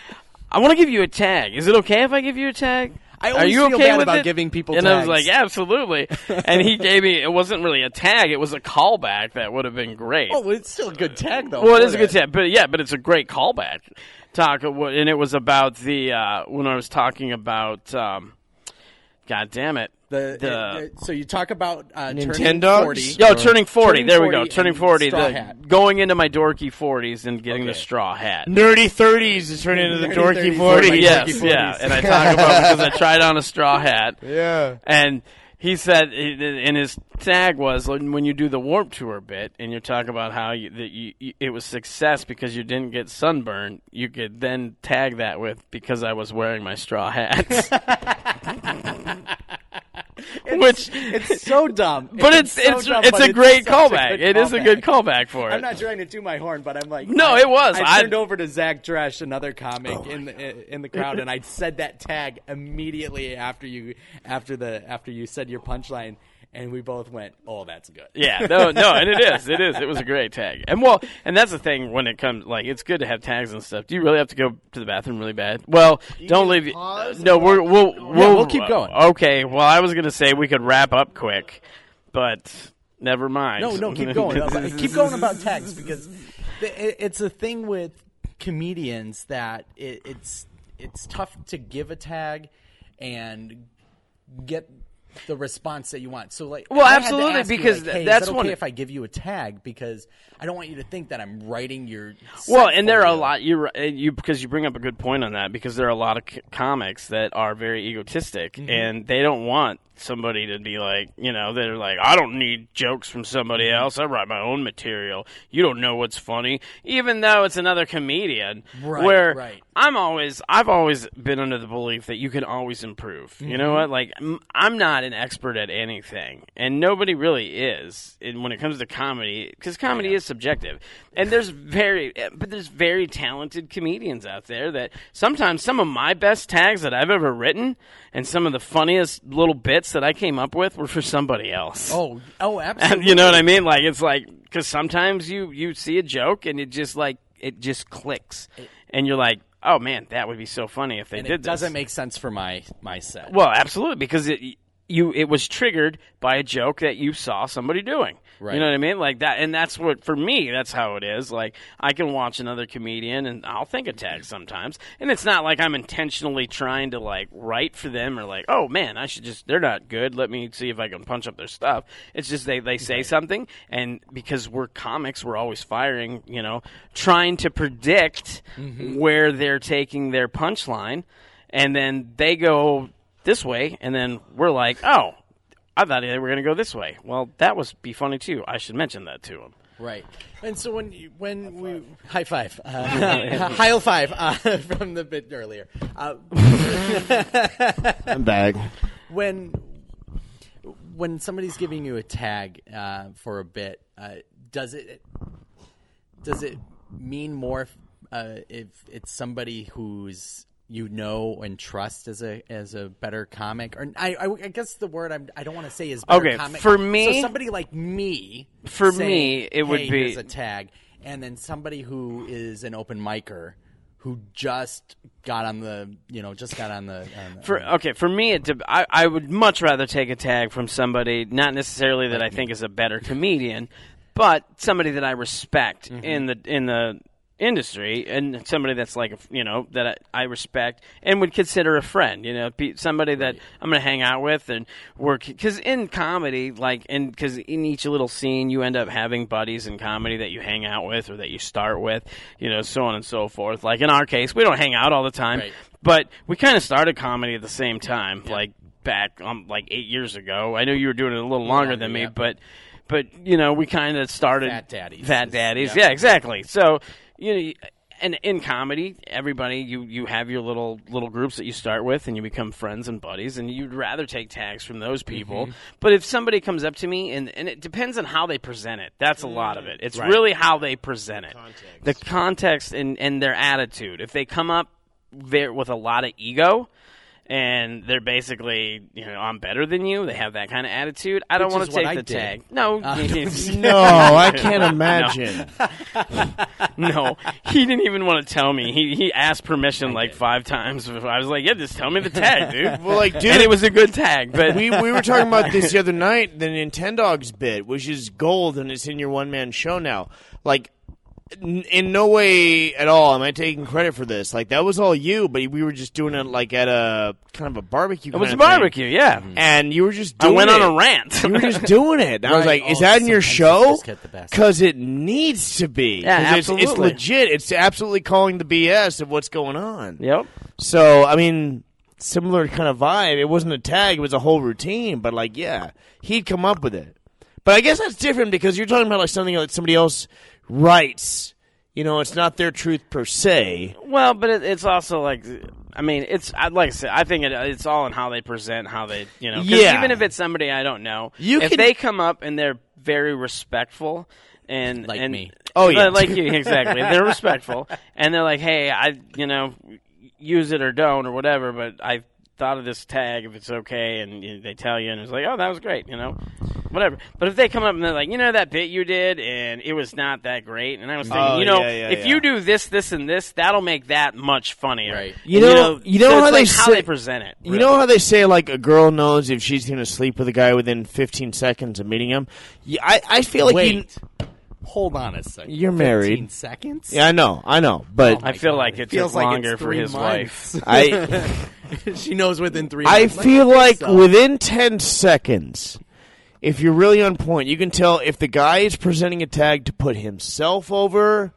[SPEAKER 4] "I want to give you a tag. Is it okay if I give you a tag?
[SPEAKER 3] I
[SPEAKER 4] Are
[SPEAKER 3] always
[SPEAKER 4] you
[SPEAKER 3] feel
[SPEAKER 4] okay
[SPEAKER 3] bad
[SPEAKER 4] with
[SPEAKER 3] about
[SPEAKER 4] it?"
[SPEAKER 3] giving people
[SPEAKER 4] And I was like,
[SPEAKER 3] tags.
[SPEAKER 4] "Absolutely." and he gave me it wasn't really a tag; it was a callback that would have been great.
[SPEAKER 3] Oh, it's still a good tag though.
[SPEAKER 4] Well, it
[SPEAKER 3] for
[SPEAKER 4] is a good
[SPEAKER 3] that.
[SPEAKER 4] tip, but yeah, but it's a great callback. Talk, and it was about the uh, when I was talking about. Um, God damn it!
[SPEAKER 3] The,
[SPEAKER 4] The-
[SPEAKER 3] so you talk about uh, turning
[SPEAKER 5] Nintendogs?
[SPEAKER 3] forty.
[SPEAKER 4] Yo, turning forty.
[SPEAKER 3] Turning
[SPEAKER 4] there we
[SPEAKER 3] 40
[SPEAKER 4] go. Turning
[SPEAKER 3] and
[SPEAKER 4] forty.
[SPEAKER 3] straw
[SPEAKER 4] the-
[SPEAKER 3] hat.
[SPEAKER 4] going into my dorky forties and getting the straw hat.
[SPEAKER 5] Nerdy thirties is turning into the dorky
[SPEAKER 3] 30s.
[SPEAKER 5] forties.
[SPEAKER 3] Dorky
[SPEAKER 4] yes,
[SPEAKER 3] 40s.
[SPEAKER 4] yeah. And I talk about because I tried on a straw hat.
[SPEAKER 5] Yeah.
[SPEAKER 4] And he said, and his tag was like, when you do the warp tour bit, and you talk about how you, that you, you, it was success because you didn't get sunburned. You could then tag that with because I was wearing my straw hat, which.
[SPEAKER 3] It's so dumb.
[SPEAKER 4] but it's it's
[SPEAKER 3] so dumb,
[SPEAKER 4] it's
[SPEAKER 3] but
[SPEAKER 4] a great
[SPEAKER 3] such
[SPEAKER 4] callback.
[SPEAKER 3] good
[SPEAKER 4] It is a good callback for it.
[SPEAKER 3] I'm not trying to do my horn, but I'm like,
[SPEAKER 4] No,
[SPEAKER 3] I-
[SPEAKER 4] it was.
[SPEAKER 3] I,
[SPEAKER 4] I- Oh.
[SPEAKER 3] turned over to Zach Dresch, another comic in the in the crowd, and I said that tag immediately after you after the after you said your punchline, and we both went, "Oh, that's good."
[SPEAKER 4] Yeah, no, no, and it is, it is. It was a great tag, and well, and that's the thing when it comes, like, it's good to have tags and stuff. Do you really have to go to the bathroom really bad? Well, don't leave.
[SPEAKER 5] pause
[SPEAKER 4] no, we're, we'll, we'll,
[SPEAKER 3] we'll keep going.
[SPEAKER 4] Okay, well, I was gonna say we could wrap up quick, but Never mind.
[SPEAKER 3] No, no, keep going. About- keep going about tags because th- it- it's a thing with comedians that it, it's it's tough to give a tag and get the response that you want. So like,
[SPEAKER 4] Well,
[SPEAKER 3] I had to
[SPEAKER 4] absolutely,
[SPEAKER 3] ask you,
[SPEAKER 4] because
[SPEAKER 3] like,
[SPEAKER 4] th-
[SPEAKER 3] hey,
[SPEAKER 4] that's
[SPEAKER 3] is that okay
[SPEAKER 4] one-
[SPEAKER 3] if I give you a tag because I don't want you to think that I'm writing your. set
[SPEAKER 4] Well, and there
[SPEAKER 3] for
[SPEAKER 4] are a
[SPEAKER 3] you.
[SPEAKER 4] lot you you because you bring up a good point on that because there are a lot of c- comics that are very egotistic
[SPEAKER 3] Mm-hmm.
[SPEAKER 4] and they don't want somebody to be like you know they're like I don't need jokes from somebody
[SPEAKER 3] Mm-hmm.
[SPEAKER 4] else I write my own material you don't know what's funny even though it's another comedian
[SPEAKER 3] Right,
[SPEAKER 4] where
[SPEAKER 3] right.
[SPEAKER 4] I'm always I've always been under the belief that you can always improve. You know what? Like m- I'm not an expert at anything, and nobody really is. And when it comes to comedy, because comedy is subjective, and there's very eh, but there's very talented comedians out there that sometimes some of my best tags that I've ever written and some of the funniest little bits that I came up with were for somebody else.
[SPEAKER 3] Oh, oh,
[SPEAKER 4] And
[SPEAKER 3] absolutely.
[SPEAKER 4] you know what I mean? Like it's like because sometimes you you see a joke and it just like it just clicks, and you're like, oh man, that would be so funny if they
[SPEAKER 3] And
[SPEAKER 4] did.
[SPEAKER 3] it doesn't
[SPEAKER 4] this.
[SPEAKER 3] make sense for my my set.
[SPEAKER 4] well, absolutely because it you it was triggered by a joke that you saw somebody doing.
[SPEAKER 3] Right.
[SPEAKER 4] You know what I mean? Like that, and that's what for me. That's how it is. Like I can watch another comedian and I'll think a tag sometimes, and it's not like I'm intentionally trying to like write for them or like, oh man, I should just they're not good. Let me see if I can punch up their stuff. It's just they they say something, and because we're comics, we're always firing. You know, trying to predict where they're taking their punchline, and then they go this way, and then we're like, oh. I thought they were going to go this way. Well, that was be funny too. I should mention that to him.
[SPEAKER 3] Right. And so when you- when we high five, uh, high five uh, from the bit earlier. Uh,
[SPEAKER 6] I'm back.
[SPEAKER 3] when when somebody's giving you a tag uh, for a bit, uh, does it does it mean more if, uh, if it's somebody who's you know and trust as a as a better comic, or I, I, I guess the word I'm, I don't want to say is better
[SPEAKER 4] Okay,
[SPEAKER 3] comic.
[SPEAKER 4] for
[SPEAKER 3] So
[SPEAKER 4] me-
[SPEAKER 3] somebody like me,
[SPEAKER 4] For
[SPEAKER 3] saying,
[SPEAKER 4] me, it would
[SPEAKER 3] "Hey,
[SPEAKER 4] be-
[SPEAKER 3] here's a tag, and then somebody who is an open micer who just got on the you know just got on the, on the
[SPEAKER 4] For okay, for me, it, de- I I would much rather take a tag from somebody not necessarily that I think is a better comedian, but somebody that I respect in the in the industry and somebody that's like a f- you know that I, I respect and would consider a friend. You know, be somebody that I'm going to hang out with and work because in comedy, like and because in each little scene, you end up having buddies in comedy that you hang out with or that you start with. You know, so on and so forth. Like in our case, we don't hang out all the time
[SPEAKER 3] Right.
[SPEAKER 4] but we kind of started comedy at the same time, like back um, like eight years ago. I know you were doing it a little longer than me,
[SPEAKER 3] yeah.
[SPEAKER 4] but but you know we kind of started
[SPEAKER 3] Fat daddies.
[SPEAKER 4] Fat daddies, yeah, exactly. So you know. And in comedy, everybody you, you have your little little groups that you start with, and you become friends and buddies, and you'd rather take tags from those people.
[SPEAKER 3] Mm-hmm.
[SPEAKER 4] But if somebody comes up to me, and, and it depends on how they present it. That's a lot
[SPEAKER 3] Mm.
[SPEAKER 4] of it. It's really how they present it, the context, and, and their attitude. If they come up there with a lot of ego and they're basically you know i'm better than you they have that kind of attitude i don't
[SPEAKER 3] Which is
[SPEAKER 4] want to
[SPEAKER 3] what
[SPEAKER 4] take
[SPEAKER 3] I
[SPEAKER 4] the
[SPEAKER 3] did. Uh,
[SPEAKER 4] tag no Oh
[SPEAKER 6] No, I can't imagine.
[SPEAKER 4] no he didn't even want to tell me he he asked permission like five times i was like yeah just tell me the tag dude
[SPEAKER 5] Well, like, dude,
[SPEAKER 4] and it was a good tag but
[SPEAKER 5] we we were talking about this the other night, the Nintendogs bit, which is gold and it's in your one man show now. Like, n- in no way at all am I taking credit for this. Like, that was all you, but we were just doing it like at a kind of a barbecue.
[SPEAKER 4] it was a
[SPEAKER 5] kind of thing.
[SPEAKER 4] barbecue yeah
[SPEAKER 5] and you were just
[SPEAKER 4] i
[SPEAKER 5] doing
[SPEAKER 4] went on
[SPEAKER 5] it.
[SPEAKER 4] a rant
[SPEAKER 5] You Mm-hmm. were just doing it. And I was
[SPEAKER 3] Right.
[SPEAKER 5] like, is
[SPEAKER 3] Oh,
[SPEAKER 5] that in your
[SPEAKER 3] sometimes it's
[SPEAKER 5] show?
[SPEAKER 3] just get the best.
[SPEAKER 5] Because it needs to be.
[SPEAKER 4] Yeah,
[SPEAKER 5] 'Cause it's- It's,
[SPEAKER 4] absolutely.
[SPEAKER 5] legit. It's absolutely calling the BS of what's going on.
[SPEAKER 4] yep
[SPEAKER 5] So, I mean, similar kind of vibe. It wasn't a tag, it was a whole routine, but like, yeah, he'd come up with it. But I guess that's different because you're talking about like something that somebody else writes. You know, it's not their truth per se.
[SPEAKER 4] well but it, it's also like I mean, it's I- like I said. I think it, it's all in how they present, how they, you know. 'cause
[SPEAKER 5] Yeah.
[SPEAKER 4] Even if it's somebody I don't know,
[SPEAKER 5] You
[SPEAKER 4] if
[SPEAKER 5] can-
[SPEAKER 4] they come up and they're very respectful and
[SPEAKER 3] Like
[SPEAKER 4] and,
[SPEAKER 3] me.
[SPEAKER 5] Oh, yeah.
[SPEAKER 4] like you exactly. they're respectful and they're like, hey, I, you know, use it or don't or whatever. But I thought of this tag if it's okay, and you, they tell you, and it's like, oh, that was great, you know. whatever. But if they come up and they're like, you know, that bit you did, and it was not that great, and I was thinking,
[SPEAKER 5] Oh,
[SPEAKER 4] you know,
[SPEAKER 5] yeah, yeah,
[SPEAKER 4] if
[SPEAKER 5] yeah.
[SPEAKER 4] you do this, this, and this, that'll make that much funnier.
[SPEAKER 1] Right.
[SPEAKER 6] You
[SPEAKER 4] And,
[SPEAKER 6] know- you know
[SPEAKER 4] so
[SPEAKER 6] how
[SPEAKER 4] it's
[SPEAKER 6] they
[SPEAKER 4] like how
[SPEAKER 6] say-
[SPEAKER 4] they present it.
[SPEAKER 6] You know how they say like a girl knows if she's going to sleep with a guy within 15 seconds of meeting him. Yeah, I I feel like you-
[SPEAKER 3] Wait. Hold on a second.
[SPEAKER 6] You're married.
[SPEAKER 3] 15 seconds?
[SPEAKER 6] yeah, I know, I know, but
[SPEAKER 4] I feel like it
[SPEAKER 1] Feels
[SPEAKER 4] took
[SPEAKER 1] like
[SPEAKER 4] longer
[SPEAKER 1] it's
[SPEAKER 4] for
[SPEAKER 1] three
[SPEAKER 4] his
[SPEAKER 1] months.
[SPEAKER 6] I
[SPEAKER 1] she knows within three.
[SPEAKER 6] I
[SPEAKER 1] months.
[SPEAKER 6] feel like
[SPEAKER 1] yourself.
[SPEAKER 6] within 10 seconds, if you're really on point, you can tell if the guy is presenting a tag to put himself over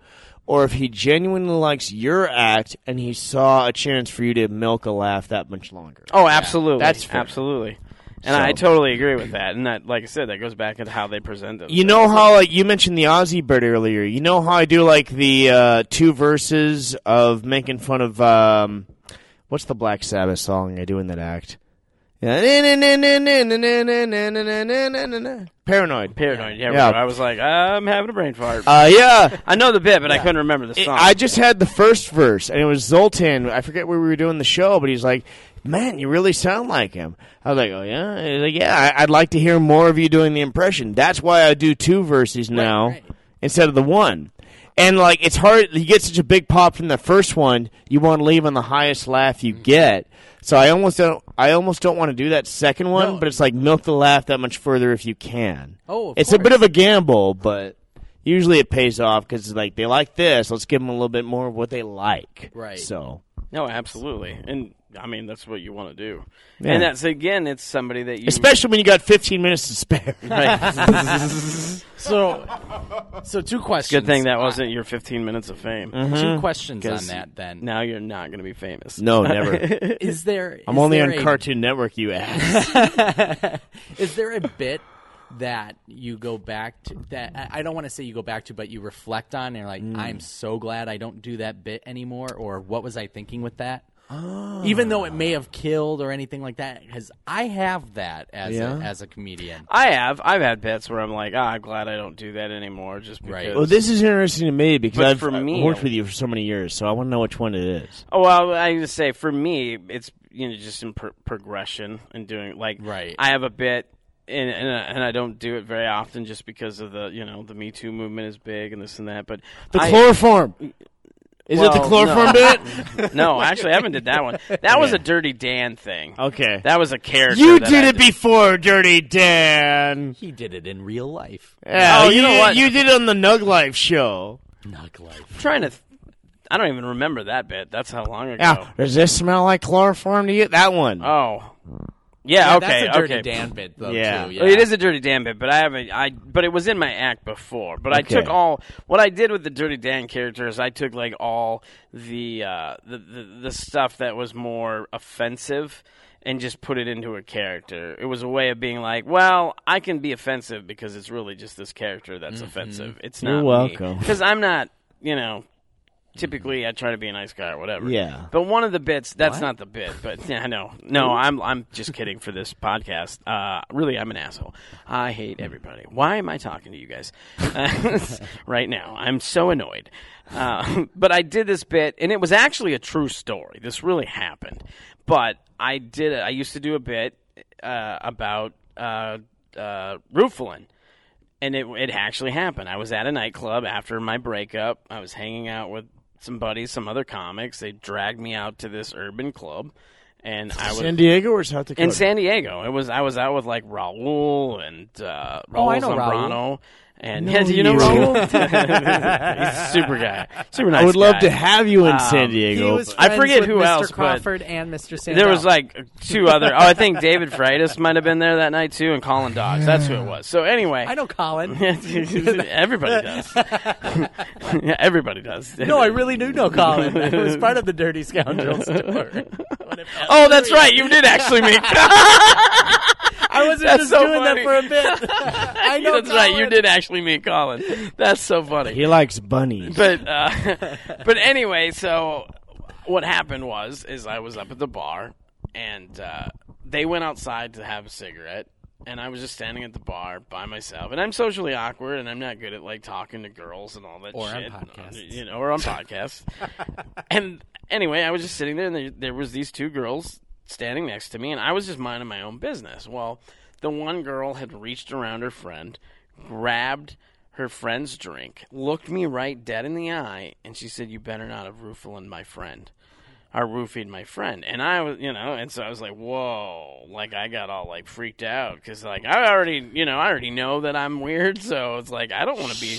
[SPEAKER 6] or if he genuinely likes your act and he saw a chance for you to milk a laugh that much longer.
[SPEAKER 4] wife. Oh, absolutely.
[SPEAKER 6] that's fair.
[SPEAKER 4] absolutely. And
[SPEAKER 6] So-
[SPEAKER 4] I totally agree with that. And that, like I said, that goes back to how they present it.
[SPEAKER 6] You know how like you mentioned the Aussie bird earlier. You know how I do like the uh, two verses of making fun of um, what's the Black Sabbath song I do in that act? Paranoid.
[SPEAKER 4] paranoid. Yeah,
[SPEAKER 6] Yeah.
[SPEAKER 4] right. I was like, I'm having a brain fart.
[SPEAKER 6] Uh, yeah.
[SPEAKER 4] I know the bit, but I couldn't remember the
[SPEAKER 6] It-
[SPEAKER 4] song.
[SPEAKER 6] I just had the first verse, and it was Zoltan. I forget where we were doing the show, but he's like, "Man, you really sound like him." I was like, "Oh yeah," he's like, "Yeah, I- I'd like to hear more of you doing the impression." That's why I do two verses now instead of the one. And like, it's hard. You get such a big pop from the first one, you want to leave on the highest laugh
[SPEAKER 4] Mm-hmm.
[SPEAKER 6] you get. So I almost don't. I almost don't want to do that second one, but it's like milk the laugh that much further if you can.
[SPEAKER 1] Oh, of
[SPEAKER 6] it's a bit of a gamble, but usually it pays off because like they like this. Let's give them a little bit more of what they like.
[SPEAKER 1] Right.
[SPEAKER 6] So
[SPEAKER 4] no, absolutely. And I mean, that's what you want to do.
[SPEAKER 6] Yeah.
[SPEAKER 4] And that's again, it's somebody that you
[SPEAKER 6] especially when you got 15 minutes to spare.
[SPEAKER 1] So, so two questions.
[SPEAKER 4] Good thing that wasn't your 15 minutes of fame.
[SPEAKER 1] Two questions on that. Then
[SPEAKER 4] Now you're not going to be famous.
[SPEAKER 6] Mm-hmm. no, never.
[SPEAKER 1] is there?
[SPEAKER 6] I'm
[SPEAKER 1] is
[SPEAKER 6] only
[SPEAKER 1] there
[SPEAKER 6] on
[SPEAKER 1] a-
[SPEAKER 6] Cartoon Network. You ass.
[SPEAKER 1] Is there a bit that you go back to that I I don't want to say you go back to, but you reflect on and you're like,
[SPEAKER 4] Mm.
[SPEAKER 1] I'm so glad I don't do that bit anymore, or what was I thinking with that?
[SPEAKER 4] Ah.
[SPEAKER 1] Even though it may have killed or anything like that, because I have that as
[SPEAKER 6] Yeah.
[SPEAKER 1] a, as a comedian.
[SPEAKER 4] I have. I've had bets where I'm like, ah, I'm glad I don't do that anymore. Just because.
[SPEAKER 1] Right.
[SPEAKER 6] well, this is interesting to me because
[SPEAKER 4] But
[SPEAKER 6] I've
[SPEAKER 4] for
[SPEAKER 6] I've
[SPEAKER 4] me,
[SPEAKER 6] worked
[SPEAKER 4] I-
[SPEAKER 6] with you for so many years, so I want to know which one it is.
[SPEAKER 4] Oh, well, I just say for me, it's you know just in pro- progression and doing like
[SPEAKER 1] Right.
[SPEAKER 4] I have a bit. And, and, I- and I don't do it very often just because of the you know the Me Too movement is big and this and that. But
[SPEAKER 6] The
[SPEAKER 4] I-
[SPEAKER 6] chloroform. Is it the
[SPEAKER 4] Well,
[SPEAKER 6] chloroform
[SPEAKER 4] no.
[SPEAKER 6] bit?
[SPEAKER 4] no, actually, I haven't did that one. That was a Dirty Dan thing.
[SPEAKER 6] Okay.
[SPEAKER 4] That was a character.
[SPEAKER 6] you
[SPEAKER 4] that
[SPEAKER 6] did
[SPEAKER 4] I
[SPEAKER 6] it before, Dirty Dan.
[SPEAKER 1] He did it in real life.
[SPEAKER 6] Yeah,
[SPEAKER 4] Oh, you know what?
[SPEAKER 6] You did it on the Nug Life show.
[SPEAKER 1] Not life.
[SPEAKER 4] I'm trying to. Th- I don't even remember that bit. That's how long ago.
[SPEAKER 6] Yeah. Does this smell like chloroform to you? That one.
[SPEAKER 4] Oh. Yeah,
[SPEAKER 1] Yeah,
[SPEAKER 4] okay.
[SPEAKER 1] That's a dirty
[SPEAKER 4] okay.
[SPEAKER 1] Dan bit though
[SPEAKER 6] Yeah.
[SPEAKER 1] too.
[SPEAKER 4] Well, It is a dirty Dan bit, but I haven't. I but it was in my act before. But
[SPEAKER 6] Okay.
[SPEAKER 4] I took all what I did with the dirty Dan character is I took like all the uh, the, the the stuff that was more offensive and just put it into a character. It was a way of being like, well, I can be offensive because it's really just this character that's
[SPEAKER 1] Mm-hmm.
[SPEAKER 4] offensive. It's
[SPEAKER 6] You're
[SPEAKER 4] not
[SPEAKER 6] welcome.
[SPEAKER 4] because I'm not you know. Typically, I try to be a nice guy or whatever.
[SPEAKER 6] Yeah.
[SPEAKER 4] But one of the bits, that's not the bit, but yeah, I know. No, I'm I'm just kidding for this podcast. Uh, really, I'm an asshole. I hate everybody. Why am I talking to you guys uh, right now? I'm so annoyed. Uh, but I did this bit, and it was actually a true story. This really happened. But I did. A, I used to do a bit uh, about uh, uh, Rufalin and it it actually happened. I was at a nightclub after my breakup. I was hanging out with some buddies, some other comics. They dragged me out to this urban club, and I was
[SPEAKER 6] San Diego or South Dakota?
[SPEAKER 4] in San Diego. It was I was out with like Raul and uh, Raul
[SPEAKER 6] Oh,
[SPEAKER 1] I know
[SPEAKER 4] Zambrano. And yeah, do you know
[SPEAKER 6] you
[SPEAKER 4] Raul? He's a super guy, super nice.
[SPEAKER 6] I would love
[SPEAKER 4] guy.
[SPEAKER 6] to have you in San
[SPEAKER 4] Um,
[SPEAKER 6] Diego. but-
[SPEAKER 4] I forget who else,
[SPEAKER 1] Mr.
[SPEAKER 4] but-
[SPEAKER 1] Crawford and Mr. Sandel.
[SPEAKER 4] There was like two other. Oh, I think David Freitas might have been there that night too, and Colin Dodge. That's who it was. So anyway,
[SPEAKER 1] I know Colin.
[SPEAKER 4] everybody does. yeah, everybody does.
[SPEAKER 1] No, I really do know Colin. It was part of the Dirty Scoundrels tour.
[SPEAKER 4] Oh, that's right. You did actually meet.
[SPEAKER 1] I wasn't
[SPEAKER 4] That's
[SPEAKER 1] just
[SPEAKER 4] so
[SPEAKER 1] doing that
[SPEAKER 4] funny.
[SPEAKER 1] for a bit. I know
[SPEAKER 4] that's right. You
[SPEAKER 1] Colin.
[SPEAKER 4] did actually meet Colin. That's so funny.
[SPEAKER 6] he likes bunnies.
[SPEAKER 4] But uh, but anyway, so what happened was is I was up at the bar and uh, they went outside to have a cigarette. And I was just standing at the bar by myself, and I'm socially awkward, and I'm not good at like talking to girls and all that
[SPEAKER 1] Or on
[SPEAKER 4] shit,
[SPEAKER 1] podcasts.
[SPEAKER 4] you know, or on podcasts. and anyway, I was just sitting there, and there, there was these two girls standing next to me, and I was just minding my own business. Well, the one girl had reached around her friend, grabbed her friend's drink, looked me right dead in the eye, and she said, "You better not have roofing my friend." are roofied my friend and i was you know and so i was like whoa like i got all like freaked out because like i already you know i already know that i'm weird so it's like i don't want to be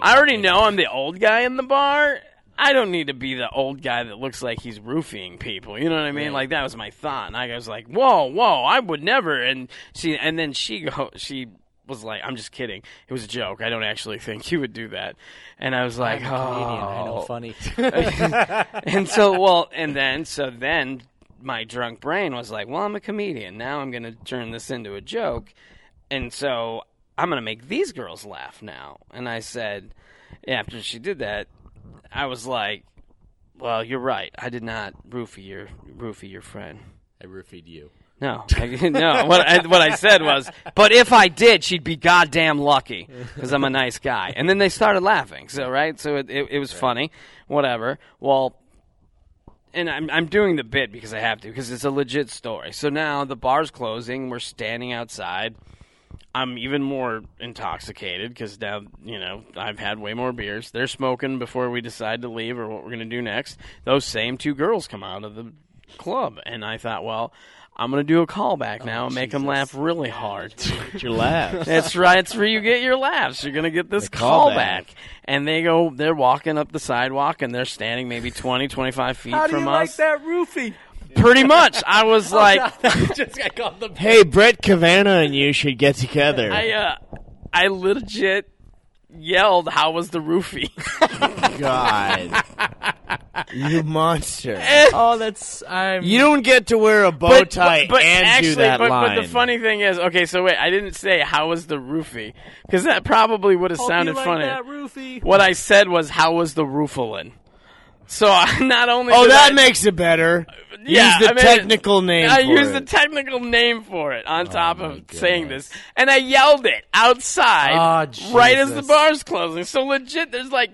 [SPEAKER 4] i already know i'm the old guy in the bar i don't need to be the old guy that looks like he's roofing people you know what i mean like that was my thought and i was like whoa whoa i would never and she and then she go she was like i'm just kidding it was a joke i don't actually think you would do that and i was like
[SPEAKER 3] Comedian, I know,
[SPEAKER 4] oh
[SPEAKER 3] funny.
[SPEAKER 4] and so well and then so then my drunk brain was like well i'm a comedian now i'm going to turn this into a joke and so i'm going to make these girls laugh now and i said after she did that i was like well you're right i did not roofie your roofie your friend
[SPEAKER 3] I roofied you.
[SPEAKER 4] no, I, no. What I, what I said was, but if I did, she'd be goddamn lucky because I'm a nice guy. And then they started laughing. So right, so it it, it was funny, whatever. Well, and I'm I'm doing the bit because I have to because it's a legit story. So now the bar's closing. We're standing outside. I'm even more intoxicated because now you know I've had way more beers. They're smoking before we decide to leave or what we're gonna do next. Those same two girls come out of the club, and I thought, well, I'm gonna do a callback now and make them laugh really hard.
[SPEAKER 5] Your laugh.
[SPEAKER 4] That's right. It's where you get your laughs. You're gonna get this
[SPEAKER 5] callback.
[SPEAKER 4] callback. and they go. They're walking up the sidewalk, and they're standing maybe 20, 25 feet from us.
[SPEAKER 3] that roofie?
[SPEAKER 4] Pretty much. I was like,
[SPEAKER 3] just got called the.
[SPEAKER 5] hey, Brett Kavanaugh and you should get together.
[SPEAKER 4] I, uh, I legit yelled, "How was the roofie?"
[SPEAKER 5] God. you monster.
[SPEAKER 3] Oh, that's I'm.
[SPEAKER 5] You don't get to wear a bow tie
[SPEAKER 4] but
[SPEAKER 5] and
[SPEAKER 4] actually,
[SPEAKER 5] do that
[SPEAKER 4] but,
[SPEAKER 5] line.
[SPEAKER 4] but the funny thing is, okay, so wait, I didn't say how was the roofie because that probably would have sounded funny.
[SPEAKER 3] roofie.
[SPEAKER 4] What I said was, "How was the roofalin?" So I not only
[SPEAKER 5] oh,
[SPEAKER 4] did
[SPEAKER 5] that
[SPEAKER 4] I-
[SPEAKER 5] makes it better.
[SPEAKER 4] yeah,
[SPEAKER 5] Use the
[SPEAKER 4] I mean,
[SPEAKER 5] technical name.
[SPEAKER 4] I
[SPEAKER 5] for
[SPEAKER 4] used
[SPEAKER 5] it. Oh
[SPEAKER 4] the technical name for it on top of saying this, and I yelled it
[SPEAKER 5] Ah,
[SPEAKER 4] outside
[SPEAKER 3] Oh,
[SPEAKER 4] right as the
[SPEAKER 3] Jesus.
[SPEAKER 4] bar's closing. So legit, there's like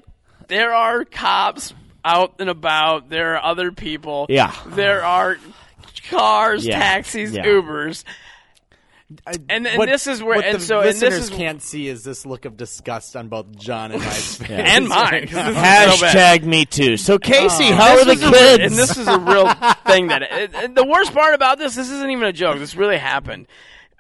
[SPEAKER 4] there are cops out and about. There are other people.
[SPEAKER 5] Yeah.
[SPEAKER 4] there are cars,
[SPEAKER 5] Yeah.
[SPEAKER 4] taxis,
[SPEAKER 5] Yeah.
[SPEAKER 4] Ubers. And, and this is where,
[SPEAKER 3] what
[SPEAKER 4] and
[SPEAKER 3] the
[SPEAKER 4] so, and
[SPEAKER 3] listeners
[SPEAKER 4] this is
[SPEAKER 3] can't see is this look of disgust on both John and my face.
[SPEAKER 4] and mine. 'cause this is so bad.
[SPEAKER 5] Hashtag me too. So
[SPEAKER 6] Oh.
[SPEAKER 5] Casey, how are
[SPEAKER 4] This
[SPEAKER 5] the
[SPEAKER 4] is a real-
[SPEAKER 5] kids?
[SPEAKER 4] and this is a real thing that it, it- the worst part about this, this isn't even a joke. This really happened.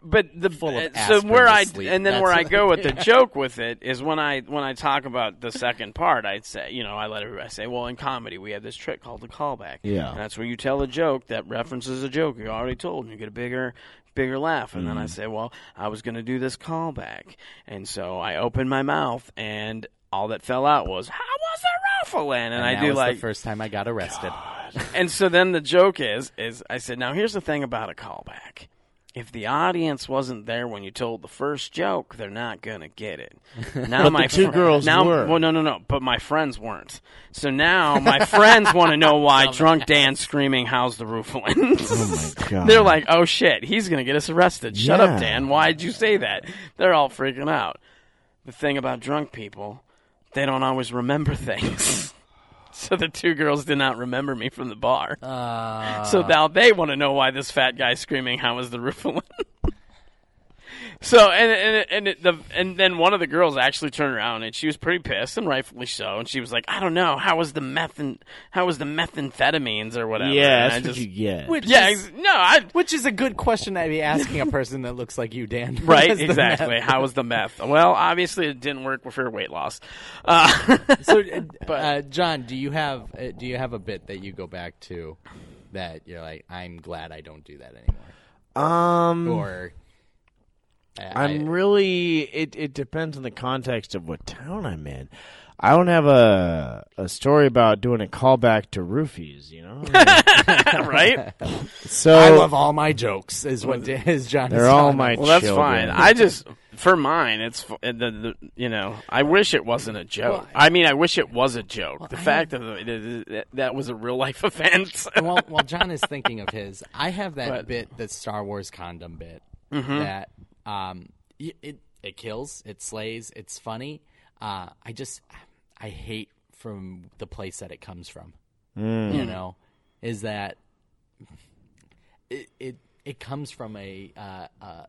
[SPEAKER 4] But the
[SPEAKER 3] of
[SPEAKER 4] uh, so
[SPEAKER 3] aspirin
[SPEAKER 4] where
[SPEAKER 3] to
[SPEAKER 4] I
[SPEAKER 3] sleep.
[SPEAKER 4] and then
[SPEAKER 3] That's
[SPEAKER 4] where I
[SPEAKER 3] what-
[SPEAKER 4] go with the joke with it is when I when I talk about the second part, I say you know I let everybody say well in comedy we have this trick called the callback.
[SPEAKER 5] Yeah.
[SPEAKER 4] And that's where you tell a joke that references a joke you already told, and you get a bigger bigger laugh. And
[SPEAKER 3] Mm-hmm.
[SPEAKER 4] then I say, well, I was going to do this callback, and so I opened my mouth and. All that fell out was how was the raffle in? And, I
[SPEAKER 3] that
[SPEAKER 4] do
[SPEAKER 3] was
[SPEAKER 4] like
[SPEAKER 3] the first time I got arrested.
[SPEAKER 4] and so then the joke is is I said, now here's the thing about a callback. If the audience wasn't there when you told the first joke, they're not gonna get it. Now my
[SPEAKER 5] two
[SPEAKER 4] fr-
[SPEAKER 5] girls
[SPEAKER 4] now,
[SPEAKER 5] were.
[SPEAKER 4] Well, no, no, no. But my friends weren't. So now my friends want to know why drunk Dan screaming, "How's the
[SPEAKER 5] Oh
[SPEAKER 4] roof on?"
[SPEAKER 5] God.
[SPEAKER 4] They're like, "Oh shit, he's gonna get us arrested." Shut
[SPEAKER 5] Yeah.
[SPEAKER 4] up, Dan. Why'd you say that? They're all freaking out. The thing about drunk people, they don't always remember things. So the two girls did not remember me from the bar. so now they want to know why this fat guy screaming, "How was the roof on?" So and and and it, the and then one of the girls actually turned around and she was pretty pissed and rightfully so and she was like, "I don't know, how was the methan how was the methamphetamines or whatever?" And
[SPEAKER 5] yeah,
[SPEAKER 4] I
[SPEAKER 5] that's what
[SPEAKER 4] just-
[SPEAKER 5] you get.
[SPEAKER 3] Which
[SPEAKER 4] yeah,
[SPEAKER 3] is,
[SPEAKER 4] ex- no, I
[SPEAKER 3] which is a good question to be asking a person that looks like you, Dan.
[SPEAKER 4] right
[SPEAKER 3] Because the
[SPEAKER 4] exactly.
[SPEAKER 3] meth-
[SPEAKER 4] How was the meth? Well, obviously it didn't work for weight loss. Uh,
[SPEAKER 3] So, uh, uh, John, do you have uh, do you have a bit that you go back to that you're like, I'm glad I don't do that anymore,
[SPEAKER 5] Um,
[SPEAKER 3] or I-
[SPEAKER 5] I'm
[SPEAKER 3] I-
[SPEAKER 5] really. It it depends on the context of what town I'm in. I don't have a a story about doing a callback to roofies, you know.
[SPEAKER 4] right?
[SPEAKER 5] So
[SPEAKER 3] I
[SPEAKER 6] Oh
[SPEAKER 3] love all my jokes is what Dan- is John.
[SPEAKER 5] they're
[SPEAKER 3] is
[SPEAKER 5] all
[SPEAKER 3] telling
[SPEAKER 5] my.
[SPEAKER 3] us.
[SPEAKER 4] Well, that's
[SPEAKER 5] children.
[SPEAKER 4] fine. I just for mine, it's f- the, the you know I wish it wasn't a joke. I mean, I wish it was a joke. the fact of it is that- that was a real life offense.
[SPEAKER 3] And while, while John is thinking of his, I have that
[SPEAKER 4] But- Mm-hmm.
[SPEAKER 3] bit, that Star Wars condom bit, that um, y- it it kills, it slays, it's funny. Uh, I just I hate from the place that it comes from.
[SPEAKER 4] Mm.
[SPEAKER 3] You know, is that it it, it comes from a uh, uh,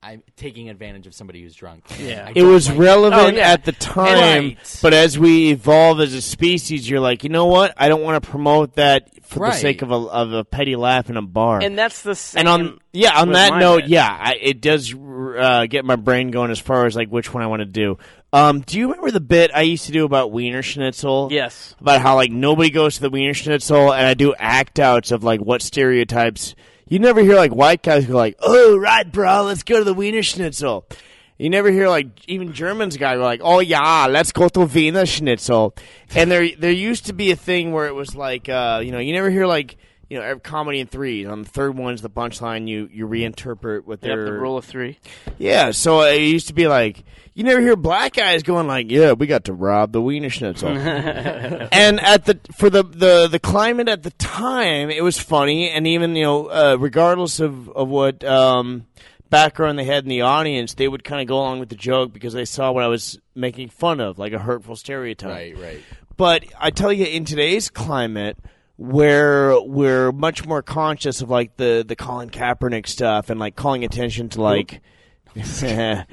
[SPEAKER 3] I-
[SPEAKER 1] I'm taking advantage of somebody who's drunk.
[SPEAKER 4] Yeah.
[SPEAKER 1] I
[SPEAKER 6] It
[SPEAKER 1] don't
[SPEAKER 6] was
[SPEAKER 1] like-
[SPEAKER 6] relevant
[SPEAKER 4] Oh, yeah.
[SPEAKER 6] at the time,
[SPEAKER 1] Right.
[SPEAKER 6] but as we evolve as a species, you're like, you know what? I don't want to promote that for
[SPEAKER 1] Right.
[SPEAKER 6] the sake of a, of a petty laugh in a bar.
[SPEAKER 4] and that's the same.
[SPEAKER 6] And on yeah, on
[SPEAKER 4] with
[SPEAKER 6] that
[SPEAKER 4] my
[SPEAKER 6] note,
[SPEAKER 4] bit.
[SPEAKER 6] yeah, I, it does uh, get my brain going as far as like which one I want to do. Um, do you remember the bit I used to do about Wiener Schnitzel?
[SPEAKER 4] yes,
[SPEAKER 6] about how like nobody goes to the Wiener Schnitzel, and I do act outs of like what stereotypes. You never hear like white guys go like, "Oh right, bro, let's go to the Wiener Schnitzel." You never hear like even Germans guy go like, "Oh yeah, let's go to Wiener Schnitzel." And there there used to be a thing where it was like, uh, you know, you never hear like. You know, every- comedy in threes. On the third one's the punchline. You you reinterpret what
[SPEAKER 4] Yep,
[SPEAKER 6] they're
[SPEAKER 4] the rule of three.
[SPEAKER 6] yeah, so it used to be like you never hear black guys going like, "Yeah, we got to rob the Wiener Schnitzel." and at the for the, the the climate at the time, it was funny, and even you know, uh, regardless of of what um, background they had in the audience, they would kind of go along with the joke because they saw what I was making fun of, like a hurtful stereotype.
[SPEAKER 1] Right, right.
[SPEAKER 6] But I tell you, in today's climate, where we're much more conscious of like the the Colin Kaepernick stuff and like calling attention to like, well,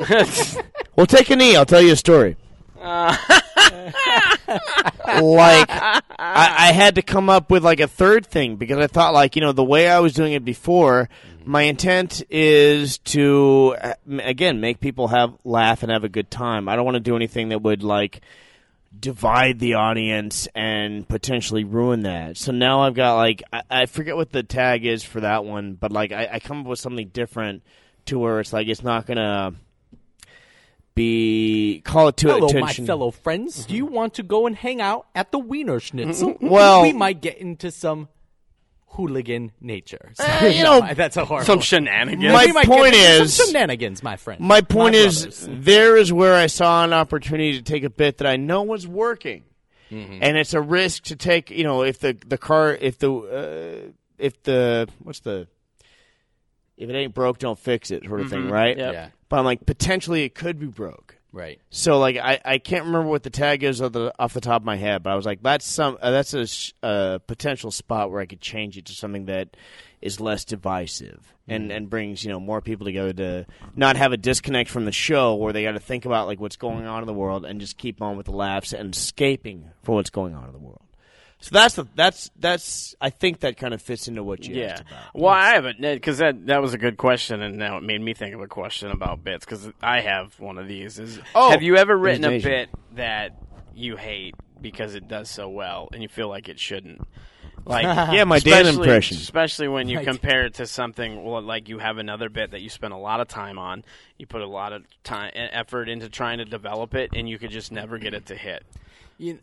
[SPEAKER 6] take a knee. I'll tell you a story. like I, I had to come up with like a third thing because I thought like you know the way I was doing it before, my intent is to uh, m- again make people have laugh and have a good time. I don't want to do anything that would like divide the audience and potentially ruin that. So now I've got like I, I forget what the tag is for that one, but like I, I come up with something different to where it's like it's not gonna be call it to
[SPEAKER 1] Hello,
[SPEAKER 6] attention.
[SPEAKER 1] my fellow friends. Do you want to go and hang out at the Wiener Schnitzel?
[SPEAKER 6] Mm-hmm. Well-
[SPEAKER 1] we might get into some hooligan nature.
[SPEAKER 6] you know,
[SPEAKER 1] that's a horrible.
[SPEAKER 4] Some shenanigans.
[SPEAKER 6] My
[SPEAKER 1] we might get
[SPEAKER 6] point
[SPEAKER 1] into
[SPEAKER 6] is-
[SPEAKER 1] some shenanigans, my friend.
[SPEAKER 6] My point is,
[SPEAKER 1] brothers.
[SPEAKER 6] there is where I saw an opportunity to take a bit that I know was working, and it's a risk to take. You know, if the the car, if the uh, if the what's the if it ain't broke, don't fix it, sort of thing, right?
[SPEAKER 4] Yep.
[SPEAKER 1] Yeah.
[SPEAKER 6] But I'm like, potentially it could be broke.
[SPEAKER 1] right.
[SPEAKER 6] So like, I, I can't remember what the tag is off the off the top of my head, but I was like, that's some uh, that's a sh- uh, potential spot where I could change it to something that is less divisive and
[SPEAKER 4] Mm.
[SPEAKER 6] and brings you know more people together to not have a disconnect from the show where they got to think about like what's going on in the world and just keep on with the laughs and escaping for what's going on in the world. So that's the that's that's I think that kind of fits into what you
[SPEAKER 4] Yeah.
[SPEAKER 6] asked about.
[SPEAKER 4] Well, I haven't because that that was a good question, and now it made me think of a question about bits because I have one of these. Is
[SPEAKER 6] Oh,
[SPEAKER 4] have you ever written a
[SPEAKER 6] Asian.
[SPEAKER 4] bit that you hate because it does so well, and you feel like it shouldn't? Like
[SPEAKER 6] Yeah, my Dan
[SPEAKER 4] especially-
[SPEAKER 6] impression.
[SPEAKER 4] especially when you compare it to something well, like you have another bit that you spend a lot of time on, you put a lot of time and effort into trying to develop it, and you could just never get it to hit.
[SPEAKER 1] You-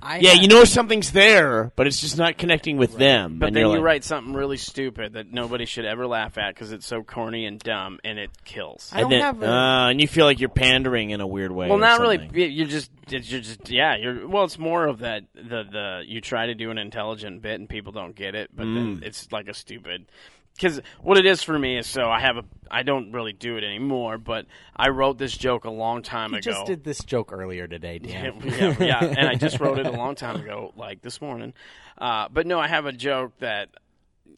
[SPEAKER 1] I
[SPEAKER 6] Yeah,
[SPEAKER 1] had-
[SPEAKER 6] you know something's there, but it's just not connecting with them.
[SPEAKER 4] But
[SPEAKER 6] and
[SPEAKER 4] then
[SPEAKER 6] you're
[SPEAKER 4] you
[SPEAKER 6] like,
[SPEAKER 4] write something really stupid that nobody should ever laugh at because it's so corny and dumb, and it kills.
[SPEAKER 1] I don't
[SPEAKER 6] then-
[SPEAKER 1] have a-
[SPEAKER 6] uh, and you feel like you're pandering in a weird way.
[SPEAKER 4] well,
[SPEAKER 6] or
[SPEAKER 4] not really.
[SPEAKER 6] something.
[SPEAKER 4] y- You're just, it's- you're just, yeah. You're well. It's more of that. The the you try to do an intelligent bit and people don't get it, but then
[SPEAKER 6] Mm.
[SPEAKER 4] it's like a stupid. Because what it is for me is so I have a I don't really do it anymore, but I wrote this joke a long time
[SPEAKER 1] You
[SPEAKER 4] ago.
[SPEAKER 1] just did this joke earlier today, Dan.
[SPEAKER 4] yeah, yeah, and I just wrote it a long time ago, like this morning. Uh, but no, I have a joke that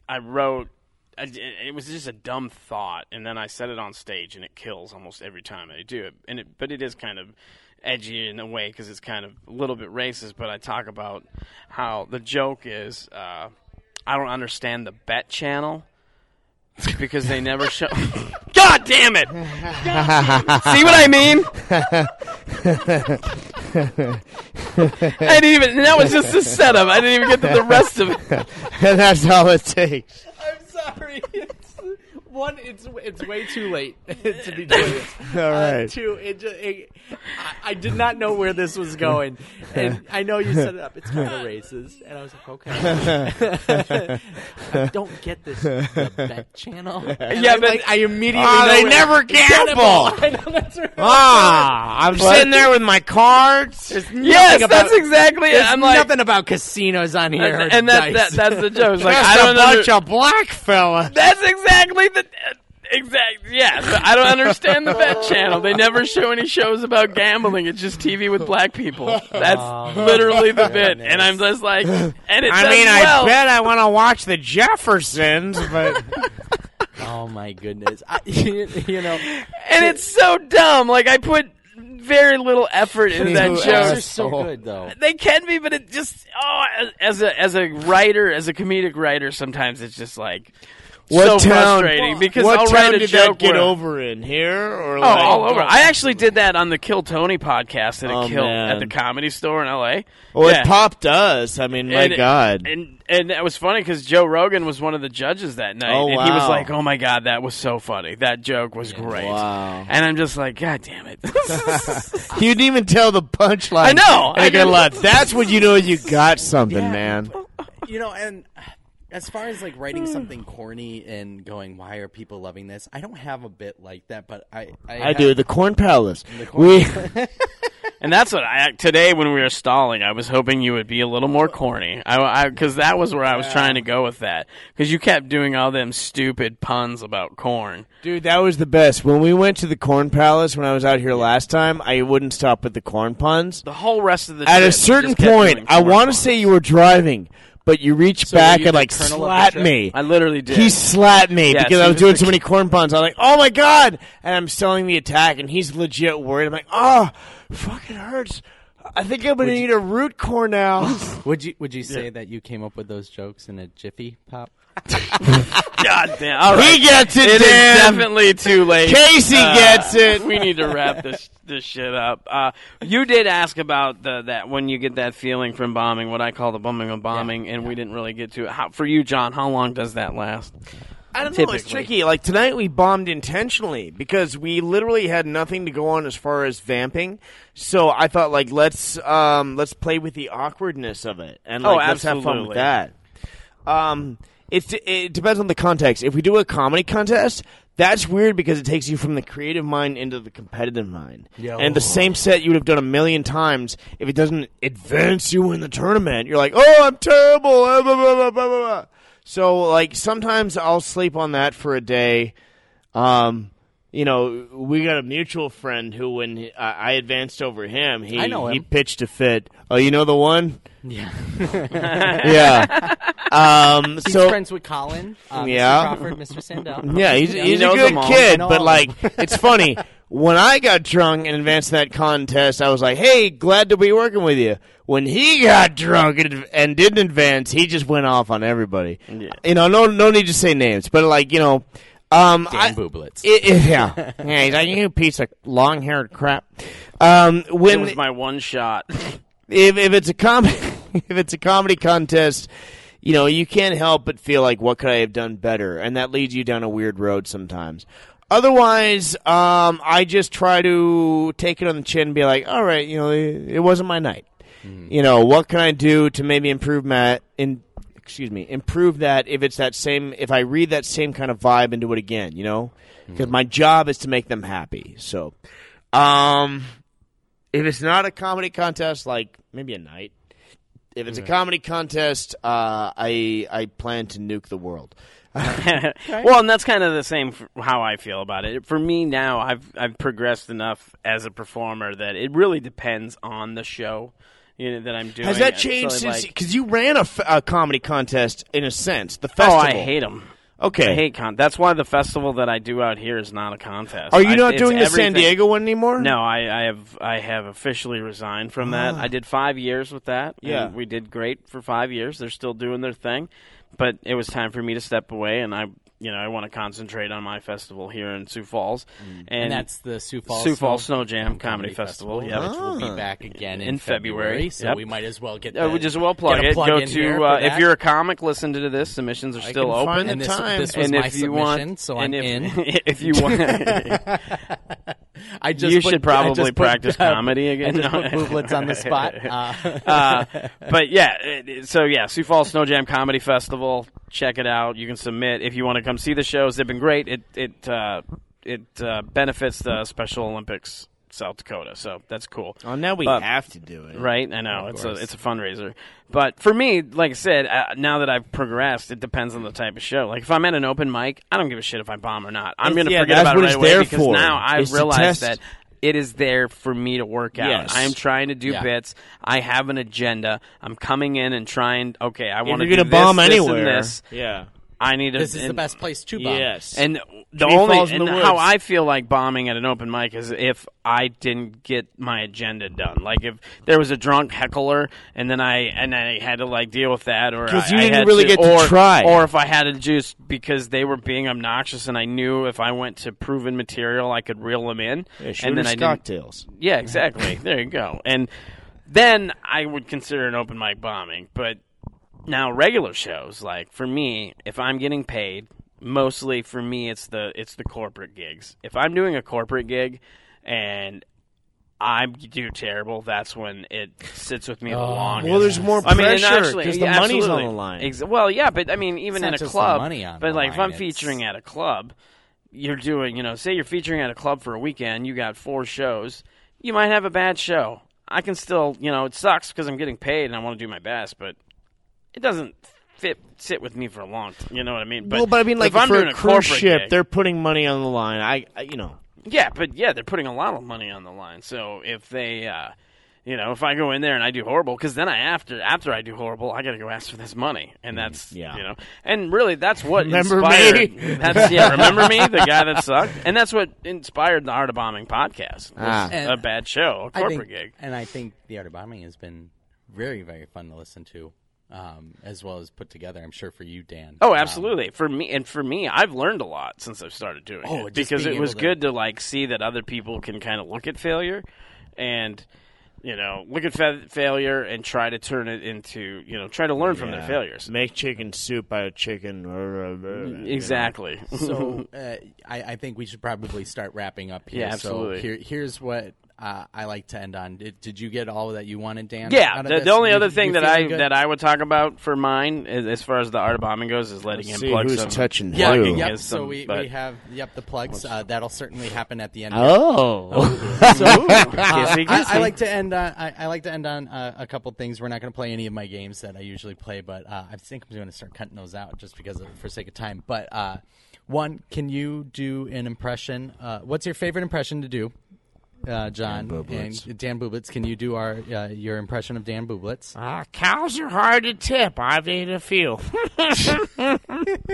[SPEAKER 4] I wrote. I- It was just a dumb thought, and then I said it on stage, and it kills almost every time I do it. And it, but it is kind of edgy in a way because it's kind of a little bit racist. But I talk about how the joke is. Uh, I don't understand the bet channel because they never show. God damn it! See what I mean? I didn't even. That was just a setup. I didn't even get to the rest of it.
[SPEAKER 6] and that's all it takes.
[SPEAKER 1] I'm sorry. It's, one, it's it's way too late to be doing this.
[SPEAKER 6] All
[SPEAKER 1] Uh,
[SPEAKER 6] right.
[SPEAKER 1] two, it just, it, I, I did not know where this was going, and I know you set it up. It's kind of racist, and I was like, okay, I don't get this the bet channel. And
[SPEAKER 4] Yeah,
[SPEAKER 1] I,
[SPEAKER 4] but-
[SPEAKER 1] like, I immediately
[SPEAKER 6] Ah,
[SPEAKER 1] know
[SPEAKER 6] they
[SPEAKER 1] where-
[SPEAKER 6] never gamble.
[SPEAKER 1] I know that's right.
[SPEAKER 6] Ah, I'm sitting there with my cards.
[SPEAKER 1] There's nothing
[SPEAKER 4] Yes,
[SPEAKER 1] about-
[SPEAKER 4] that's exactly it.
[SPEAKER 1] There's
[SPEAKER 4] I'm like,
[SPEAKER 1] nothing about casinos on here.
[SPEAKER 4] and,
[SPEAKER 1] or
[SPEAKER 4] and that, that
[SPEAKER 1] dice.
[SPEAKER 4] that's the joke. It's like
[SPEAKER 6] Just
[SPEAKER 4] I don't
[SPEAKER 6] a bunch
[SPEAKER 4] under-
[SPEAKER 6] of black fella.
[SPEAKER 4] That's exactly the exact. Yes, I don't understand the bet channel. They never show any shows about gambling. It's just TV with black people. That's literally the bit. And I'm just like, and it
[SPEAKER 6] I
[SPEAKER 4] does
[SPEAKER 6] mean,
[SPEAKER 4] well.
[SPEAKER 6] I bet I want to watch the Jeffersons, but
[SPEAKER 1] Oh my goodness! I, you know,
[SPEAKER 4] and it's so dumb. Like I put very little effort into that
[SPEAKER 1] those
[SPEAKER 4] joke.
[SPEAKER 1] are so good though.
[SPEAKER 4] They can be, but it just oh, as a as a writer, as a comedic writer, sometimes it's just like so
[SPEAKER 5] What town-
[SPEAKER 4] frustrating because
[SPEAKER 5] what
[SPEAKER 4] I'll
[SPEAKER 5] town
[SPEAKER 4] write a
[SPEAKER 5] did
[SPEAKER 4] joke
[SPEAKER 5] that get
[SPEAKER 4] where-
[SPEAKER 5] over in here or
[SPEAKER 4] Oh,
[SPEAKER 5] like,
[SPEAKER 4] all over. I actually did that on the Kill Tony podcast at a
[SPEAKER 6] Oh,
[SPEAKER 4] kill
[SPEAKER 6] man.
[SPEAKER 4] at the comedy store in L.A.
[SPEAKER 6] Well,
[SPEAKER 4] Yeah.
[SPEAKER 6] it popped us. I mean, my
[SPEAKER 4] And-
[SPEAKER 6] God.
[SPEAKER 4] And and that was funny because Joe Rogan was one of the judges that night,
[SPEAKER 6] Oh,
[SPEAKER 4] and he was
[SPEAKER 6] wow.
[SPEAKER 4] like, "Oh my god, that was so funny. That joke was great."
[SPEAKER 6] Wow.
[SPEAKER 4] And I'm just like, "God damn it!"
[SPEAKER 6] You didn't even tell the punchline.
[SPEAKER 4] I know,
[SPEAKER 6] And
[SPEAKER 4] I
[SPEAKER 6] it got
[SPEAKER 4] know.
[SPEAKER 6] lots. That's when you know you got something, man.
[SPEAKER 1] you know, and as far as like writing something corny and going, why are people loving this? I don't have a bit like that, but I I,
[SPEAKER 6] I do. The Corn Palace.
[SPEAKER 1] corn
[SPEAKER 6] we,
[SPEAKER 4] and that's what I today when we were stalling, I was hoping you would be a little more corny, I because that was where I was trying to go with that because you kept doing all them stupid puns about corn.
[SPEAKER 6] dude, that was the best. When we went to the Corn Palace when I was out here last time, I wouldn't stop at the corn puns.
[SPEAKER 4] The whole rest of the
[SPEAKER 6] At
[SPEAKER 4] trip, you
[SPEAKER 6] a certain
[SPEAKER 4] just kept
[SPEAKER 6] point,
[SPEAKER 4] doing
[SPEAKER 6] I
[SPEAKER 4] corn
[SPEAKER 6] want to
[SPEAKER 4] puns.
[SPEAKER 6] say you were driving, but you reached
[SPEAKER 1] were
[SPEAKER 6] back
[SPEAKER 1] you
[SPEAKER 6] and
[SPEAKER 1] the
[SPEAKER 6] like
[SPEAKER 1] colonel of the
[SPEAKER 6] slapped
[SPEAKER 1] trip?
[SPEAKER 6] me.
[SPEAKER 4] I literally did.
[SPEAKER 6] He slapped me
[SPEAKER 4] Yes,
[SPEAKER 6] because
[SPEAKER 4] he
[SPEAKER 6] I was
[SPEAKER 4] was
[SPEAKER 6] doing
[SPEAKER 4] the
[SPEAKER 6] so many corn puns. I'm like, oh my god! And I'm selling the attack, and he's legit worried. I'm like, oh, fucking hurts. I think I'm gonna need a root corn now.
[SPEAKER 1] Would you would you say that you came up with those jokes in a jiffy pop?
[SPEAKER 4] God damn! All right.
[SPEAKER 6] he gets it,
[SPEAKER 4] It is
[SPEAKER 6] Dan.
[SPEAKER 4] definitely too late.
[SPEAKER 6] Casey gets it.
[SPEAKER 4] We need to wrap this this shit up. Uh, you did ask about the that when you get that feeling from bombing, what I call the bombing of bombing, and we didn't really get to it. How, for you, John, how long does that last?
[SPEAKER 6] I don't know. It's
[SPEAKER 4] Typically.
[SPEAKER 6] tricky. Like tonight, we bombed intentionally because we literally had nothing to go on as far as vamping. So I thought, like, let's um, let's play with the awkwardness of it, and
[SPEAKER 4] Oh,
[SPEAKER 6] like, let's have
[SPEAKER 4] absolutely.
[SPEAKER 6] fun with that. Um, it's it depends on the context. If we do a comedy contest, that's weird because it takes you from the creative mind into the competitive mind.
[SPEAKER 1] Oh.
[SPEAKER 6] And the same set you would have done a million times if it doesn't advance you in the tournament. You're like, oh, I'm terrible. ah, blah, blah, blah, blah, blah, blah." So like sometimes I'll sleep on that for a day. Um. You know, we got a mutual friend who, when he- I I advanced over him, he
[SPEAKER 1] I know
[SPEAKER 6] he
[SPEAKER 1] him.
[SPEAKER 6] pitched a fit. Oh, you know the one?
[SPEAKER 1] Yeah,
[SPEAKER 6] Yeah. um.
[SPEAKER 1] he's
[SPEAKER 6] so
[SPEAKER 1] friends with Colin. Uh,
[SPEAKER 6] Yeah.
[SPEAKER 1] Mr. Crawford, Mr. Sandel.
[SPEAKER 6] Yeah, he's,
[SPEAKER 1] Yeah,
[SPEAKER 6] he's
[SPEAKER 1] he
[SPEAKER 6] a
[SPEAKER 1] knows
[SPEAKER 6] good
[SPEAKER 1] them all. I
[SPEAKER 6] kid,
[SPEAKER 1] know
[SPEAKER 6] but
[SPEAKER 1] all of
[SPEAKER 6] like, it's funny. When I got drunk and advanced that contest, I was like, "Hey, glad to be working with you." When he got drunk and, and didn't advance, he just went off on everybody. You know, no, no need to say names, but like, you know, um, I-
[SPEAKER 1] Dan Booblets.
[SPEAKER 6] it- it- yeah, yeah, he's like, "You piece of long-haired crap." Um,
[SPEAKER 4] It
[SPEAKER 6] when
[SPEAKER 4] was my one shot.
[SPEAKER 6] if if it's a com if it's a comedy contest, you know, you can't help but feel like what could I have done better? And that leads you down a weird road sometimes. Otherwise, um, I just try to take it on the chin and be like, all right, you know, it, it wasn't my night. You know, what can I do to maybe improve my in excuse me, improve that if it's that same if I read that same kind of vibe into it again, you know? Because my job is to make them happy. So, um, if it's not a comedy contest, like maybe a night. If it's a comedy contest, uh, I I plan to nuke the world.
[SPEAKER 4] Well, and that's kind of the same f- how I feel about it. For me now, I've I've progressed enough as a performer that it really depends on the show you know, that I'm doing.
[SPEAKER 6] Has that
[SPEAKER 4] So,
[SPEAKER 6] changed since?
[SPEAKER 4] like-
[SPEAKER 6] Because you ran a, f- a comedy contest in a sense, the festival.
[SPEAKER 4] oh, I hate them.
[SPEAKER 6] Okay,
[SPEAKER 4] I hate con. That's why the festival that I do out here is not a contest.
[SPEAKER 6] Are you
[SPEAKER 4] I-
[SPEAKER 6] not
[SPEAKER 4] it's
[SPEAKER 6] doing the San
[SPEAKER 4] everything-
[SPEAKER 6] Diego one anymore?
[SPEAKER 4] No, I, I have I have officially resigned from that. I did five years with that. and
[SPEAKER 6] Yeah.
[SPEAKER 4] we did great for five years. They're still doing their thing, but it was time for me to step away, and I you know I want to concentrate on my festival here in Sioux Falls, and,
[SPEAKER 1] And that's the Sioux Falls
[SPEAKER 4] Sioux Falls Snow Jam Comedy Festival, yeah.
[SPEAKER 1] which will be back again in,
[SPEAKER 4] In February,
[SPEAKER 1] So
[SPEAKER 4] yep.
[SPEAKER 1] we might as well get.
[SPEAKER 4] Uh,
[SPEAKER 1] the-
[SPEAKER 4] Ah. we just well plug
[SPEAKER 1] get a
[SPEAKER 4] it.
[SPEAKER 1] plug
[SPEAKER 4] Go
[SPEAKER 1] in here
[SPEAKER 4] to
[SPEAKER 1] for
[SPEAKER 4] uh, if
[SPEAKER 1] that.
[SPEAKER 4] you're a comic, listen to this. Submissions are still
[SPEAKER 6] can
[SPEAKER 4] open.
[SPEAKER 6] find
[SPEAKER 1] And
[SPEAKER 6] the
[SPEAKER 1] this,
[SPEAKER 6] time.
[SPEAKER 1] this was
[SPEAKER 4] and
[SPEAKER 1] my
[SPEAKER 4] if you
[SPEAKER 1] submission,
[SPEAKER 4] want,
[SPEAKER 1] so I'm
[SPEAKER 4] and if,
[SPEAKER 1] in.
[SPEAKER 4] if you want,
[SPEAKER 1] I just
[SPEAKER 4] you
[SPEAKER 1] put-
[SPEAKER 4] should
[SPEAKER 1] I just
[SPEAKER 4] probably
[SPEAKER 1] put,
[SPEAKER 4] practice
[SPEAKER 1] uh,
[SPEAKER 4] comedy
[SPEAKER 1] I
[SPEAKER 4] again.
[SPEAKER 1] just
[SPEAKER 4] No.
[SPEAKER 1] put booblets on the spot. Uh,
[SPEAKER 4] uh, but yeah, it- it- so yeah, Sioux Falls Snow Jam Comedy Festival. Check it out. You can submit if you want to come see the shows. They've been great. It it uh, it uh, benefits the Special Olympics South Dakota, so that's cool.
[SPEAKER 6] Oh, now we
[SPEAKER 4] But-
[SPEAKER 6] have to do it.
[SPEAKER 4] Right, I know it's a it's a fundraiser, but for me, like I said, uh, now that I've progressed, it depends on the type of show. Like if I'm at an open mic, I don't give a shit if I bomb or not. I'm
[SPEAKER 6] It's-
[SPEAKER 4] gonna
[SPEAKER 6] yeah,
[SPEAKER 4] forget
[SPEAKER 6] that's
[SPEAKER 4] about it
[SPEAKER 6] what
[SPEAKER 4] right
[SPEAKER 6] it's
[SPEAKER 4] away
[SPEAKER 6] there
[SPEAKER 4] because
[SPEAKER 6] for,
[SPEAKER 4] now I
[SPEAKER 6] is to
[SPEAKER 4] realize
[SPEAKER 6] test-
[SPEAKER 4] that it is there for me to work out.
[SPEAKER 6] Yes.
[SPEAKER 4] I am trying to do
[SPEAKER 1] Yeah.
[SPEAKER 4] bits. I have an agenda. I'm coming in and trying. Okay, I want to
[SPEAKER 6] you're
[SPEAKER 4] do
[SPEAKER 6] gonna bomb
[SPEAKER 4] this, this, and
[SPEAKER 6] anywhere.
[SPEAKER 4] this.
[SPEAKER 6] Yeah.
[SPEAKER 4] I need to.
[SPEAKER 3] This is the
[SPEAKER 4] and-
[SPEAKER 3] best place to bomb.
[SPEAKER 6] Yes.
[SPEAKER 4] And the
[SPEAKER 6] Tree
[SPEAKER 4] only
[SPEAKER 6] falls in
[SPEAKER 4] and
[SPEAKER 6] the
[SPEAKER 4] how
[SPEAKER 6] woods.
[SPEAKER 4] I feel like bombing at an open mic is if I didn't get my agenda done. Like if there was a drunk heckler, and then I and I had to like deal with that, or
[SPEAKER 6] 'Cause
[SPEAKER 4] I-
[SPEAKER 6] you
[SPEAKER 4] I
[SPEAKER 6] didn't
[SPEAKER 4] had
[SPEAKER 6] really get to
[SPEAKER 4] or-
[SPEAKER 6] try.
[SPEAKER 4] or if I had to just because they were being obnoxious, and I knew if I went to proven material, I could reel them in, and then I didn't
[SPEAKER 6] cocktails.
[SPEAKER 4] yeah, exactly. there you go. And then I would consider an open mic bombing. But now regular shows, like for me, if I'm getting paid, mostly for me it's the it's the corporate gigs. If I'm doing a corporate gig and I do terrible, that's when it sits with me the longest.
[SPEAKER 6] Well, there's more
[SPEAKER 4] I mean, and
[SPEAKER 6] pressure
[SPEAKER 4] actually,
[SPEAKER 6] because
[SPEAKER 4] yeah,
[SPEAKER 6] the money's
[SPEAKER 4] absolutely.
[SPEAKER 6] on the line.
[SPEAKER 4] Ex- well, yeah, but I mean, even
[SPEAKER 3] not
[SPEAKER 4] in a
[SPEAKER 3] just the
[SPEAKER 4] club,
[SPEAKER 3] money on
[SPEAKER 4] but
[SPEAKER 3] the
[SPEAKER 4] like if
[SPEAKER 3] line,
[SPEAKER 4] I'm
[SPEAKER 3] it's-
[SPEAKER 4] featuring at a club, you're doing, you know, say you're featuring at a club for a weekend, you got four shows, you might have a bad show. I can still, you know, it sucks because I'm getting paid and I want to do my best, but it doesn't fit sit with me for a long time. You know what I mean? But,
[SPEAKER 6] well, but I mean, like
[SPEAKER 4] if I'm
[SPEAKER 6] for
[SPEAKER 4] doing
[SPEAKER 6] a
[SPEAKER 4] a
[SPEAKER 6] cruise
[SPEAKER 4] corporate
[SPEAKER 6] ship,
[SPEAKER 4] gig-
[SPEAKER 6] they're putting money on the line. I, I you know,
[SPEAKER 4] yeah, but yeah, they're putting a lot of money on the line. So if they, uh, you know, if I go in there and I do horrible, because then I after after I do horrible, I got to go ask for this money, and that's
[SPEAKER 6] Mm, yeah.
[SPEAKER 4] you know, and really that's what
[SPEAKER 6] Remember
[SPEAKER 4] inspired.
[SPEAKER 6] me?
[SPEAKER 4] That's yeah, remember me, the guy that sucked, and that's what inspired the Art of Bombing podcast. Was
[SPEAKER 6] Ah.
[SPEAKER 3] And
[SPEAKER 4] a bad show, a
[SPEAKER 3] I think,
[SPEAKER 4] corporate gig.
[SPEAKER 3] And I think the art of bombing has been very, very fun to listen to, um, as well as put together. I'm sure for you, Dan.
[SPEAKER 4] Oh,
[SPEAKER 3] Um,
[SPEAKER 4] absolutely. for me and for me, I've learned a lot since I've started doing
[SPEAKER 3] Oh,
[SPEAKER 4] it
[SPEAKER 3] just
[SPEAKER 4] because
[SPEAKER 3] being
[SPEAKER 4] it was
[SPEAKER 3] able to-
[SPEAKER 4] good to like see that other people can kind of look at failure and you know, look at fa- failure and try to turn it into, you know, try to learn from their
[SPEAKER 6] Yeah.
[SPEAKER 4] failures.
[SPEAKER 6] make chicken soup out of chicken.
[SPEAKER 4] Exactly.
[SPEAKER 3] so uh, I, I think we should probably start wrapping up here.
[SPEAKER 4] Yeah, absolutely.
[SPEAKER 3] So here, here's what uh, I like to end on. Did, did you get all that you wanted, Dan?
[SPEAKER 4] yeah,
[SPEAKER 3] out of
[SPEAKER 4] the,
[SPEAKER 3] this?
[SPEAKER 4] the only
[SPEAKER 3] You-
[SPEAKER 4] other
[SPEAKER 3] you
[SPEAKER 4] thing that
[SPEAKER 3] feeling
[SPEAKER 4] I
[SPEAKER 3] good?
[SPEAKER 4] that I would talk about for mine as, as far as the art of bombing goes is letting him
[SPEAKER 6] see
[SPEAKER 4] plug
[SPEAKER 6] who's
[SPEAKER 4] some
[SPEAKER 6] touching
[SPEAKER 3] yeah,
[SPEAKER 6] who.
[SPEAKER 4] Ooh.
[SPEAKER 3] yep.
[SPEAKER 4] Is
[SPEAKER 3] So
[SPEAKER 4] some-
[SPEAKER 3] we, we
[SPEAKER 4] but-
[SPEAKER 3] have yep the plugs. Uh, that'll certainly happen at the end.
[SPEAKER 6] Oh,
[SPEAKER 3] So, uh,
[SPEAKER 4] Kissy,
[SPEAKER 3] I, I
[SPEAKER 4] kissy.
[SPEAKER 3] like to end on I, I like to end on uh, a couple things. We're not going to play any of my games that I usually play, but uh, I think I'm going to start cutting those out just because of, for sake of time. But uh, one, can you do an impression? Uh, what's your favorite impression to do, uh, John and Dan Bublitz? Can you do our uh, your impression of Dan Bublitz?
[SPEAKER 6] Ah, cows are hard to tip. I've ate a few.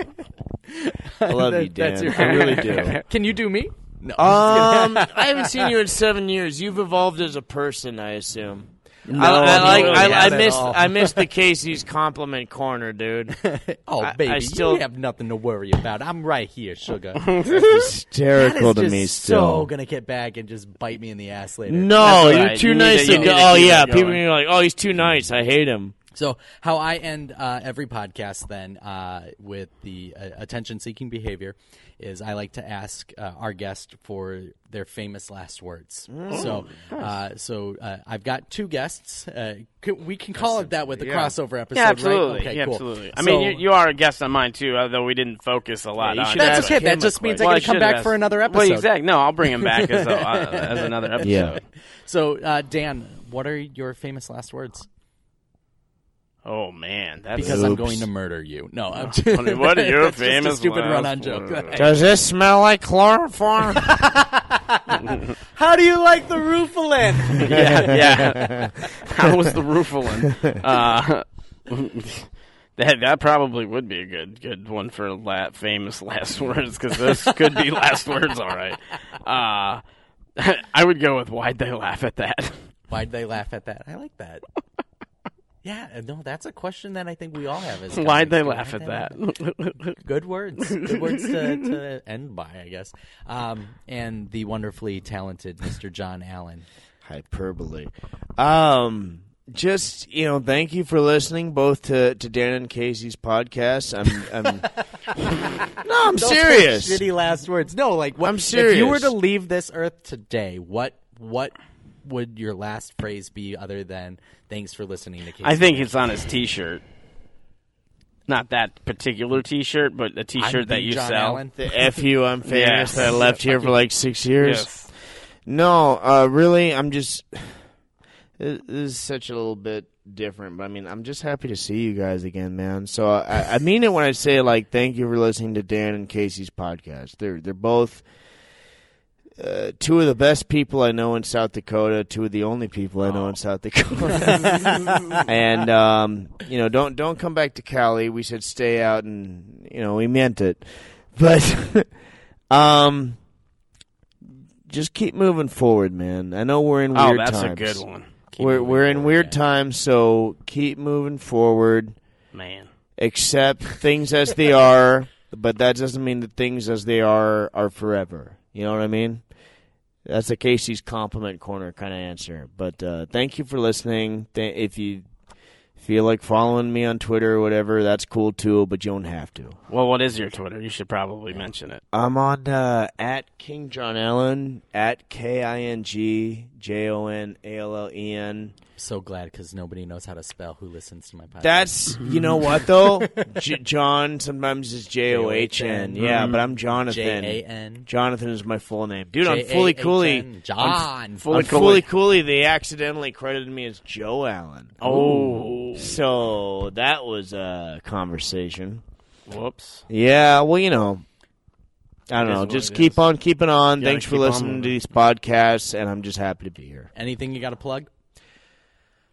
[SPEAKER 6] I love you,
[SPEAKER 3] That-
[SPEAKER 6] Dan.
[SPEAKER 3] that's your
[SPEAKER 6] I really do.
[SPEAKER 3] Can you do me? No.
[SPEAKER 6] Um, I haven't seen you in seven years. You've evolved as a person, I assume. I, I
[SPEAKER 3] you
[SPEAKER 6] like.
[SPEAKER 3] really
[SPEAKER 6] I, I
[SPEAKER 3] haven't at
[SPEAKER 6] missed.
[SPEAKER 3] all.
[SPEAKER 6] I missed the Casey's compliment corner, dude.
[SPEAKER 3] oh,
[SPEAKER 6] I-
[SPEAKER 3] baby,
[SPEAKER 6] I still-
[SPEAKER 3] you have nothing to worry about. I'm right here, sugar. That is
[SPEAKER 6] Hysterical
[SPEAKER 3] just so gonna get back and just bite me in the ass later.
[SPEAKER 6] no,
[SPEAKER 4] That's
[SPEAKER 6] Oh, you're
[SPEAKER 4] right.
[SPEAKER 6] too
[SPEAKER 4] You need
[SPEAKER 6] nice
[SPEAKER 4] to-
[SPEAKER 6] to
[SPEAKER 4] you need
[SPEAKER 6] go.
[SPEAKER 4] to
[SPEAKER 6] Oh
[SPEAKER 4] keep
[SPEAKER 6] yeah,
[SPEAKER 4] it going.
[SPEAKER 6] people are like, oh, he's too nice. I hate him.
[SPEAKER 3] So how I end uh, every podcast then uh, with the uh, attention-seeking behavior is I like to ask uh, our guest for their famous last words.
[SPEAKER 4] Mm.
[SPEAKER 3] so
[SPEAKER 4] Oh,
[SPEAKER 3] uh, so uh, I've got two guests. Uh, c- we can call it that with the crossover episode,
[SPEAKER 4] yeah, absolutely.
[SPEAKER 3] right? Okay,
[SPEAKER 4] yeah,
[SPEAKER 3] cool.
[SPEAKER 4] absolutely. I
[SPEAKER 3] So-
[SPEAKER 4] mean, you, you are a guest on mine too, although we didn't focus a lot
[SPEAKER 6] you
[SPEAKER 4] on it.
[SPEAKER 6] should ask
[SPEAKER 3] that's okay.
[SPEAKER 6] him
[SPEAKER 3] That
[SPEAKER 6] a
[SPEAKER 3] just means
[SPEAKER 6] question.
[SPEAKER 3] I
[SPEAKER 4] I
[SPEAKER 3] got to come
[SPEAKER 4] should
[SPEAKER 3] back
[SPEAKER 4] ask-
[SPEAKER 3] for another episode.
[SPEAKER 4] Well, exactly. No, I'll bring him back as, a, uh, as another episode.
[SPEAKER 3] So uh, Dan, what are your famous last words?
[SPEAKER 4] Oh man, that's
[SPEAKER 3] Because I'm going to murder you. No, I'm just,
[SPEAKER 4] Honey, what are your
[SPEAKER 3] that's just
[SPEAKER 4] famous
[SPEAKER 3] a stupid
[SPEAKER 4] last
[SPEAKER 3] run-on joke.
[SPEAKER 4] words?
[SPEAKER 6] Does this smell like chloroform?
[SPEAKER 3] How do you like the roofland?
[SPEAKER 4] yeah, yeah. How was the roofling? Uh, that that probably would be a good good one for la- famous last words because those could be last words. All right, uh, I would go with why'd they laugh at that?
[SPEAKER 3] Why'd they laugh at that? I like that. Yeah, no, that's a question that I think we all have. As
[SPEAKER 4] Why'd they
[SPEAKER 3] comics.
[SPEAKER 4] laugh at that?
[SPEAKER 3] Good words. Good words to, to end by, I guess. Um, and the wonderfully talented Mr. John Allen.
[SPEAKER 6] hyperbole. Um, just you know, thank you for listening both to, to Dan and Casey's podcast. I'm, I'm no, I'm serious.
[SPEAKER 3] Shitty last words. No, like what,
[SPEAKER 6] I'm
[SPEAKER 3] If you were
[SPEAKER 6] serious.
[SPEAKER 3] to leave this earth today, what what would your last phrase be other than "Thanks for listening to Casey"?
[SPEAKER 4] I think it's on his T-shirt. Not that particular T-shirt, but a
[SPEAKER 3] I'm
[SPEAKER 4] T-shirt
[SPEAKER 3] the
[SPEAKER 4] that you
[SPEAKER 3] John
[SPEAKER 4] sell.
[SPEAKER 3] Allen.
[SPEAKER 6] The F you, I'm famous.
[SPEAKER 4] Yes.
[SPEAKER 6] that I left here for like six years.
[SPEAKER 4] Yes.
[SPEAKER 6] No, uh, really, I'm just. This is such a little bit different, but I mean, I'm just happy to see you guys again, man. So I, I mean it when I say like, thank you for listening to Dan and Casey's podcast. They're they're both uh, two of the best people I know in South Dakota, two of the only people I know in South Dakota. and um, you know, don't don't come back to Cali. We said stay out, and you know, we meant it. But um, just keep moving forward, man. I know we're in
[SPEAKER 4] Oh,
[SPEAKER 6] weird
[SPEAKER 4] that's
[SPEAKER 6] times.
[SPEAKER 4] a good one,
[SPEAKER 6] We're we're in weird times, so keep moving forward.
[SPEAKER 4] man.
[SPEAKER 6] Accept things as they are, but that doesn't mean that things as they are are forever. You know what I mean? That's a Casey's compliment corner kind of answer. But uh, thank you for listening. Th- if you feel like following me on Twitter or whatever, that's cool too. But you don't have to.
[SPEAKER 4] Well, what is your Twitter? You should probably mention it.
[SPEAKER 6] I'm on uh, at King John Allen at K I N G J O N A L L E N.
[SPEAKER 3] so glad because nobody knows how to spell who listens to my podcast.
[SPEAKER 6] That's you know what though, J- John sometimes is J O H N. Mm-hmm. Yeah, but I'm Jonathan.
[SPEAKER 3] J A N.
[SPEAKER 6] Jonathan is my full name, dude. I'm fully
[SPEAKER 3] J A
[SPEAKER 6] coolly.
[SPEAKER 3] H N. John.
[SPEAKER 6] On fully coolly, they accidentally credited me as Joe Allen.
[SPEAKER 4] Oh,
[SPEAKER 6] So that was a conversation.
[SPEAKER 4] whoops.
[SPEAKER 6] Yeah, well, you know, I don't
[SPEAKER 4] It is
[SPEAKER 6] know.
[SPEAKER 4] what
[SPEAKER 6] Just
[SPEAKER 4] it
[SPEAKER 6] keep
[SPEAKER 4] is.
[SPEAKER 6] on keeping on.
[SPEAKER 4] You
[SPEAKER 6] Thanks
[SPEAKER 4] gotta
[SPEAKER 6] for
[SPEAKER 4] keep on
[SPEAKER 6] listening to
[SPEAKER 4] moving.
[SPEAKER 6] these podcasts, and I'm just happy to be here.
[SPEAKER 3] Anything you got to plug?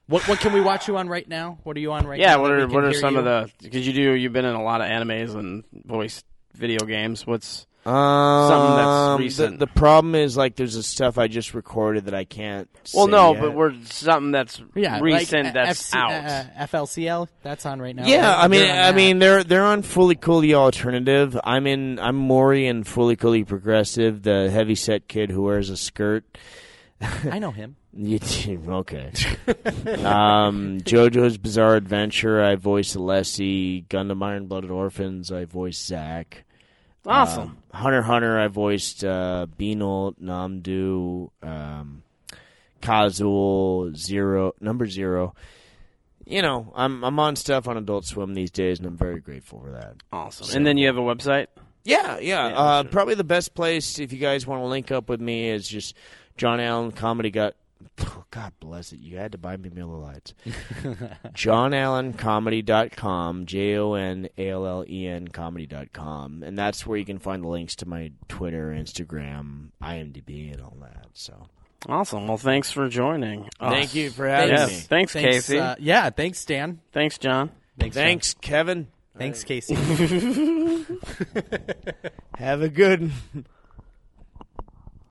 [SPEAKER 3] What what can we watch you on right now? What are you on right
[SPEAKER 4] Yeah,
[SPEAKER 3] now?
[SPEAKER 4] what
[SPEAKER 3] that we
[SPEAKER 4] are
[SPEAKER 3] can
[SPEAKER 4] what are
[SPEAKER 3] hear
[SPEAKER 4] some
[SPEAKER 3] you?
[SPEAKER 4] of the? Because you do, you've been in a lot of animes and voice video games. What's
[SPEAKER 6] Um,
[SPEAKER 4] that's
[SPEAKER 6] the-
[SPEAKER 4] recent.
[SPEAKER 6] The, problem is like there's this stuff I just recorded that I can't.
[SPEAKER 4] well,
[SPEAKER 6] say
[SPEAKER 4] no,
[SPEAKER 6] yet.
[SPEAKER 4] but we're something that's
[SPEAKER 3] yeah,
[SPEAKER 4] recent
[SPEAKER 3] like, uh,
[SPEAKER 4] that's
[SPEAKER 3] FC,
[SPEAKER 4] out.
[SPEAKER 3] Uh, FLCL, that's on right now.
[SPEAKER 6] Yeah,
[SPEAKER 3] right?
[SPEAKER 6] I mean,
[SPEAKER 3] You're on
[SPEAKER 6] I
[SPEAKER 3] that.
[SPEAKER 6] mean, they're they're on fully coolly alternative. I'm in. I'm Maury and fully coolly progressive, the heavy set kid who wears a skirt.
[SPEAKER 3] I know him.
[SPEAKER 6] You do- okay? um, JoJo's Bizarre Adventure. I voice Alessi. Gundam Iron Blooded Orphans. I voice Zach.
[SPEAKER 4] awesome.
[SPEAKER 6] Um, Hunter x Hunter. I voiced uh, Beanolt, Namdu, um, Kazul, Zero, Number Zero. You know, I'm I'm on stuff on Adult Swim these days, and I'm very grateful for that.
[SPEAKER 4] Awesome. And then you have a website?
[SPEAKER 6] Yeah, yeah. uh, Probably the best place if you guys want to link up with me is just John Allen Comedy Got. oh, God bless it. You had to buy me Miller Lights. JohnAllenComedy.com, J O N A L L E N comedy.com. And that's where you can find the links to my Twitter, Instagram, IMDb, and all that. So
[SPEAKER 4] Awesome. Well, thanks for joining.
[SPEAKER 6] thank
[SPEAKER 4] us.
[SPEAKER 6] you for having
[SPEAKER 4] Yes.
[SPEAKER 6] me.
[SPEAKER 4] Thanks, Casey.
[SPEAKER 3] uh, yeah, thanks, Dan.
[SPEAKER 4] Thanks, John.
[SPEAKER 3] Thanks, John.
[SPEAKER 6] Thanks, Kevin.
[SPEAKER 3] Thanks, Casey.
[SPEAKER 6] Have a good